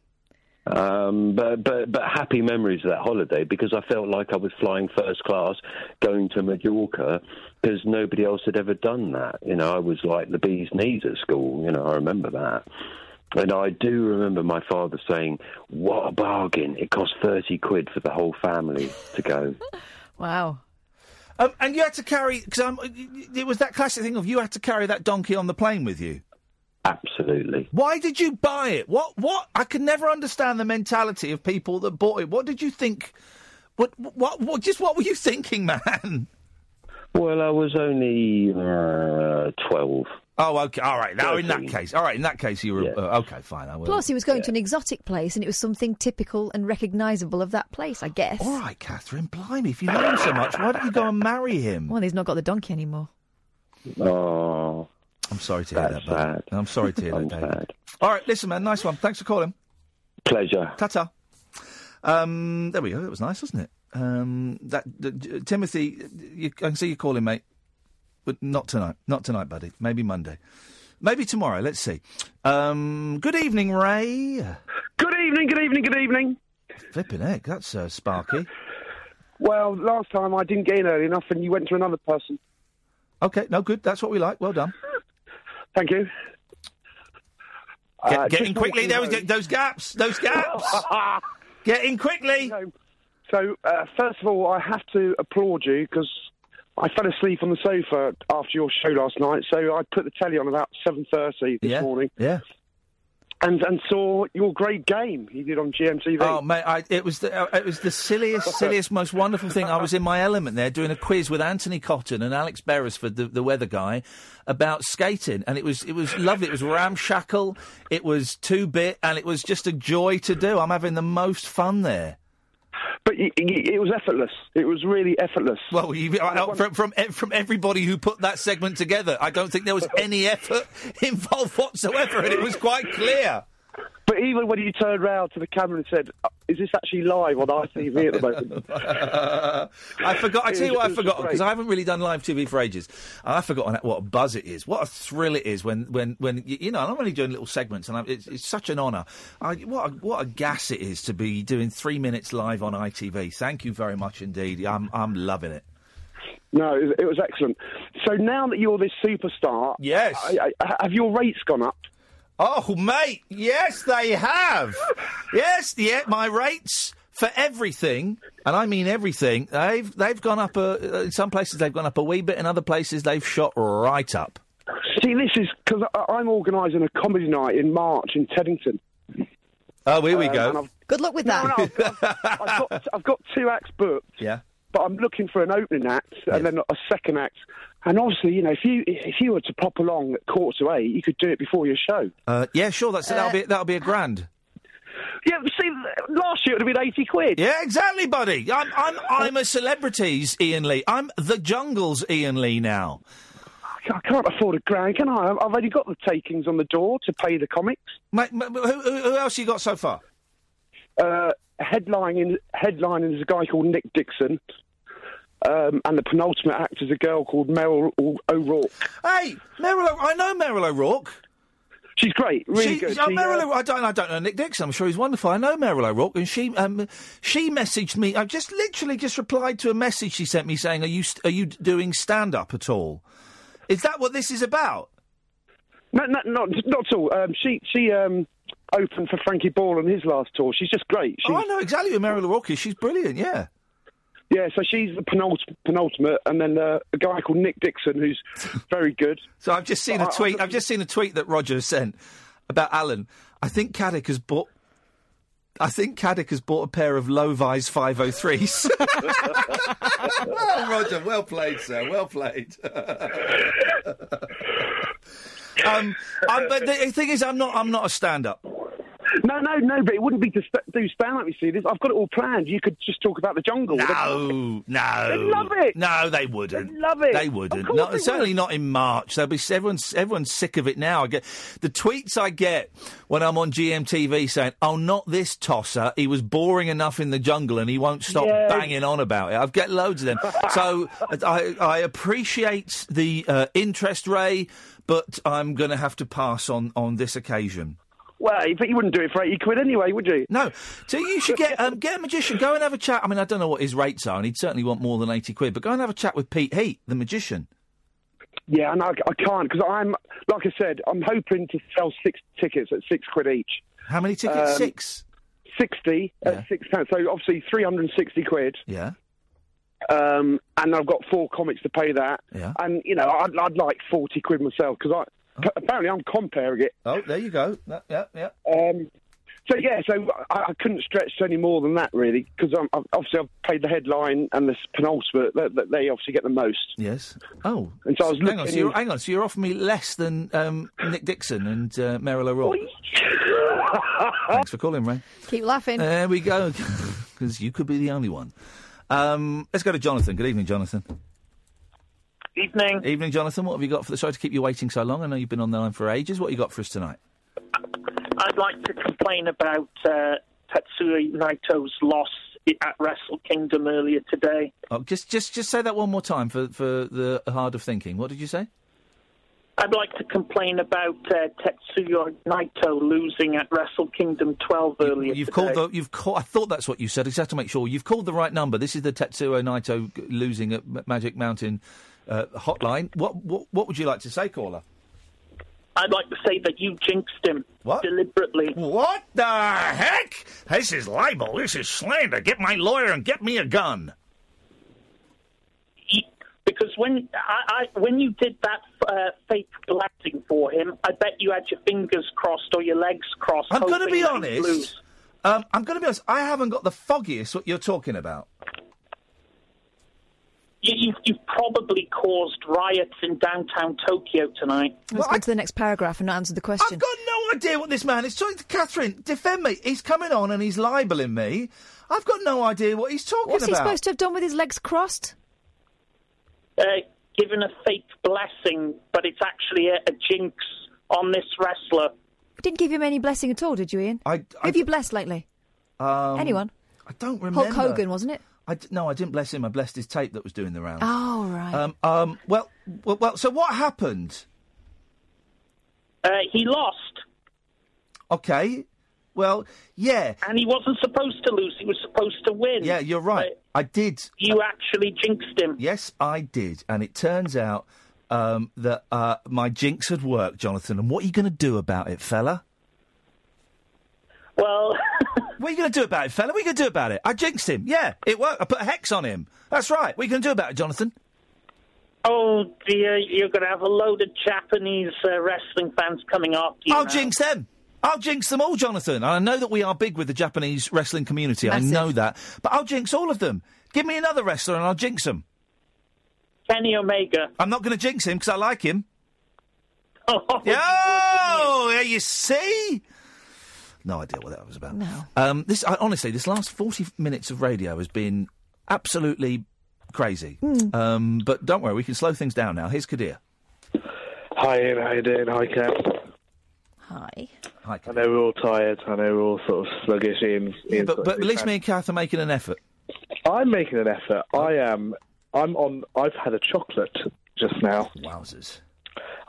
Um, but, but but happy memories of that holiday because I felt like I was flying first class, going to Mallorca because nobody else had ever done that. You know, I was like the bee's knees at school. You know, I remember that. And I do remember my father saying, "What a bargain! It cost thirty quid for the whole family to go."
Wow.
Um, and you had to carry because it was that classic thing of you had to carry that donkey on the plane with you.
Absolutely.
Why did you buy it? What what? I could never understand the mentality of people that bought it. What did you think? What what, what just what were you thinking, man?
Well, I was only uh, twelve.
Oh, okay, all right. Now, in that case, all right. In that case, you were uh, okay. Fine, I will.
Plus, he was going to an exotic place, and it was something typical and recognisable of that place, I guess. All
right, Catherine, blimey, if you love him so much, why don't you go and marry him?
Well, he's not got the donkey anymore.
Oh, Um,
I'm sorry to hear that. Bud. I'm sorry to hear that, David. All right, listen, man. Nice one. Thanks for calling.
Pleasure.
Ta-ta. Um, there we go. That was nice, wasn't it? Um, that, that- Timothy, you, I can see you calling, mate, but not tonight. Not tonight, buddy. Maybe Monday. Maybe tomorrow. Let's see. Um, good evening, Ray.
Good evening, good evening, good evening.
Flipping heck, that's uh, sparky.
Well, last time I didn't get in early enough and you went to another person.
Okay, no good. That's what we like. Well done.
Thank you.
Get,
Uh,
get
just
in quickly.
to
Those,
let you know-
those gaps. Those gaps. get in quickly.
So, uh, first of all, I have to applaud you because I fell asleep on the sofa after your show last night. So I put the telly on about 7.30 this morning
yeah.
and, and saw your great game you did on GMTV.
Oh mate, I, it was the uh, it was the silliest, silliest, most wonderful thing. I was in my element there doing a quiz with Anthony Cotton and Alex Beresford, the, the weather guy, about skating, and it was it was lovely. It was ramshackle, it was two bit, and it was just a joy to do. I'm having the most fun there.
But y- y- it was effortless. It was really effortless.
Well, you, I- I- from from e- from everybody who put that segment together, I don't think there was any effort involved whatsoever, and it was quite clear.
But even when you turned round to the camera and said, "Uh, "Is this actually live on ITV at the moment?"
I forgot. I
It
tell you
was- it
what, I
was
forgot
great.
because I haven't really done live TV for ages. And I forgot on- what a buzz it is, what a thrill it is when when when y- you know. And I'm only doing little segments, and I'm, it's, it's such an honour. I, what a, what a gas it is to be doing three minutes live on ITV. Thank you very much indeed. I'm I'm loving it.
No, it was- it was excellent. So now that you're this superstar,
yes,
I, I, have your rates gone up?
Oh, mate, yes, they have. yes, yeah, my rates for everything, and I mean everything, they've they've gone up. A, uh, in some places they've gone up a wee bit, in other places they've shot right up.
See, this is because I'm organising a comedy night in March in Teddington.
Oh, here we
Um, and
go.
I've-
Good luck with
No,
that.
no, I've, I've- I've got, I've got two acts booked.
Yeah.
But I'm looking for an opening act and then a second act. And obviously, you know, if you if you were to pop along at quarter to eight, you could do it before your show.
Uh, yeah, sure. That's that'll be that'll be a grand.
Uh, Yeah, see, last year it would have been eighty quid.
Yeah, exactly, buddy. I'm I'm I'm a celebrities Ian Lee. I'm the jungles Ian Lee now.
I can't afford a grand, can I? I've already got the takings on the door to pay the comics.
Mate, m- who, who who else you got so far?
Uh, headlining, headlining is a guy called Nick Dixon, um, and the penultimate act is a girl called Meryl O- O'Rourke.
Hey, Meryl, O- I know Meryl O'Rourke.
She's great, really
She-
good.
oh,
She,
Meryl
uh,
O'Rourke- I don't, I don't know Nick Dixon. I'm sure he's wonderful. I know Meryl O'Rourke, and she, um, she messaged me. I just literally just replied to a message she sent me saying, "Are you, st- are you d- doing stand up at all? Is that what this is about?"
No, no, not not at all. Um, she she um, opened for Frankie Ball on his last tour. She's just great. She's,
oh, I know exactly who Meryl O'Rourke is. She's brilliant. Yeah.
Yeah, so she's the penult- penultimate, and then uh, a guy called Nick Dixon, who's very good.
So I've just seen a tweet. I've just seen a tweet that Roger sent about Alan. I think Caddick has bought. I think Caddick has bought a pair of Lovis 503s. oh, Roger, well played, sir. Well played. um, I, but the thing is, I'm not. I'm not a stand-up.
No, no, no, but it wouldn't be to st- do stand up, you see. This, I've got it all planned. You could just talk about the jungle.
No, no.
They'd love it.
No, they wouldn't.
They'd love it.
They
Of
wouldn't.
course
Not,
they would.
certainly not in March. They'll be everyone's everyone's sick of it now. I get the tweets I get when I'm on GMTV saying, "Oh, not this tosser. He was boring enough in the jungle, and he won't stop
Yes.
banging on about it." I've get loads of them. so I, I appreciate the uh, interest, Ray, but I'm going to have to pass on on this occasion.
Well, but you wouldn't do it for 80 quid anyway, would you?
No. So you should get um, get a magician, go and have a chat. I mean, I don't know what his rates are, and he'd certainly want more than 80 quid, but go and have a chat with Pete Heat, the magician.
Yeah, and I, I can't because I'm, like I said, I'm hoping to sell six tickets at six quid each.
How many tickets?
Um,
Six?
60 at six pounds. So obviously 360 quid.
Yeah.
Um, and I've got four comics to pay that.
Yeah.
And, you know, I'd, I'd like 40 quid myself because I, apparently I'm comparing it.
Oh, there you go. yeah, yeah.
Um, so, yeah, so I, I couldn't stretch to any more than that, really, because I'm, I've, obviously I've paid the headline and the penultimate. They, they- they obviously get the most.
Yes. Oh.
And so I was
hang, on,
looking-
so you're, hang on, so you're offering me less than um, Nick Dixon and uh, Meryl O'Rourke. Thanks for calling, Ray.
Keep laughing.
There we go, because you could be the only one. Um, let's go to Jonathan. Good evening, Jonathan.
Evening.
Evening, Jonathan. What have you got for the? Sorry to keep you waiting so long. I know you've been on the line for ages. What have you got for us tonight?
I'd like to complain about uh, Tetsuya Naito's loss at Wrestle Kingdom earlier today.
Oh, just, just, just say that one more time for, for the hard of thinking. What did you say?
I'd like to complain about uh, Tetsuya Naito losing at Wrestle Kingdom 12 earlier
You've
today.
called the. You've called. I thought that's what you said. I just have to make sure you've called the right number. This is the Tetsuo Naito g- losing at M- Magic Mountain uh, hotline. What, what what would you like to say, caller?
I'd like to say that you jinxed him deliberately.
What the heck? This is libel. This is slander. Get my lawyer and get me a gun.
Because when I, I when you did that uh, fake collecting for him, I bet you had your fingers crossed or your legs crossed.
I'm going to
hoping
be
that he'd lose.
honest. Um, I'm going to be honest. I haven't got the foggiest what you're talking about.
You, you, you've probably caused riots in downtown Tokyo tonight.
Let's go to the next paragraph and not answer the question.
I've got no idea what this man is talking. Catherine, defend me. He's coming on and he's libeling me. I've got no idea what he's talking
What's
about.
he supposed to have done with his legs crossed?
uh, given a fake blessing, but it's actually a, a jinx on this wrestler.
Didn't give him any blessing at all, did you, Ian?
I,
Who have you blessed lately?
Um,
Anyone?
I don't remember.
Hulk Hogan, wasn't it?
I d- no, I didn't bless him. I blessed his tape that was doing the rounds.
Oh, right.
Um, um, well, well, well, so what happened?
Uh, he lost.
Okay. Well, yeah.
And he wasn't supposed to lose. He was supposed to win.
Yeah, you're right. I did.
You actually jinxed him.
Yes, I did. And it turns out um, that uh, my jinx had worked, Jonathan. And what are you going to do about it, fella?
Well,
what are you going to do about it, fella? What are you going to do about it? I jinxed him. Yeah, it worked. I put a hex on him. That's right. What are you going to do about it, Jonathan?
Oh dear, you're going to have a load of Japanese uh, wrestling fans coming after you.
I'll
now.
jinx them. I'll jinx them all, Jonathan. And I know that we are big with the Japanese wrestling community. I
Massive.
know that. But I'll jinx all of them. Give me another wrestler and I'll jinx them.
Kenny Omega.
I'm not going to jinx him because I like him. Oh, yeah, you see? No idea what that was about.
No.
Um, this I, honestly, this last forty minutes of radio has been absolutely crazy.
Mm.
Um, but don't worry, we can slow things down now. Here's Kadir.
Hi, Ian. How you doing? Hi, Kat.
Hi.
Hi.
I know we're all tired. I know we're all sort of sluggish. Ian,
Yeah, but, but at least me and Kath are making an effort.
I'm making an effort.
Oh.
I am. I'm on. I've had a chocolate just now.
Wowzers.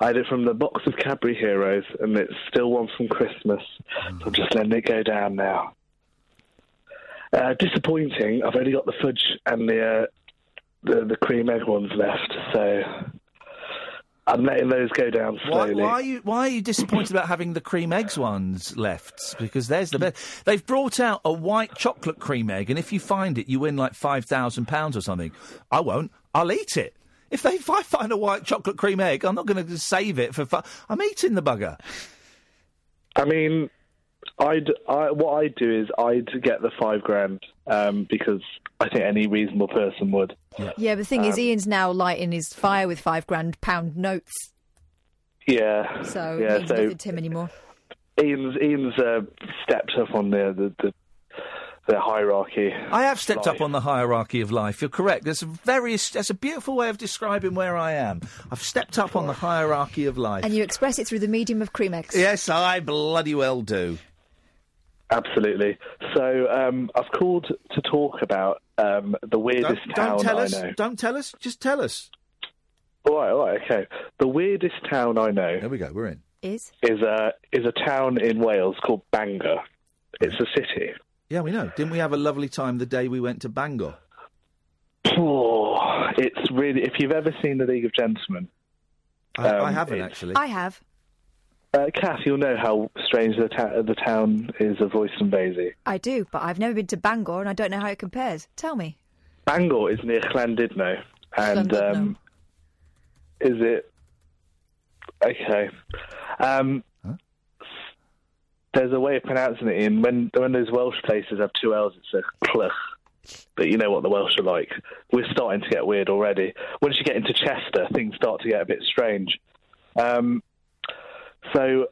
I had it from the box of Cadbury Heroes, and it's still one from Christmas. So I'm just letting it go down now. Uh, disappointing. I've only got the fudge and the, uh, the the cream egg ones left, so I'm letting those go down
Why,
slowly.
why are you why are you disappointed about having the cream eggs ones left? Because there's the best. They've brought out a white chocolate cream egg, and if you find it, you win like five thousand pounds or something. I won't. I'll eat it. If, they, if I find a white chocolate cream egg, I'm not going to save it for fun. I'm eating the bugger.
I mean, I'd I, what I'd do is I'd get the five grand um, because I think any reasonable person would.
Yeah, but the thing is,
Um,
Ian's now lighting his fire with five grand pound notes,
Yeah.
so it
yeah.
means
So
nothing to him anymore.
Ian's Ian's uh, stepped up on the the, the, the hierarchy.
I have stepped
Like,
up on the hierarchy of life. You're correct. That's a very that's a beautiful way of describing where I am. I've stepped up on the hierarchy of life.
And you express it through the medium of cream eggs.
Yes, I bloody well do.
Absolutely. So um, I've called to talk about um, the weirdest
Don't,
town
don't tell
I
us.
know.
Don't tell us. Just tell us.
All right, all right, okay. The weirdest town I know.
There we go. We're in.
Is
Is a is a town in Wales called Bangor. It's a city.
Yeah, we know. Didn't we have a lovely time the day we went to Bangor?
Oh, it's really. If you've ever seen The League of Gentlemen,
I,
um,
I haven't
it's-
actually.
I have.
Uh, Kath, you'll know how strange the, ta- the town is of Royston Vasey.
I do, but I've never been to Bangor and I don't know how it compares. Tell me.
Bangor is near Llandudno, and um, is it okay? Um, There's a way of pronouncing it. In when when those Welsh places have two L's, it's a cluch. But you know what the Welsh are like. We're starting to get weird already. Once you get into Chester, things start to get a bit strange. Um, so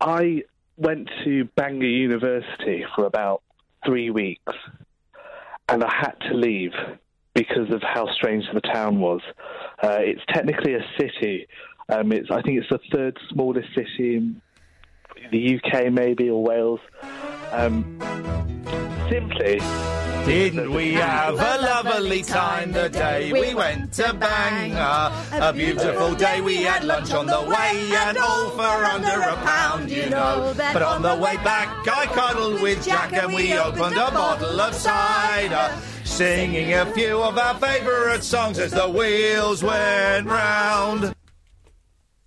I went to Bangor University for about three weeks, and I had to leave because of how strange the town was. Uh, it's technically a city. Um, it's I think it's the third smallest city in the UK, maybe or Wales. Um, simply,
Didn't we have a lovely time the day we went to Bangor? A beautiful day we had lunch on the way and all for under a pound, you know. But on the way back I cuddled with Jack and we opened a bottle of cider. Singing a few of our favourite songs as the wheels went round.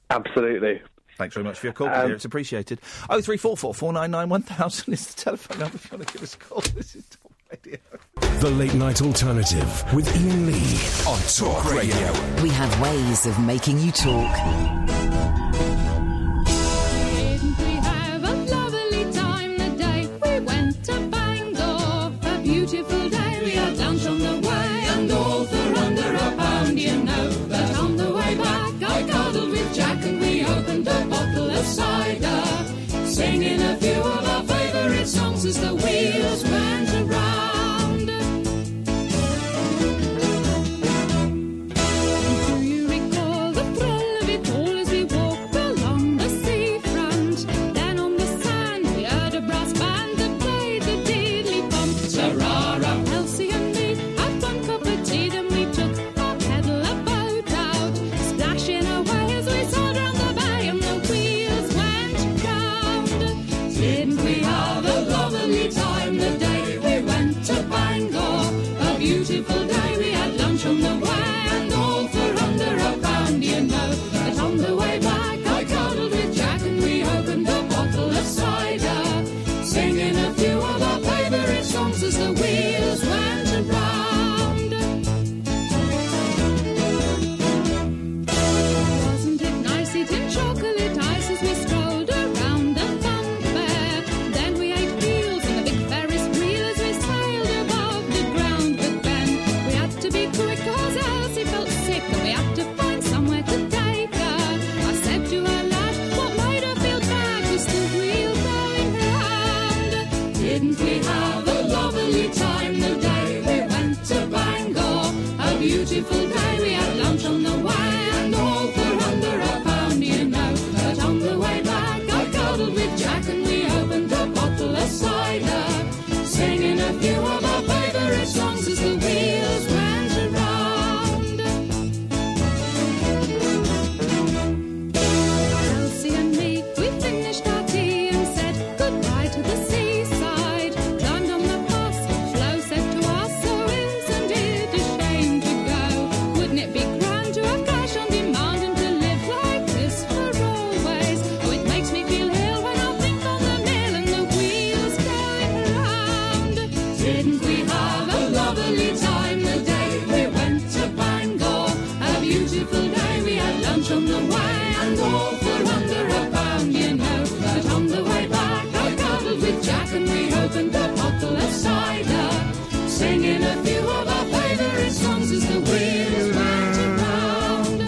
Absolutely.
Thanks very much for your call, Kadir. It's appreciated. 0344 499 1000 is the telephone number if you want to give us a call. This is Talk Radio.
The Late Night Alternative with Ian Lee on Talk Radio.
We have ways of making you talk.
Didn't we have a lovely time the day we went to Bangor? A beautiful day, we had lunch on the way, and all for under a pound, you know. But on the way back, I cuddled with Jack, and we opened a bottle of cider, singing a few of our favourite songs as the wheels went around. Do you recall the thrill of it all as we walked Oh,
on the way, and all for under a pound, you know. But on the way back, I cuddled with Jack, and we opened a bottle of cider, singing a few of our favourite songs as the wheels went around.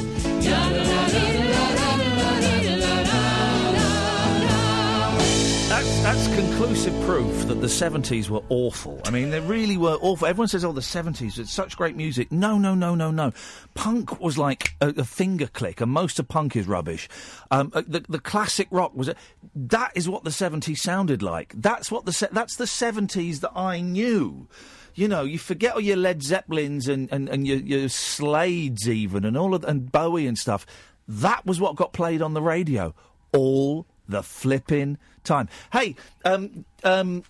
That's, that's conclusive proof that the 70s were awful. I mean, they really were awful. Everyone says, oh, the 70s, it's such great music. No, no, no, no, no. Punk was like a, a finger click, and most of punk is rubbish. Um, uh, the, the classic rock was. that is what the 70s sounded like. That's, what the, se- that's the 70s that I knew. You know, you forget all your Led Zeppelins and, and, and your, your Slades, even, and all of and Bowie and stuff. That was what got played on the radio all the flipping time. Hey, um, um,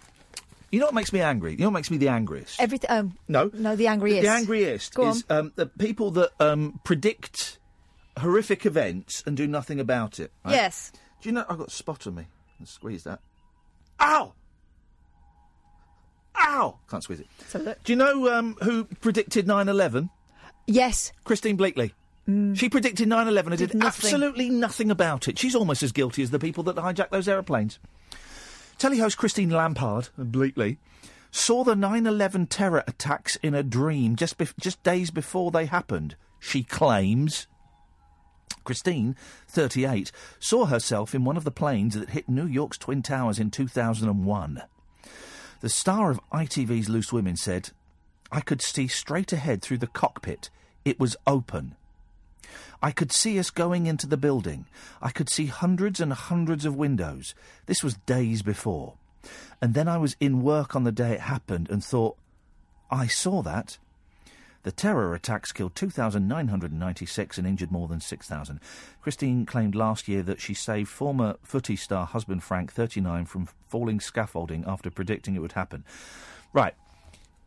you know what makes me angry? You know what makes me the angriest?
Everything. Um,
No.
no, the angriest.
The angriest
Go on.
is um, the people that um, predict horrific events and do nothing about it. right?
Yes.
Do you know I got a spot on me? Let's squeeze that. Ow! Ow! Can't squeeze it.
Let's have a look.
Do you know um, who predicted 9/11?
Yes. Mm.
Christine Bleakley. She predicted 9/11 and did,
Did nothing.
absolutely nothing about it. She's almost as guilty as the people that hijacked those aeroplanes. Telehost Christine Lampard of Bleakley saw the 9/11 terror attacks in a dream just bef- just days before they happened. She claims Christine, 38, saw herself in one of the planes that hit New York's Twin Towers in 2001. The star of ITV's Loose Women said, I could see straight ahead through the cockpit. It was open. I could see us going into the building. I could see hundreds and hundreds of windows. This was days before. And then I was in work on the day it happened and thought, I saw that. The terror attacks killed 2,996 and injured more than 6,000. Christine claimed last year that she saved former footy star husband Frank, 39, from falling scaffolding after predicting it would happen. Right.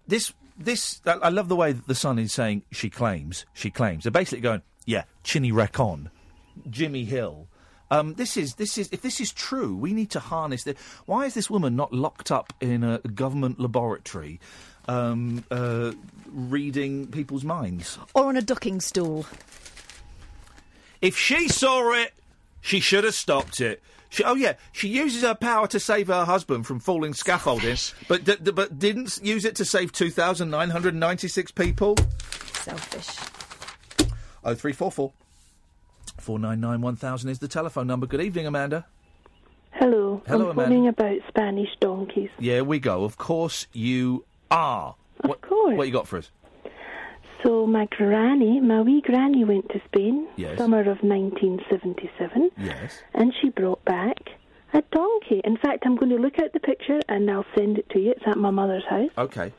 This, this, I I love the way that the Sun is saying she claims, she claims. They're basically going, yeah, Chinny Recon, Jimmy Hill. Um, this is this is if this is true, we need to harness this. Why is this woman not locked up in a government laboratory, um, uh, reading people's minds?
Or on a ducking stool.
If she saw it, she should have stopped it. She, oh yeah, she uses her power to save her husband from falling scaffolding, but d- d- but didn't s- use it to save two thousand nine hundred ninety six people.
Selfish.
Oh three four four four nine nine one thousand is the telephone number. Good evening, Amanda.
Hello.
Hello,
I'm
Amanda.
phoning about Spanish donkeys.
Yeah, we go. Of course you are. Of what, course. What you got for us?
So my granny, my wee granny, went to Spain,
Yes.
summer of 1977,
Yes.
and she brought back a donkey. In fact, I'm going to look at the picture and I'll send it to you. It's at my mother's house.
Okay.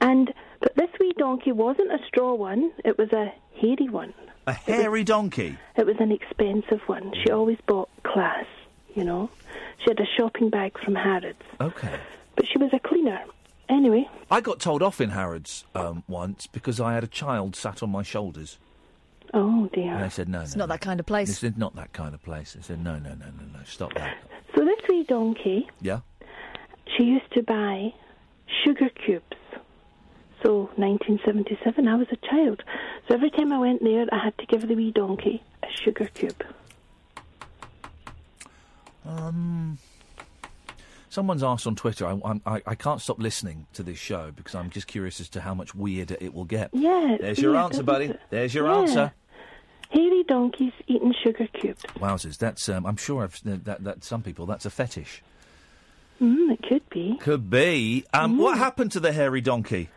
And but this wee donkey wasn't a straw one; it was a hairy one.
A hairy donkey.
It was an expensive one.
Mm.
She always bought class, you know. She had a shopping bag from Harrods,
Okay.
but she was a cleaner. Anyway,
I got told off in Harrods um, once because I had a child sat on my shoulders.
oh dear.
And they said, no,
It's
no,
not
no.
that kind of place.
This is not that kind of place. They said, no, no, no, no, no, stop that.
So this wee donkey,
Yeah?
she used to buy sugar cubes. So 1977, I was a child. So every time I went there, I had to give the wee donkey a sugar cube.
Um, someone's asked on Twitter, I, I'm- I, I can't stop listening to this show because I'm just curious as to how much weirder it will get.
Yeah. it's
There's your
weird,
answer,
isn't
buddy.
it?
There's your
Yeah.
answer.
Hairy donkeys eating sugar cubes.
Wowzers, that's, um, I'm sure I've, that, that some people, that's a fetish.
Mm, it could be.
Could be. Um, What happened to the hairy donkey?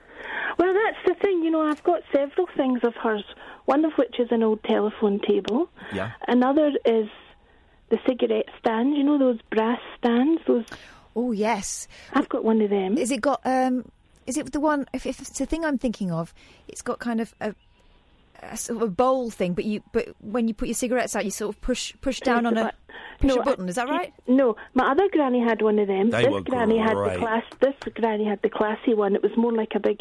Well, that's the thing. You know, I've got several things of hers. One of which is an old telephone table.
Yeah.
Another is the cigarette stand. You know those brass stands. Those.
Oh yes.
I've got one of them.
Is it got? Um, is it the one? If, if it's the thing I'm thinking of, it's got kind of a, a sort of a bowl thing. But you, but when you put your cigarettes out, you sort of push push down on a push a button. Is that right?
No, my other granny had one of them.
They
this
were
granny had the
great.
class. This granny had the classy one. It was more like a big,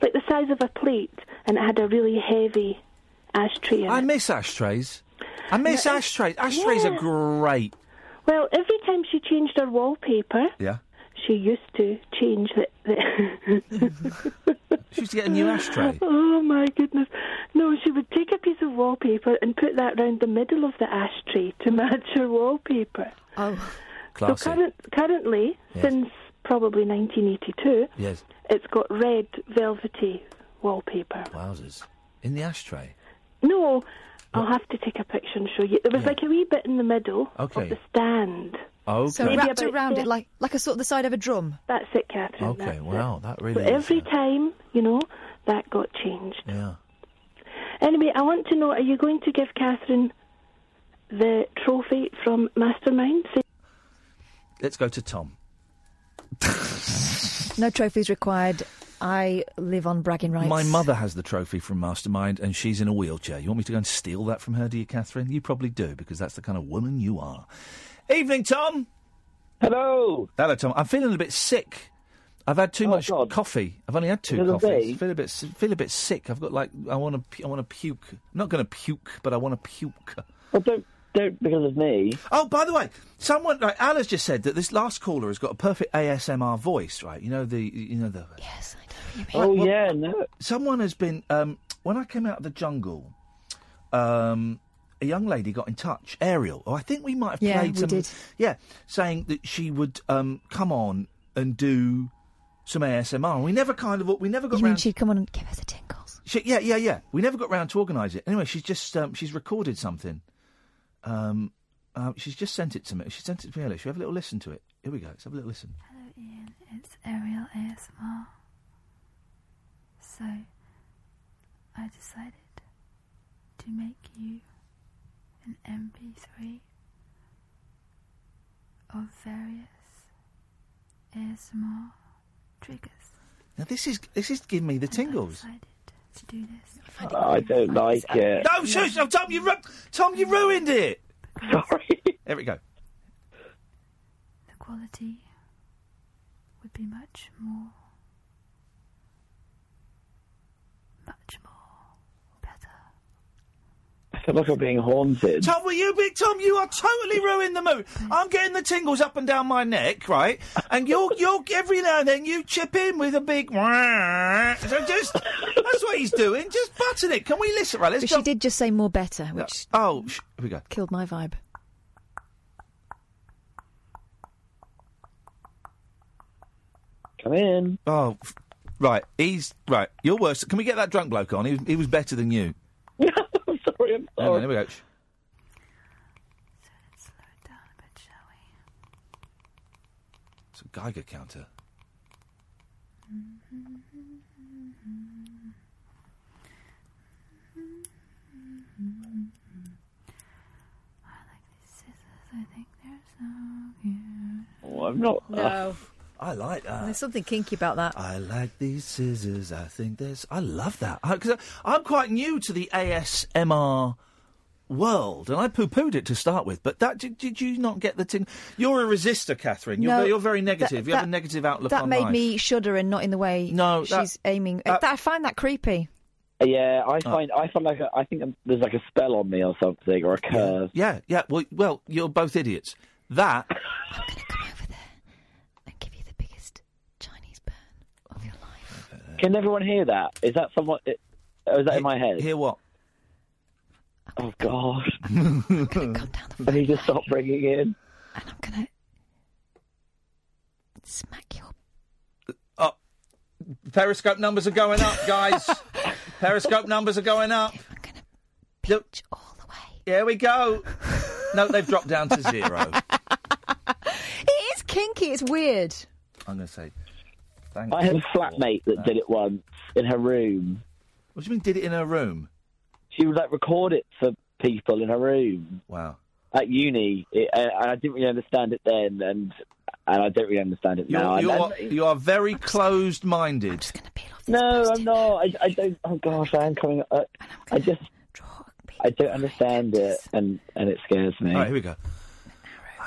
like the size of a plate, and it had a really heavy ashtray. In
I
it.
miss ashtrays. I miss
No, it-
ashtrays. Ashtrays
yeah.
are great.
Well, every time she changed her wallpaper,
Yeah.
she used to change the. the
she used to get a new ashtray.
Oh my goodness! No, she would take a piece of wallpaper and put that round the middle of the ashtray to match her wallpaper.
Oh,
So
Classy.
current, currently,
Yes.
since probably 1982,
Yes.
it's got red velvety wallpaper.
Wowzers. In the ashtray.
No, I'll have to take a picture and show you. There was like a wee bit in the middle
Okay.
of the stand.
Okay.
So wrapped around it like like a sort of the side of a drum.
That's it, Catherine.
Okay, wow, that really
but
is,
every time, you know, that got changed.
Yeah.
Anyway, I want to know: Are you going to give Catherine the trophy from Mastermind? Say-
Let's go to Tom.
No trophies required. I live on bragging rights.
My mother has the trophy from Mastermind and she's in a wheelchair. You want me to go and steal that from her, do you, Catherine? You probably do because that's the kind of woman you are. Evening, Tom. Hello. Oh, Hello, Tom. I'm feeling a bit sick. I've had too much coffee. I've only had two
Another
coffees.
day?
Feel a bit, s- feel a bit sick. I've got like I want to, pu- I want to puke. I'm not going to puke, but I want to puke. Well, don't, don't because of me. Oh, by the way, someone like Alice just said that this last caller has got a perfect ASMR voice, right? You know the, you know the. Yes, I know.
Oh,
yeah, no. Someone has been um, when I came out of the jungle. Um, a young lady got in touch, Ariel. Oh, I think we might have
Yeah,
played
we
some.
did.
Yeah, saying that she would um, come on and do some ASMR. We never kind of we never got
You mean
round-
she'd come on and give us a tinkle?
she, yeah, yeah, yeah. We never got round to organising it. Anyway, she's just um, she's recorded something. Um, uh, she's just sent it to me. She sent it to me earlier. Should we have a little listen to it? Here we go. Let's have a little listen.
Hello, Ian. It's Ariel ASMR. So, I decided to make you an MP3 of various ASMR triggers.
Now this is this is giving me the tingles.
To do this,
Oh, I don't like
it.
No, seriously, no, Tom, you ru- Tom, you ruined it. Sorry. Here we go.
the quality would be much more, much more better.
I feel like I'm being haunted.
Tom, will you be? Tom, you are totally ruined the mood. I'm getting the tingles up and down my neck, right? And you're you're every now and then you chip in with a big. wah. So just that's what he's doing. Just button it. Can we listen? Right, let's.
but she did just say more better, which
Oh, sh- here we go.
killed my vibe.
Come in. Oh, f- right. He's right. You're worse. Can we get that drunk bloke on? He was, he was better than you.
Sorry, I'm
Hang on, here we go. Shh. It's a Geiger counter.
Mm, I think they're so cute.
Oh, I'm not.
No.
I like that.
There's something kinky about that.
I like these scissors. I think there's. I love that. Because I'm quite new to the ASMR world, and I poo pooed it to start with. But that did, did you not get the thing? You're a resistor, Catherine. You're,
No,
ve- you're very
that-
negative. you have
that-
a negative outlook
that
on
made
life.
me shudder and not in the way
No, that- uh,
she's aiming.
that-
I find that creepy.
Uh, Yeah,
Oh.
I find I find like a, I think there's like a spell on me or something or a curse.
Yeah, yeah. Well, well, you're both idiots. That.
Can everyone hear that? Is that someone? Is that in my head?
Hear what?
Oh God! I need to stop bringing in.
Smack your
Uh, oh, Periscope numbers are going up, guys. Periscope numbers are going up. I'm going to pitch all the way. Here we go. No, they've dropped down to zero.
It is kinky. It's weird.
I'm going to say, thank
I had a
you.
flatmate that did it once in her room.
What do you mean? Did it in her room?
She would like record it for people in her room.
Wow.
At uni, it, uh, and I didn't really understand it then, and and I don't really understand it now.
You're,
I-
you
I-
are, you are very closed-minded.
No, I'm not. I, I don't. Oh gosh, I am coming. Uh, I just. I don't understand it, and and it scares me.
All right, here we go. Uh,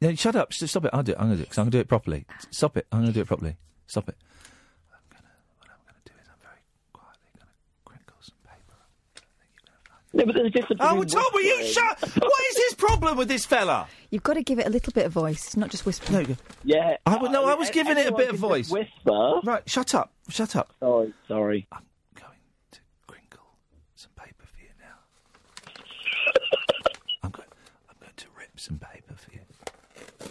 No, shut up. S- Stop it. I'll do it. I'm going to do it. 'cause I'm going to do it properly. S- Stop it. I'm going to do it properly. Stop it. I'm gonna, what I'm going to do is I'm very quietly going to crinkle some paper up. I think you're going to like No, but there's a difference. Oh, well, Tom, will you shut? What is his problem with this fella?
You've got to give it a little bit of voice, not just whisper.
Yeah, I would, no, I was giving it a bit of
anyone
voice.
can just
Whisper. Right, shut up, shut up. Sorry, sorry. rip some paper for you.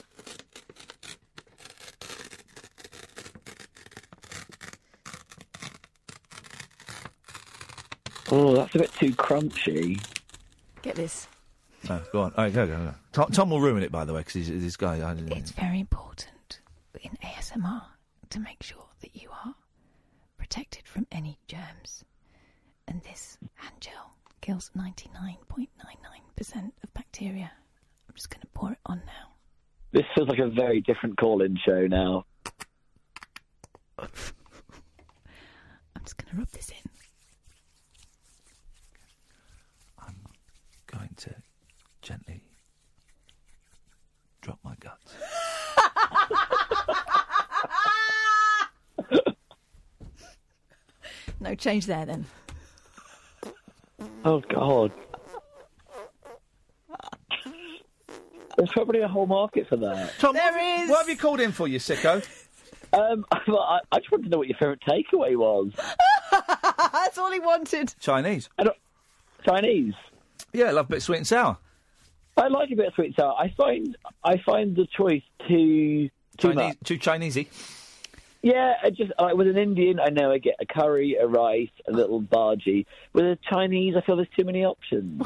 Oh, that's a bit too crunchy.
Get this.
No, go on. All right, go, go, go. Tom, Tom will ruin it, by the way, because he's this guy. I didn't,
It's very important in ASMR to make sure that you are protected from any germs. And this hand gel kills 99.99% of bacteria. I'm just going to pour it on now.
This feels like a very different call-in show now.
I'm just going to rub this in.
going to gently drop my guts.
No change there then.
Oh God. There's probably a whole market for that.
Tom, there what, is. What have you called in for, you sicko?
Um, I, I just wanted to know what your favourite takeaway was.
That's all he wanted.
Chinese.
Chinese.
Yeah, I love a bit of sweet and sour.
I like a bit of sweet and sour. I find I find the choice too too
Chinese,
much.
too Chinesey.
Yeah, I just I, with an Indian, I know I get a curry, a rice, a little bhaji. With a Chinese, I feel there's too many options.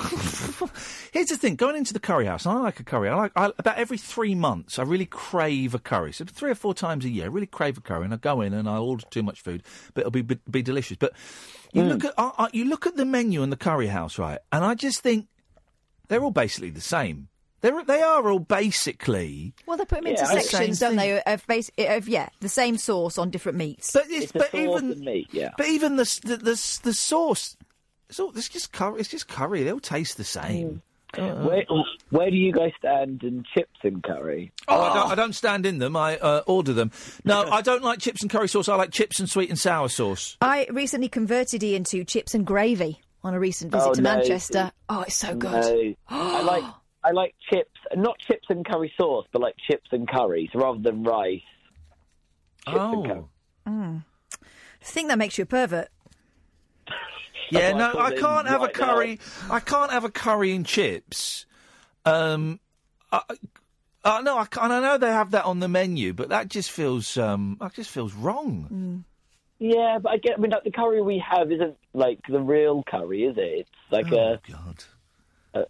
Here's the thing: going into the curry house, and I like a curry. I like I, about every three months, I really crave a curry. So three or four times a year, I really crave a curry, and I go in and I order too much food, but it'll be be, be delicious. But you look at I, I, you look at the menu in the curry house, right? And I just think they're all basically the same. They're they are all basically.
Well, they put them into
Yeah, I-
sections, don't
Same
they? Of, base, of yeah, the same sauce on different meats.
But, it's, but even But even the s- the the, s- the sauce, it's, all, it's just curry. It's just curry. They all taste the same. Uh,
where where do you guys stand in chips and curry?
Oh,
Ah.
I, don't, I don't stand in them. I uh, order them. No, I don't like chips and curry sauce. I like chips and sweet and sour sauce.
I recently converted Ian to chips and gravy on a recent visit
Oh,
to
no,
Manchester.
it's-
Oh, it's so good.
No. I like I like chips, not chips and curry sauce, but like chips and curries rather than rice. Chips and
Oh.
curry.
Mm. I think that makes you a pervert.
Yeah,
Oh, I
no,
call
I
in
can't have a
right
curry. I can't have a curry and chips. Um, I, I, no, I can't. I know they have that on the menu, but that just feels um, that just feels wrong.
Mm.
Yeah, but I get. I mean, like, the curry we have isn't like the real curry, is it? It's like
Oh,
a. God.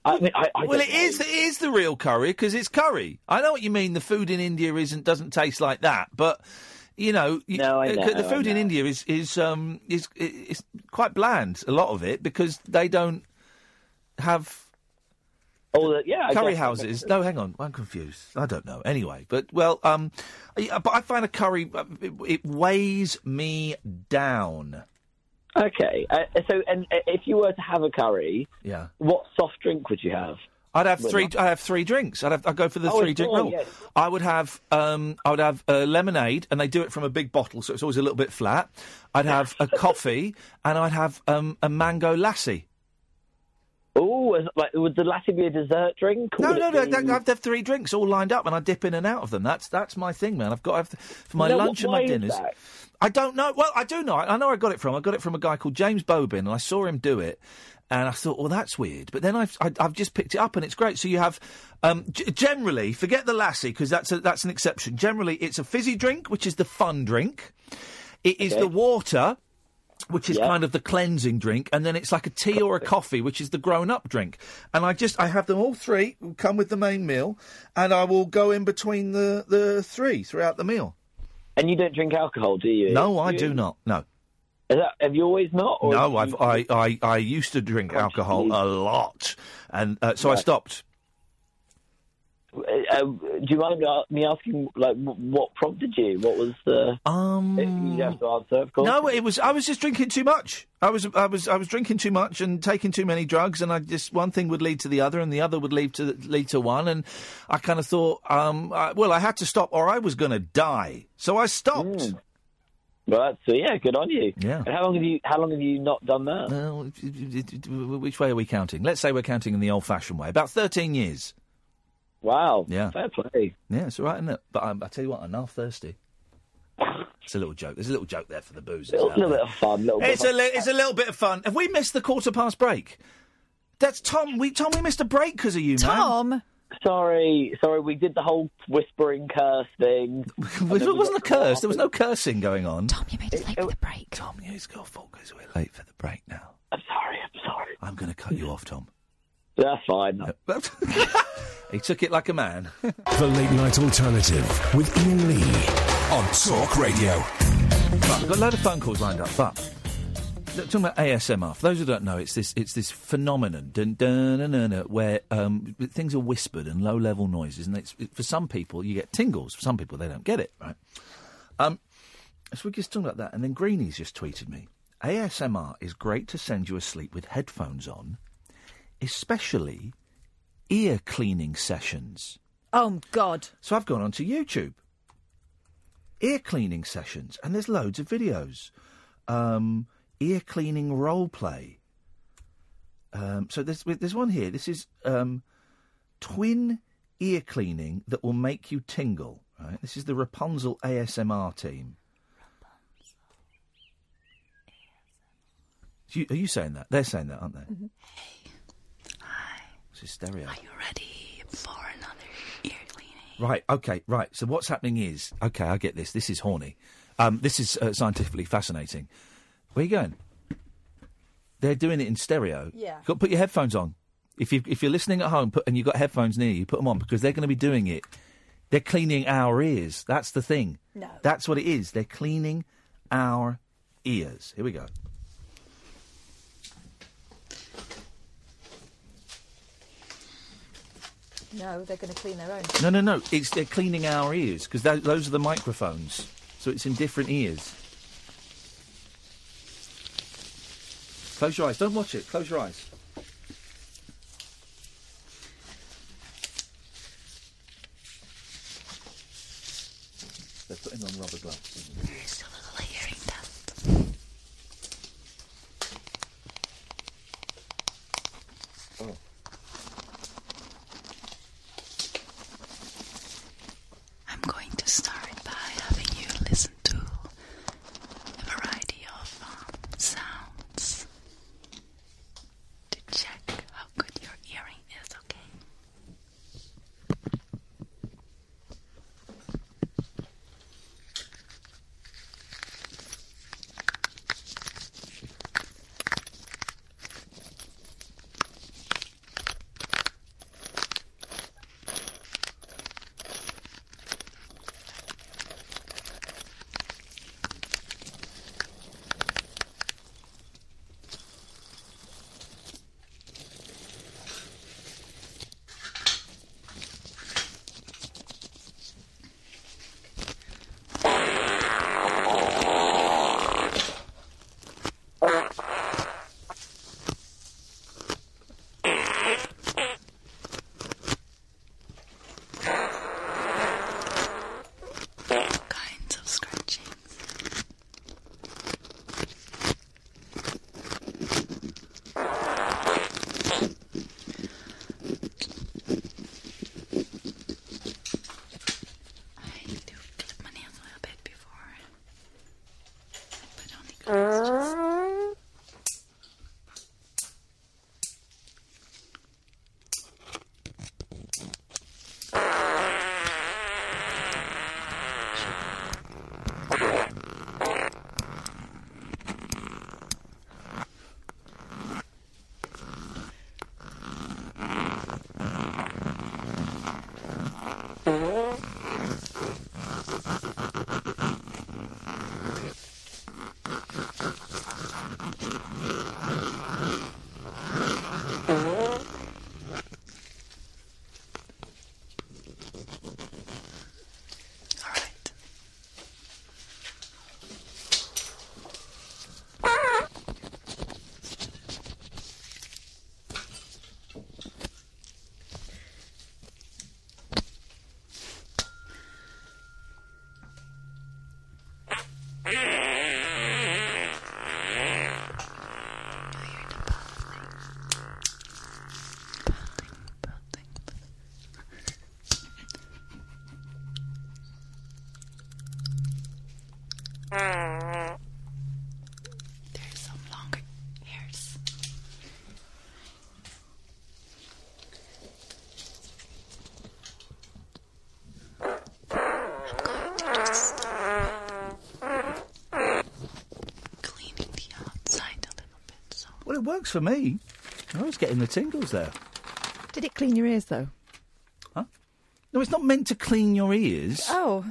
I mean, I, I
well,
don't
it is. It is the real curry because it's curry. I know what you mean. The food in India isn't doesn't taste like that, but you know, you-
I
uh, 'cause
know,
the
I
food in India is is um is i- is quite bland. A lot of it because they don't have.
Oh, yeah, I
curry
guess-
houses. No, hang on, I'm confused. I don't know. Anyway, but well, um, I- but I find a curry uh, it, it weighs me down.
Okay, uh, so and uh, if you were to have a curry,
Yeah.
what soft drink would you have?
I'd have
Well,
three.
not-
I'd have three drinks. I'd have. I'd go for the
Oh,
three
it's
drink
all,
rule.
yes.
I would have. Um, I would have uh, lemonade, and they do it from a big bottle, so it's always a little bit flat. I'd have a coffee, and I'd have um, a mango lassi.
Oh, like would the latte be a dessert drink?
No,
Would
no,
it
no.
be-
I'd have to have three drinks all lined up, and I dip in and out of them. That's that's my thing, man. I've got to have th- for my
No,
lunch and
why
my
is
dinners.
that?
I don't know. Well, I do know. I, I know. I got it from. I got it from a guy called James Bobin, and I saw him do it, and I thought, well, that's weird. But then I've I, I've just picked it up, and it's great. So you have um, g- generally forget the lassie because that's a, that's an exception. Generally, it's a fizzy drink, which is the fun drink. It is
Okay.
the water which is kind of the cleansing drink, and then it's like a tea or a coffee, which is the grown-up drink. And I just I have them all three come with the main meal, and I will go in between the the three throughout the meal.
And you don't drink alcohol, do you?
No, I
You-
do not. No.
Is that, have you always not? Or
no, I've, I, I, I used to drink alcohol a lot, and uh, so I
Right.
stopped.
Uh, do you mind me asking, like, wh- what prompted you? What was the?
Um,
you have to answer, of course.
No, it was I was just drinking too much. I was I was I was drinking too much and taking too many drugs, and I just one thing would lead to the other, and the other would lead to lead to one, and I kind of thought, um, I, well, I had to stop, or I was going to die, so I stopped.
Right. So Hmm. uh, yeah, good on you.
Yeah.
And how long have you? How long have you not done that?
Well, it- it- w- which way are we counting? Let's say we're counting in the old-fashioned way. About thirteen years.
Wow.
Yeah.
Fair play.
Yeah, it's all right, isn't it? But um, I tell you what, I'm half thirsty. It's a little joke. There's a little joke there for the boozers.
Little-
out
little
there.
bit of fun, little bit
it's
of
a li- it's a little bit of fun. Have we missed the quarter past break? That's Tom. We Tom, we missed a break because of you,
Tom?
Sorry, sorry. We did the whole whispering curse thing.
man. It wasn't a curse. There was no cursing going on. Tom,
you made us late for the break.
Tom, yeah, it's your fault because we're late for the break now. I'm sorry. I'm sorry. I'm going to cut you off, Tom.
That's fine.
he took it like a man.
The Late Night Alternative with Ian Lee on Talk Radio.
Right, we've got a load of phone calls lined up, but look, talking about ASMR. For those who don't know, it's this it's this phenomenon dun, dun, dun, dun, dun, where um, things are whispered and low level noises, and it's, it, for some people you get tingles. For some people they don't get it. Right. Um, so we're just talking about that, and then Greenies just tweeted me: ASMR is great to send you asleep with headphones on, especially ear cleaning sessions.
Oh God!
So I've gone onto YouTube. Ear cleaning sessions, and there's loads of videos. Um, ear cleaning role play. Um, so there's there's one here. This is um, twin ear cleaning that will make you tingle. Right? This is the Rapunzel ASMR team. Rapunzel. You, are you saying that? They're saying that, aren't they?
Mhm.
It's hysteria.
Ready for another ear
Right. Okay. Right. So what's happening is okay. I get this. This is horny. Um, this is uh, scientifically fascinating. Where are you going? They're doing it in stereo.
Yeah.
You've got to put your headphones on. If you if you're listening at home put, and you've got headphones near you, put them on because they're going to be doing it. They're cleaning our ears. That's the thing.
No.
That's what it is. They're cleaning our ears. Here we go.
No, they're going to clean their own.
No, no, no. It's they're cleaning our ears because those are the microphones. So it's in different ears. Close your eyes. Don't watch it. Close your eyes. They're putting on rubber gloves. Oh.
I'm going to start by having you listen to a variety of um, sounds to check how good your hearing is, okay? Uh-huh.
works for me. I was getting the tingles there.
Did it clean your ears though?
No, it's not meant to clean your ears.
Oh,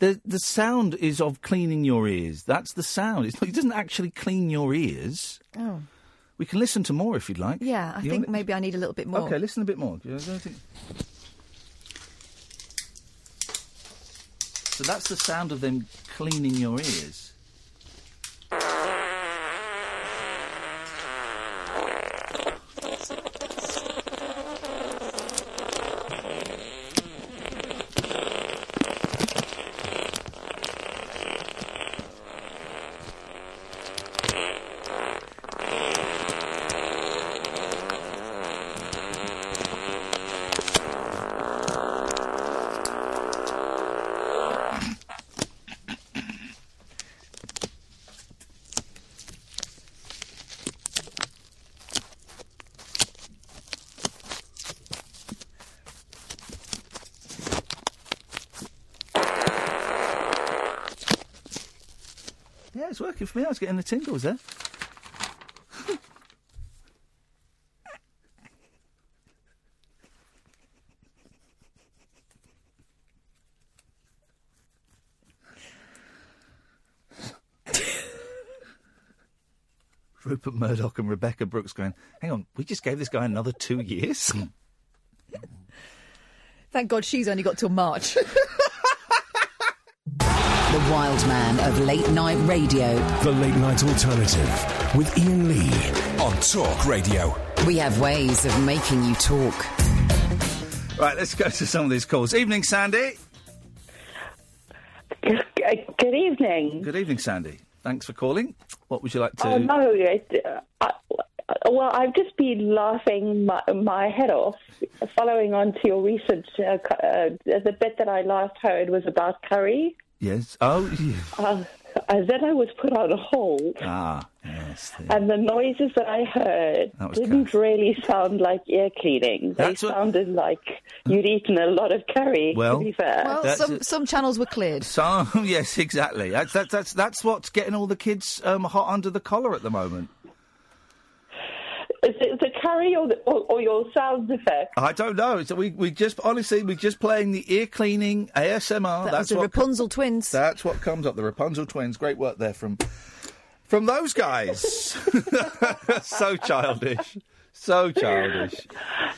The the sound is of cleaning your ears. That's the sound. It's not, it doesn't actually clean your ears.
oh,
We can listen to more if you'd like.
yeah. I
You
think
want
maybe I need a little bit
it?
more.
Okay, listen a bit more. I don't think- So that's the sound of them cleaning your ears. Yeah, it's working for me. I was getting the tingles there. Rupert Murdoch and Rebecca Brooks going, hang on, we just gave this guy another two years?
Thank God she's only got till March.
The wild man of late night radio.
The Late Night Alternative with Ian Lee on Talk Radio.
We have ways of making you talk.
right, let's go to some of these calls. Evening, Sandy.
Good evening.
Good evening, Sandy. Thanks for calling. What would you like to?
Oh no! It, I, well, I've just been laughing my, my head off, following on to your recent uh, cu- uh, the bit that I last heard was about curry.
Yes. Oh, yeah.
Uh, and then I was put on hold,
ah, yes.
and the noises that I heard
That was
didn't really sound like ear cleaning. They sounded like you'd eaten a lot of curry.
Well,
to be fair,
Well, That's some- it.
some channels were cleared.
So yes, exactly. That's that's that's that's what's getting all the kids um, hot under the collar at the moment.
Is it the curry or, the, or, or your sound effect?
I don't know. So we we just honestly we're just playing the ear cleaning ASMR.
That
that's
was the
what,
Rapunzel twins.
That's what comes up. The Rapunzel twins. Great work there from from those guys. so childish. So childish.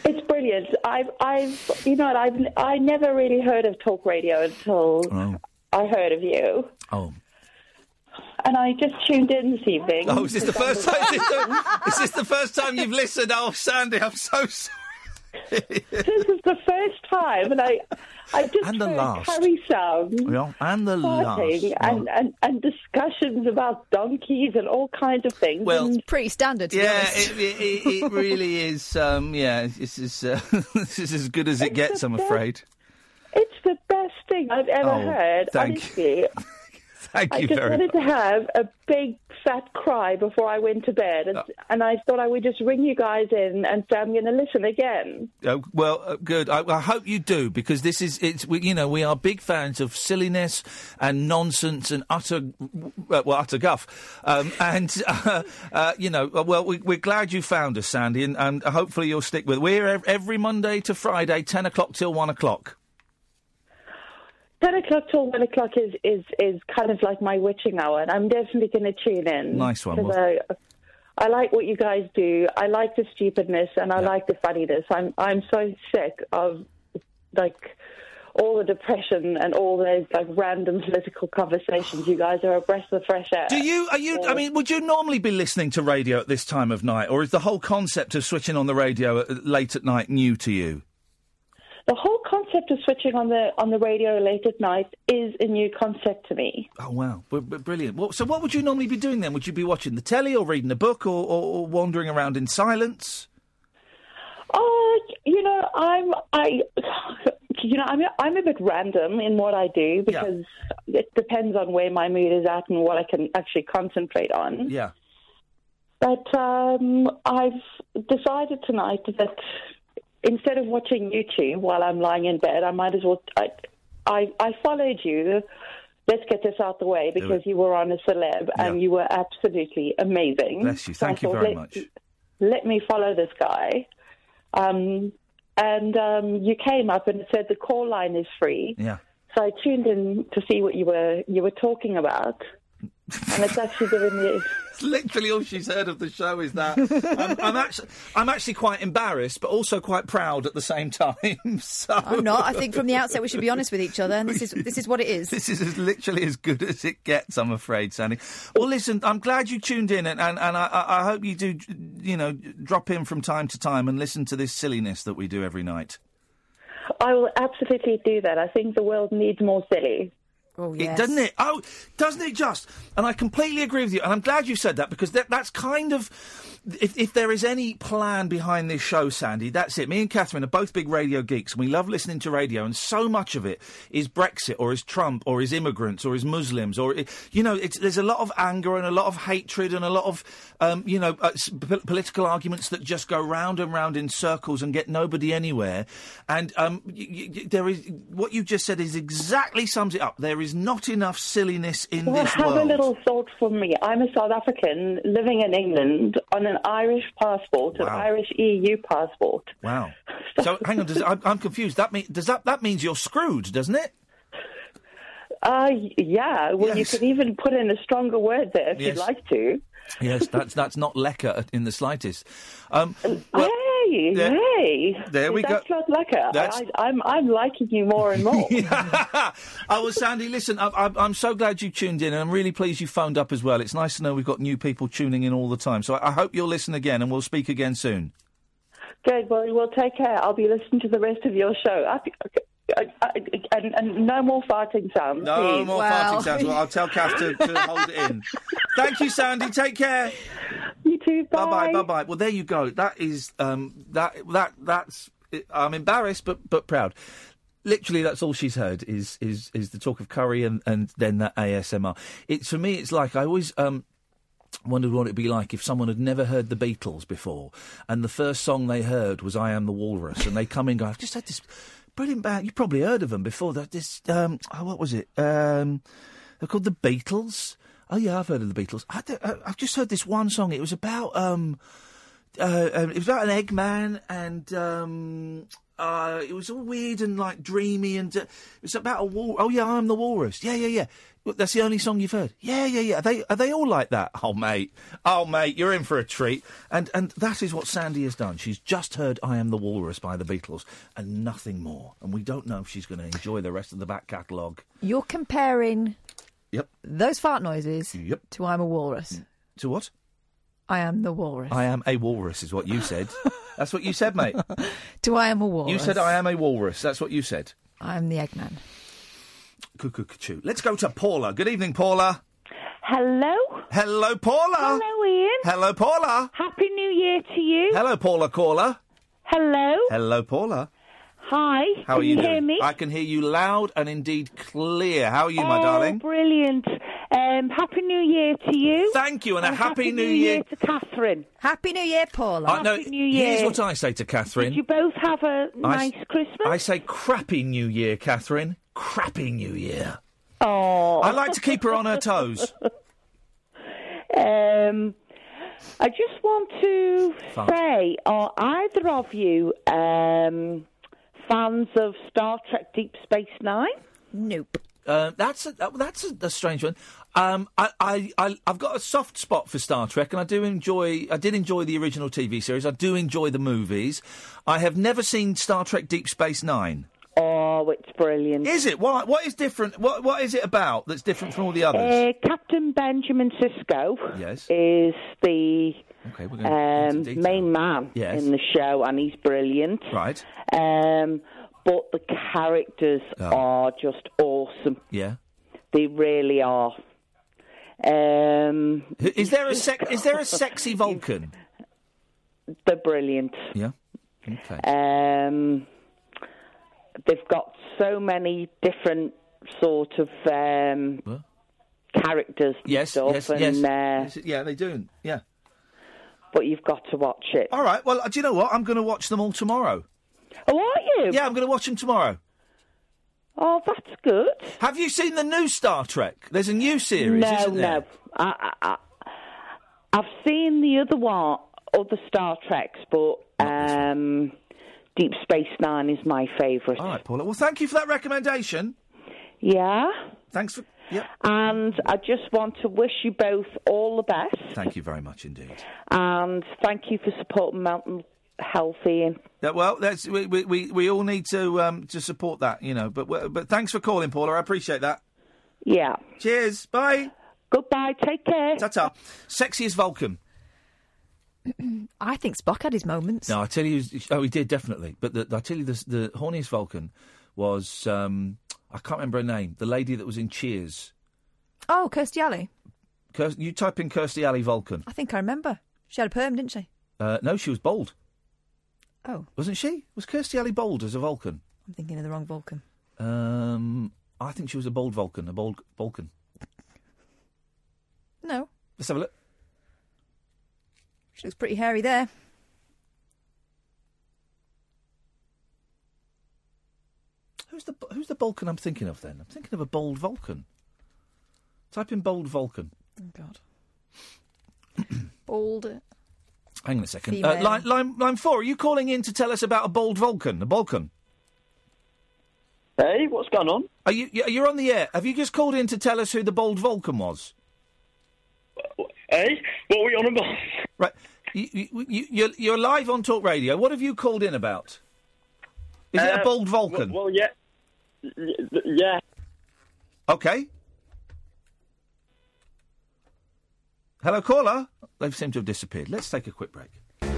It's brilliant. I've, I've, you know, what, I've, I never really heard of talk radio until
Oh.
I heard of you,
Oh.
and I just tuned in this evening.
Oh, is this the first time? Is this the, is this the first time you've listened? Oh, Sandy, I'm so sorry.
this is the first time, and I, I just
And the
heard
last.
curry sounds,
Yeah, and the
farting,
last.
and, and and discussions about donkeys and all kinds of things.
Well-
and
pretty standard.
Yeah, it, it, it, it really is. Um, yeah, this is uh, this is as good as it gets. I'm afraid.
It's the best thing I've ever
Oh,
heard.
thank
honestly.
Thank
I
you
just
very
wanted
much.
to have a big fat cry before I went to bed,
Uh.
and, and I thought I would just ring you guys in and say I'm going to listen again.
Uh, well, uh, good. I, I hope you do because this is it's. We, you know, we are big fans of silliness and nonsense and utter uh, well, utter guff. Um, and uh, uh, you know, uh, well, we, we're glad you found us, Sandy, and, and hopefully you'll stick with. We're ev- every Monday to Friday, ten o'clock till one o'clock.
Ten o'clock till one o'clock is, is, is kind of like my witching hour, and I'm definitely going to tune in.
Nice one,
'Cause I, I like what you guys do. I like the stupidness and I like the funniness. I'm I'm so sick of like all the depression and all those like random political conversations. You guys are a breath of fresh air.
Do you? Are you? I mean, would you normally be listening to radio at this time of night, or is the whole concept of switching on the radio at, late at night new to you?
The whole concept of switching on the on the radio late at night is a new concept to me.
Oh wow, Br- br- brilliant! What, so, what would you normally be doing then? Would you be watching the telly, or reading a book, or, or, or wandering around in silence?
Oh, you know, I'm I, you know, I'm a- I'm a bit random in what I do because it depends on where my mood is at and what I can actually concentrate on.
Yeah.
But um, I've decided tonight that instead of watching YouTube while I'm lying in bed, I might as well. I I, I followed you. Let's get this out the way because you were on a celeb and you were absolutely amazing.
Bless you.
So I
Thank you
thought,
very
let-
much.
let me follow this guy. Um, and um, you came up and said the call line is free.
Yeah.
So I tuned in to see what you were you were talking about, and it's actually given me.
It's literally all she's heard of the show is that. I'm, I'm actually, I'm actually quite embarrassed, but also quite proud at the same time. So
I'm not. I think from the outset we should be honest with each other, and this is this is what it is.
This is as literally as good as it gets, I'm afraid, Sandy. Well, listen, I'm glad you tuned in, and, and, and I, I I hope you do, you know, drop in from time to time and listen to this silliness that we do every night.
I will absolutely do that. I think the world needs more silly.
Oh,
It, doesn't it? Oh, doesn't it just? And I completely agree with you. And I'm glad you said that because that, that's kind of. If, if there is any plan behind this show, Sandy, that's it. Me and Catherine are both big radio geeks and we love listening to radio. And so much of it is Brexit or is Trump or is immigrants or is Muslims or, i- you know, it's, there's a lot of anger and a lot of hatred and a lot of, um, you know, uh, s- pol- political arguments that just go round and round in circles and get nobody anywhere. And um, y- y- y- there is what you just said is exactly sums it up. There is not enough silliness in
Well,
this
have
world.
a little thought for me. I'm a South African living in England on an Irish passport, an Irish EU passport.
Wow. So hang on, does, I'm, I'm confused. That mean, does that that means you're screwed, doesn't it?
Uh, y- yeah, well, you could even put in a stronger word there if
Yes.
you'd like to.
Yes, that's that's not lecker in the slightest. Um,
hey,
there-
hey.
there we
That's
go.
not lekker.
That's-
I, I'm, I'm liking you more and more.
oh, well, Sandy, listen, I, I, I'm so glad you tuned in, and I'm really pleased you phoned up as well. It's nice to know we've got new people tuning in all the time. So I, I hope you'll listen again, and we'll speak again soon.
Good. Well, well, take care. I'll be listening to the rest of your show. I, I, I, and, and no more farting sounds.
No
please.
more farting sounds. Well, I'll tell Kath to, to hold it in. Thank you, Sandy. Take care.
You too. Bye
bye. Bye bye. Well, there you go. That is um, that that that's. I'm embarrassed, but but proud. Literally, that's all she's heard is is is the talk of curry and and then that ASMR. It's for me. It's like I always um wondered what it'd be like if someone had never heard the Beatles before, and the first song they heard was "I Am the Walrus," and they come in, and go, "I've just had this brilliant band. You probably heard of them before. That this um, oh, what was it? Um, they're called the Beatles. Oh yeah, I've heard of the Beatles. I don't- I, I've just heard this one song. It was about um, uh, um, it was about an Eggman, and um, uh, it was all weird and like dreamy, and uh, it was about a wal. Oh yeah, I'm the Walrus. Yeah, yeah, yeah. Well, That's the only song you've heard. Yeah, yeah, yeah. Are they are they all like that? Oh mate, oh mate, you're in for a treat. And and that is what Sandy has done. She's just heard "I Am the Walrus" by the Beatles and nothing more. And we don't know if she's going to enjoy the rest of the back catalogue.
You're comparing
Yep.
those fart noises
Yep. Mm.
to I'm a walrus.
To what?
I am the walrus.
I am a walrus is what you said. That's what you said, mate.
to I am a walrus.
you said I am a walrus. That's what you said.
I am the Eggman.
Cuckoo, cuckoo. Let's go to Paula. Good evening, Paula.
Hello?
Hello, Paula.
Hello, Ian.
Hello, Paula.
Happy New Year to you.
Hello, Paula caller.
Hello.
Hello, Paula.
Hi.
How
can
are you,
hear
doing?
me?
I can hear you loud and indeed clear. How are you, my
Oh,
darling?
Brilliant. Um, happy New Year to you.
Thank you, and a happy New Year.
to Catherine.
Happy New Year, Paula.
I know-
happy New Year.
Here's what I say to Catherine.
Did you both have a
I s-
nice Christmas?
I say crappy New Year, Catherine. Crappy New Year.
Oh.
I like to keep her on her toes.
Um, I just want to
Fart.
say, are either of you um, fans of Star Trek Deep Space Nine?
Nope.
Uh, that's a, that- that's a, a strange one. Um, I, I, I, I've got a soft spot for Star Trek, and I do enjoy. I did enjoy the original TV series. I do enjoy the movies. I have never seen Star Trek: Deep Space Nine.
Oh, it's brilliant.
Is it? Why? What is different? What What is it about that's different from all the others?
Uh, Captain Benjamin Sisko
Yes.
is the
Okay, we're going
um,
to
main man
Yes.
in the show, and he's brilliant.
Right.
Um, but the characters
Oh.
are just awesome.
Yeah.
They really are. Um,
Is there a sec- Is there a sexy Vulcan?
They're brilliant.
Yeah. Okay.
Um, they've got so many different sort of um, characters. and
Yes.
stuff,
Yes.
and,
Yes.
uh,
Yes, Yeah, they do. Yeah.
But you've got to watch it.
All right. Well, uh, do you know what? I'm going to watch them all tomorrow.
Oh, are you?
Yeah, I'm going to watch them tomorrow.
Oh, that's good.
Have you seen the new Star Trek? There's a new series,
no, Uh,
isn't there?
no. I, I, I, I've seen the other one. other Star Treks, but um, Deep Space Nine is my favourite.
All right, Paula. Well, thank you for that recommendation.
Yeah.
Thanks for. Yep.
And I just want to wish you both all the best,
Thank you very much indeed.
and thank you for supporting Mountain Healthy. And
Yeah, well, that's, we, we, we, we all need to um, to support that, you know. But we- but thanks for calling, Paula. I appreciate that.
Yeah.
Cheers. Bye.
Goodbye. Take care.
Ta ta. Sexiest Vulcan.
I think Spock had his moments.
No, I tell you, oh, he did definitely. But the, I tell you, the, the horniest Vulcan was um, I can't remember her name. The lady that was in Cheers.
Oh, Kirstie Alley.
Kirst, you type in Kirsty Alley Vulcan.
I think I remember. She had a perm, didn't she?
Uh, no, she was bold,
Oh,
wasn't she? Was Kirsty Alley bold as a Vulcan?
I'm thinking of the wrong Vulcan.
Um, I think she was a bold Vulcan, a bold Vulcan.
No,
Let's have a look.
she looks pretty hairy there.
Who's the who's the Vulcan I'm thinking of then? I'm thinking of a bold Vulcan. Type in bold Vulcan.
Oh, God. Bald.
Hang on a second. Uh,
Female.
line, line, line four, are you calling in to tell us about a bold Vulcan, a Vulcan?
Hey, what's going on?
Are you you- you're on the air? Have you just called in to tell us who the bold Vulcan was?
Hey, what were you on about?
Right, you, you, you, you're, you're live on Talk Radio. What have you called in about? Is it a
Uh,
bold Vulcan?
Well, yeah. Y- y- Yeah.
Okay. Hello, caller. They seem to have disappeared. Let's take a quick break.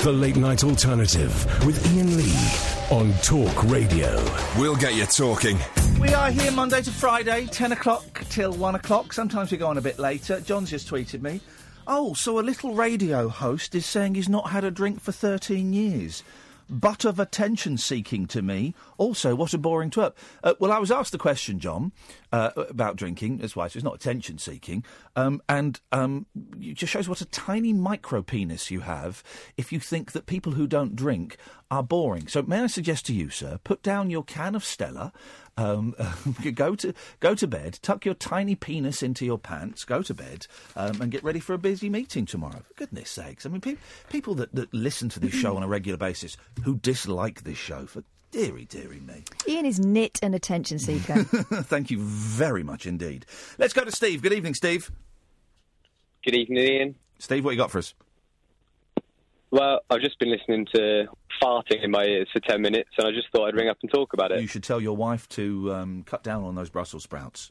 The Late Night Alternative with Ian Lee on Talk Radio.
We'll get you talking.
We are here Monday to Friday, 10 o'clock till 1 o'clock. Sometimes we go on a bit later. John's just tweeted me. Oh, so a little radio host is saying he's not had a drink for 13 years. Butt of attention seeking to me. Also, what a boring twerp. Uh, well, I was asked the question, John, uh, about drinking. That's why it's not attention seeking. Um, and um, it just shows what a tiny micro penis you have if you think that people who don't drink are boring. So, may I suggest to you, sir, put down your can of Stella um, go to go to bed, tuck your tiny penis into your pants, go to bed, um, and get ready for a busy meeting tomorrow. For goodness sakes! I mean, pe- people that, that listen to this show on a regular basis who dislike this show for dearie, dearie me.
Ian is knit and attention seeker.
Thank you very much indeed. Let's go to Steve. Good evening, Steve.
Good evening, Ian.
Steve, what you got for us?
Well, I've just been listening to farting in my ears for 10 minutes, and I just thought I'd ring up and talk about it.
You should tell your wife to um, cut down on those Brussels sprouts.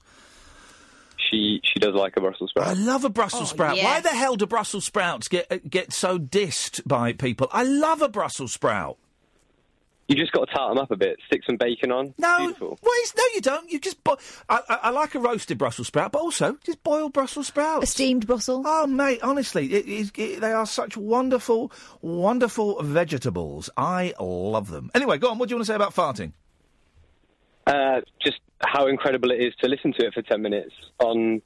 She she does like a Brussels sprout.
I love a Brussels sprout. Why the hell do Brussels sprouts get uh, get so dissed by people? I love a Brussels sprout.
You just got to tart them up a bit. Stick some bacon on.
No,
Beautiful.
well, it's- no, you don't. You just. Bo- I, I, I like a roasted Brussels sprout, but also just boiled Brussels sprouts,
steamed Brussels.
Oh, mate, honestly, it, it, it, they are such wonderful, wonderful vegetables. I love them. Anyway, go on. What do you want to say about farting?
Uh, just how incredible it is to listen to it for 10 minutes on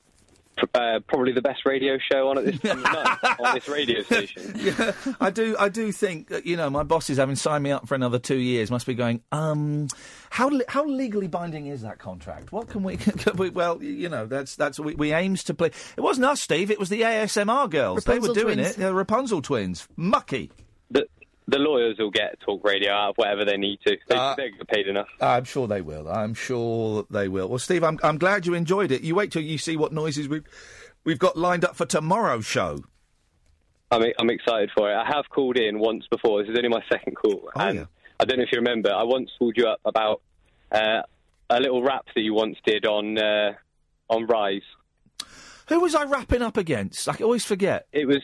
pr- uh, probably the best radio show on at this time of night, on this radio station.
yeah, I do. I do think that you know my boss is having signed me up for another two years. Must be going. Um, how le- how legally binding is that contract? What can we? Can we well, you know, that's that's we, we aims to play. It wasn't us, Steve. It was the ASMR girls.
Rapunzel
they were doing
twins.
it. The Rapunzel twins. Mucky.
The, the lawyers will get talk radio out of whatever they need to. They,
Uh,
they get paid enough.
I'm sure they will. I'm sure that they will. Well, Steve, I'm I'm glad you enjoyed it. You wait till you see what noises we've we've got lined up for tomorrow's show.
I'm, I'm excited for it. I have called in once before. This is only my second call.
Oh,
and I don't know if you remember. I once called you up about uh, a little rap that you once did on uh, on Rise.
Who was I wrapping up against? I always forget.
It was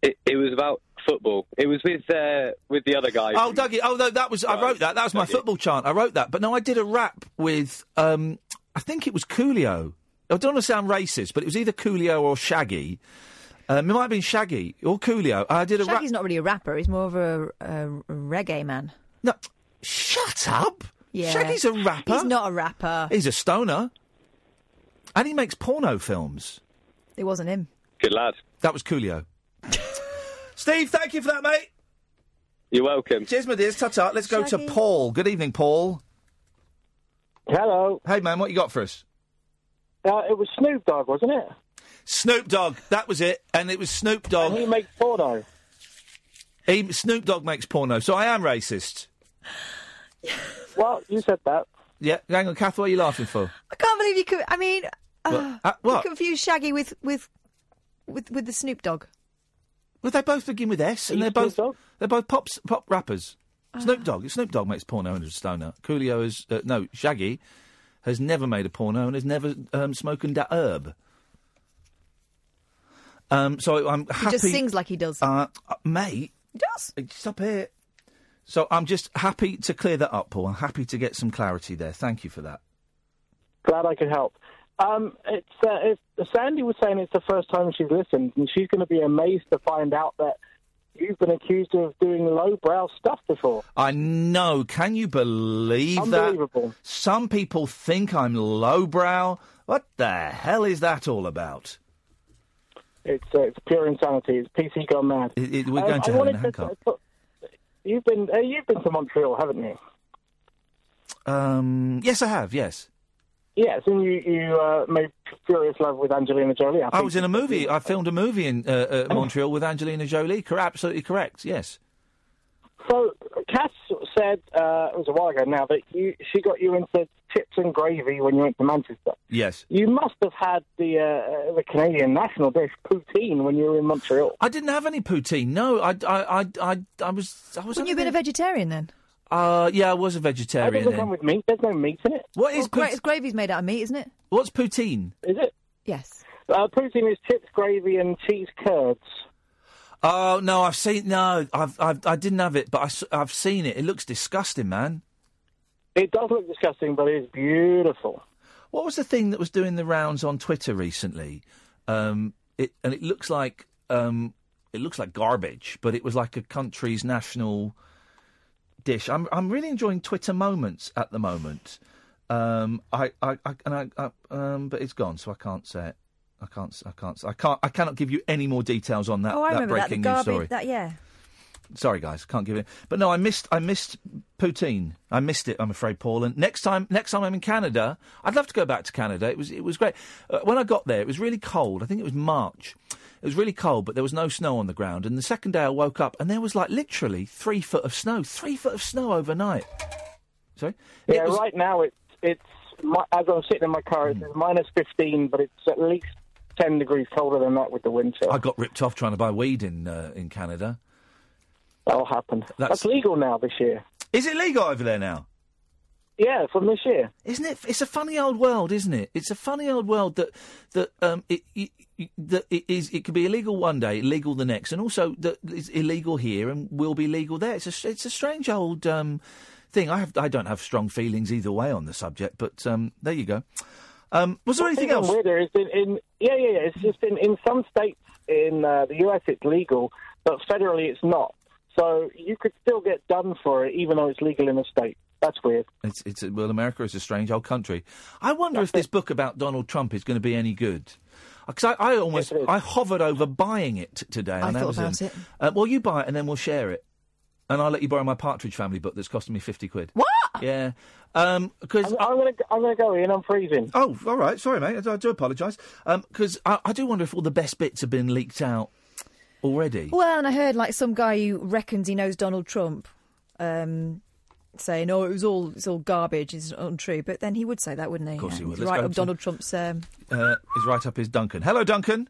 it, it was about football. It was with uh, with the other guy.
Oh, Dougie. Oh, no, that was I wrote that. That was my football chant. I wrote that, but no, I did a rap with. Um, I think it was Coolio. I don't want to sound racist, but it was either Coolio or Shaggy. Um, it might have been Shaggy or Coolio. I did a rap.
Shaggy's not really a rapper. He's more of a, a reggae man.
No, shut up.
Yeah.
Shaggy's a rapper.
He's not a rapper.
He's a stoner, and he makes porno films.
It wasn't him.
Good lad.
That was Coolio. Steve, thank you for that, mate.
You're welcome.
Cheers, my dears. Ta-ta. Let's go to Paul. Good evening, Paul.
Hello.
Hey, man. What you got for us?
Uh, it was Snoop Dogg, wasn't it?
Snoop Dogg. That was it. And it was Snoop Dogg.
And he makes porno.
He, Snoop Dogg makes porno, so I am racist.
Well, you said that.
Yeah, hang on, Kath, what are you laughing for?
I can't believe you could. I mean, uh,
Uh,
you
what?
confused Shaggy with with with with the Snoop Dogg.
Well, they both begin with S, and they're both they're both pops pop rappers.
Ah.
Snoop Dogg, Snoop Dogg makes porno and is a stoner. Coolio is uh, no Shaggy has never made a porno and has never um, smoked that herb. Um, so I'm
He
happy.
just sings like he does.
uh, uh, mate. uh,
Yes.
Stop it. So I'm just happy to clear that up, Paul. I'm happy to get some clarity there. Thank you for that.
Glad I could help. Um, it's, uh, it's Sandy was saying it's the first time she's listened, and she's going to be amazed to find out that you've been accused of doing lowbrow stuff before.
I know. Can you believe
Unbelievable.
that? Some people think I'm lowbrow. What the hell is that all about?
It's uh, it's pure insanity. It's PC gone mad. Um,
it- we're going to
I
hell in
wanted
a handcup.
to- You've been uh, you've been to Montreal, haven't you?
Um, yes, I have. Yes,
Yes, and you you uh, made furious love with Angelina Jolie.
I, was in a movie. I filmed a movie in uh,
Oh.
uh, Montreal with Angelina Jolie. Cor- absolutely correct. Yes.
So Cass said uh, it was a while ago now that you she got you into chips and gravy when you went to Manchester.
Yes.
You must have had the uh, uh, the Canadian national dish poutine when you were in Montreal.
I didn't have any poutine. No, I, I, I, I, I was. I was
Wouldn't you have been a vegetarian then?
Uh, yeah, I was a
That
vegetarian.
doesn't
then.
come with meat. There's no meat in it.
What is
Well, gra- gravy's made out of meat, isn't it?
What's poutine?
Is it?
Yes.
Uh, poutine is chips, gravy, and cheese curds.
Oh no, I've seen. No, I've, I've, I didn't have it, but I, s- I've seen it. It looks disgusting, man.
It does look disgusting, but it is beautiful.
What was the thing that was doing the rounds on Twitter recently? Um, it and it looks like um, it looks like garbage, but it was like a country's national dish. I'm I'm really enjoying Twitter moments at the moment. Um, I, I, I and I, I um, but it's gone, so I can't say it. I can't. s- I can't. s- I can't. I cannot give you any more details on that.
oh, I
that
remember that. The
breaking news
garbage.
story.
That yeah.
Sorry, guys, can't give it. But no, I missed. I missed poutine. I missed it. I'm afraid, Paul. And next time, next time I'm in Canada, I'd love to go back to Canada. It was it was great. Uh, when I got there, it was really cold. I think it was March. It was really cold, but there was no snow on the ground. And the second day, I woke up and there was like literally three foot of snow. Three foot of snow overnight. Sorry. It
Yeah,
was- Hmm.
right now it's it's mi as I'm sitting in my car, it's minus 15, but it's at least 10 degrees colder than that with the wind chill.
I got ripped off trying to buy weed in uh, in Canada.
That'll happen.
That's,
legal now this year.
Is it legal over there now?
Yeah, from this year.
Isn't it? It's a funny old world, isn't it? It's a funny old world that that um it, it, it- that it is it could be illegal one day, legal the next, and also that it's illegal here and will be legal there. It's a it's a strange old um thing. I have I don't have strong feelings either way on the subject, but um there you go. Um, was there
What's
anything
even
else?
Weirder is in, in yeah, yeah, yeah. It's just in, in some states in uh, the US it's legal, but federally it's not. So you could still get done for it, even though it's legal in a state. That's weird.
It's it's a, well, America is a strange old country. I wonder if this book about Donald Trump is going to be any good. Because I, I almost I hovered over buying it t- today
I
on
thought
Amazon.
about it.
Uh, well, you buy it and then we'll share it, and I'll let you borrow my Partridge Family book that's costing me fifty quid. What? Yeah. Um, because I'm,
gonna I'm gonna go in. I'm freezing.
Oh, all right. Sorry, mate. I, I do apologise. Um, because I, I do wonder if all the best bits have been leaked out already.
Well, and I heard like some guy who reckons he knows Donald Trump um, saying, "Oh, it was all it's all garbage, it's untrue." But then he would say that, wouldn't he? Of
course he would. Let's
Right
go
up
to-
Donald Trump's. Um,
Uh, is right up is Duncan. Hello, Duncan.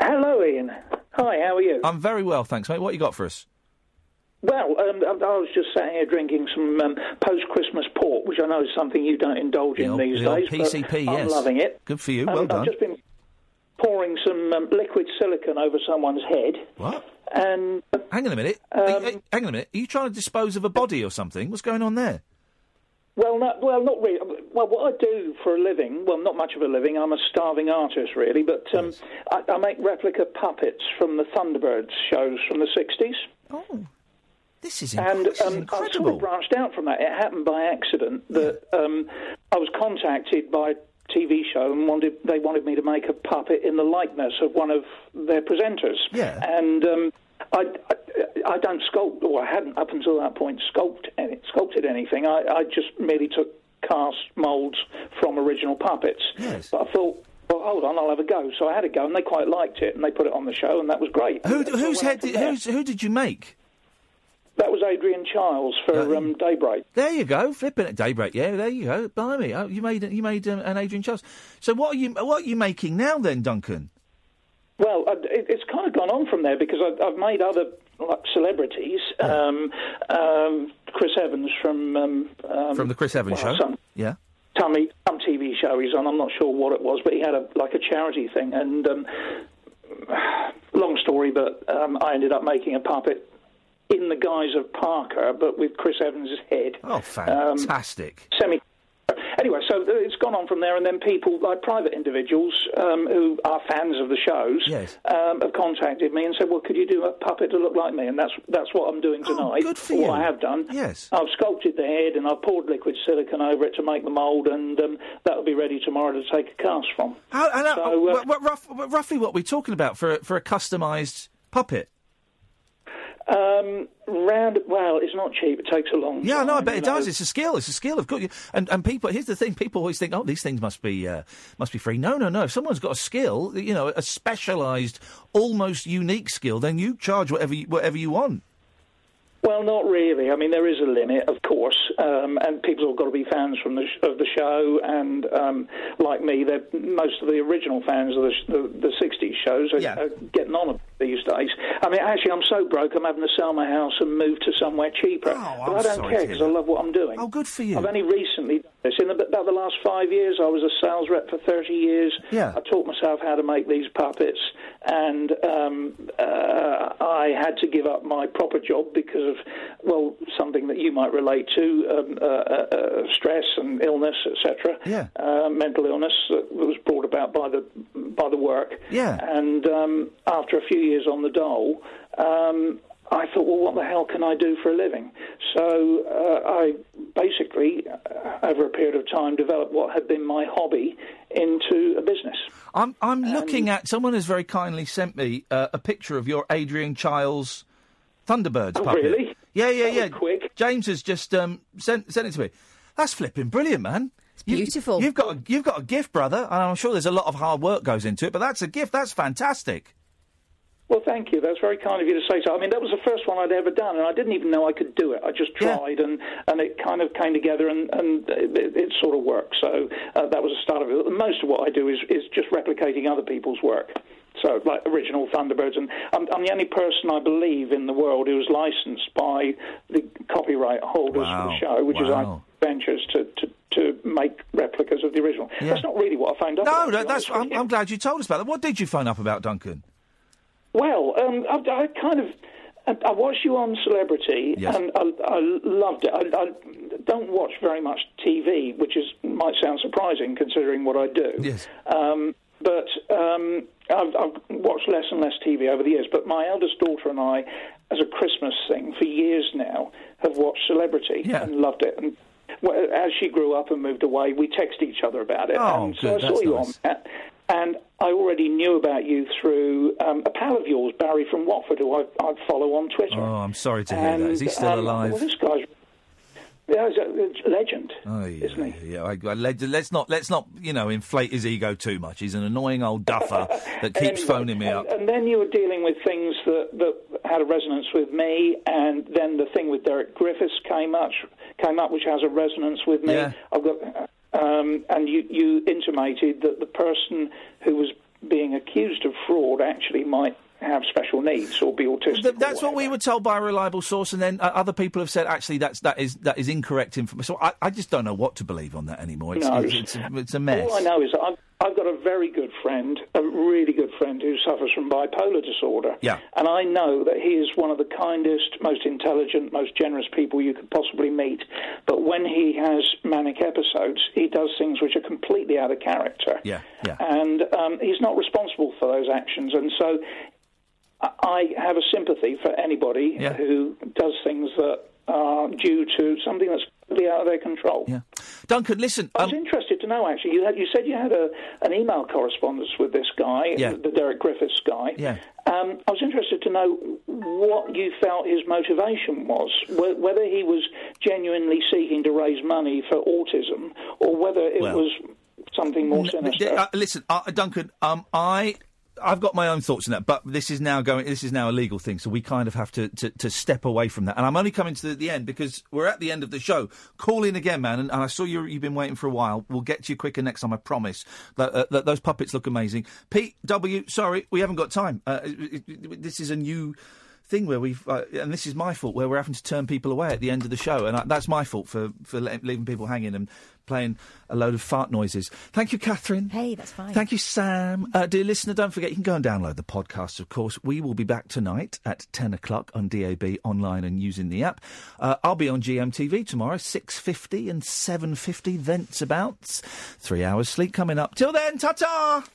Hello, Ian. Hi, how are you?
I'm very well, thanks, mate. What you got for us?
Well, um, I I was just sat here drinking some um, post-Christmas port, which I know is something you don't indulge in
old-
these
the old
days. but
PCP,
I'm
yes.
loving it.
Good for you.
Um,
Well
I've
done.
just been pouring some um, liquid silicon over someone's head,
What?
and
Hang on a minute. Are you-
Um,
hey, hang on a minute. Are you trying to dispose of a body or something? What's going on there?
Well, not well, not really. Well, what I do for a living, well, not much of a living. I'm a starving artist, really, but um, I, I make replica puppets from the Thunderbirds shows from the '60s.
Oh, this is
and um, I sort of branched out from that. It happened by accident that um, I was contacted by a TV show and wanted they wanted me to make a puppet in the likeness of one of their presenters.
Yeah.
and. Um, I, I, I don't sculpt, or I hadn't up until that point sculpt any, sculpted anything. I, I just merely took cast molds from original puppets. But I thought well, hold on, I'll have a go. So I had a go, and they quite liked it, and they put it on the show, and that was great.
Who, whose head? Did, who's, who did you make? Uh,
That was Adrian Childs for um, Daybreak.
There you go, flipping at daybreak. Yeah, there you go. Blimey, oh, you made you made um, an Adrian Charles. So what are you what are you making now then, Duncan?
Well, I- it, it's kind of gone on from there because I've, I've made other like, celebrities. Um, um, Chris Evans from um, um,
From the Chris Evans
well,
show.
Some,
Yeah.
some, some TV show he's on. I'm not sure what it was, but he had a like a charity thing. And um, long story, but um, I ended up making a puppet in the guise of Parker, but with Chris Evans's head.
Oh, fantastic.
semi. Anyway, so th- it's gone on from there, and then people, like private individuals um, who are fans of the shows,
Yes.
um, have contacted me and said, "Well, could you do a puppet to look like me?" And that's that's what I'm doing tonight.
Oh, good for
or
you.
What I have done.
Yes.
I've sculpted the head and I've poured liquid silicone over it to make the mould, and um, that'll be ready tomorrow to take a cast from.
How, and, uh,
So, uh,
what, what, rough, what- roughly what we're talking about for a- for a customised puppet?
Um, round well, it's not cheap. It takes a long.
Yeah, no, I
time,
bet
you
it
know.
does. It's a skill. It's a skill. Of course, You- and and people. Here's the thing: people always think, oh, these things must be uh, must be free. No, no, no. If someone's got a skill, you know, a specialised, almost unique skill, then you charge whatever you, whatever you want.
Well, not really. I mean, there is a limit, of course, um, and people have got to be fans from the sh- of the show. And um, like me, they're most of the original fans of the, sh- the, the '60s shows are, are getting on these days. I mean, actually, I'm so broke, I'm having to sell my house and move to somewhere cheaper. but
Oh, I'm
I don't
sorry
care
to hear
because I love what I'm doing.
Oh, good for you.
I've only recently done this. In about the last five years, I was a sales rep for 30 years.
Yeah.
I taught myself how to make these puppets, and um, uh, I had to give up my proper job because of, well, something that you might relate to um, uh, uh, uh, stress and illness, etc.
Yeah.
Uh, mental illness that was brought about by the by the work.
Yeah.
And um, after a few years on the dole, um, I thought, well, what the hell can I do for a living? So uh, I basically, uh, over a period of time, developed what had been my hobby into a business.
I'm I'm
Um,
looking at someone has very kindly sent me uh, a picture of your Adrian Childs Thunderbird
Oh,
puppet.
really?
Yeah, yeah, yeah. Quick. James has just um, sent sent it to me. That's flipping brilliant, man. It's beautiful. You, have got a, you've got a gift, brother, and I'm sure there's a lot of hard work goes into it. But that's a gift. That's fantastic.
Well, thank you. That's very kind of you to say so. I mean, that was the first one I'd ever done, and I didn't even know I could do it. I just tried, and, and it kind of came together, and, and it, it sort of worked. So uh, that was the start of it. Most of what I do is, is just replicating other people's work. So, like original Thunderbirds, and I'm, I'm the only person I believe in the world who's licensed by the copyright holders for the show, which
Wow.
is I Ventures, to, to, to make replicas of the original. That's not really what I found out.
No, no, that's. I'm, I'm glad you told us about that. What did you phone up about, Duncan?
Well, um, I, I kind of. I- I watched you on Celebrity,
Yes.
and I, I loved it. I, I don't watch very much TV, which is might sound surprising considering what I do.
Yes.
Um, but um, I've, I've watched less and less TV over the years. But my eldest daughter and I, as a Christmas thing for years now, have watched Celebrity
Yeah.
and loved it. And well, as she grew up and moved away, we text each other about it.
Oh,
and
good,
so I saw
that's
you on
nice.
that. And I already knew about you through um, a pal of yours, Barry from Watford, who I, I follow on Twitter.
Oh, I'm sorry to hear
and,
that. Is he still
um,
alive?
Well, this guy's yeah, he's a, a legend.
Oh, yeah, yeah. I, I, let, us not let's not you know inflate his ego too much. He's an annoying old duffer that keeps
Anyway,
phoning me up.
And then you were dealing with things that, that had a resonance with me, and then the thing with Derek Griffiths came up, came up which has a resonance with me.
Yeah.
I've got, um, and you, you intimated that the person who was being accused of fraud actually might have special needs or be autistic.
Th- that's what we were told by a reliable source, and then uh, other people have said actually that's that is that is incorrect information. So I, I just don't know what to believe on that anymore. It's
No.
it's, it's, a, it's a mess.
All I know is that I've, I've got a very good friend, a really good friend who suffers from bipolar disorder.
Yeah.
And I know that he is one of the kindest, most intelligent, most generous people you could possibly meet. But when he has manic episodes, he does things which are completely out of character.
Yeah, yeah.
And um, he's not responsible for those actions. And so I I have a sympathy for anybody
Yeah.
who does things that are due to something that's completely out of their control.
Duncan, listen. um,
I was interested to know actually. You had you said you had a, an email correspondence with this guy,
Yeah.
the Derek Griffiths guy.
Yeah.
Um, I was interested to know what you felt his motivation was, wh- whether he was genuinely seeking to raise money for autism, or whether it
Well.
was something more
N-
sinister.
uh, listen, uh, Duncan, um, I. I've got my own thoughts on that, but this is now going. This is now a legal thing, so we kind of have to, to, to step away from that. And I'm only coming to the, the end because we're at the end of the show. Call in again, man. And, and I saw you. You've been waiting for a while. We'll get to you quicker next time. I promise. That, uh, that those puppets look amazing. Pete W. Sorry, we haven't got time. Uh, it- it- this is a new thing where we've, uh, and this is my fault, where we're having to turn people away at the end of the show, and I, that's my fault for for le- leaving people hanging and playing a load of fart noises. Thank you, Catherine.
Hey, that's fine.
Thank you, Sam. Uh, dear listener, don't forget you can go and download the podcast, of course. We will be back tonight at 10 o'clock on DAB online and using the app. Uh, I'll be on GMTV tomorrow, 6.50 and 7.50, thence about. Three hours sleep coming up. Till then, ta-ta!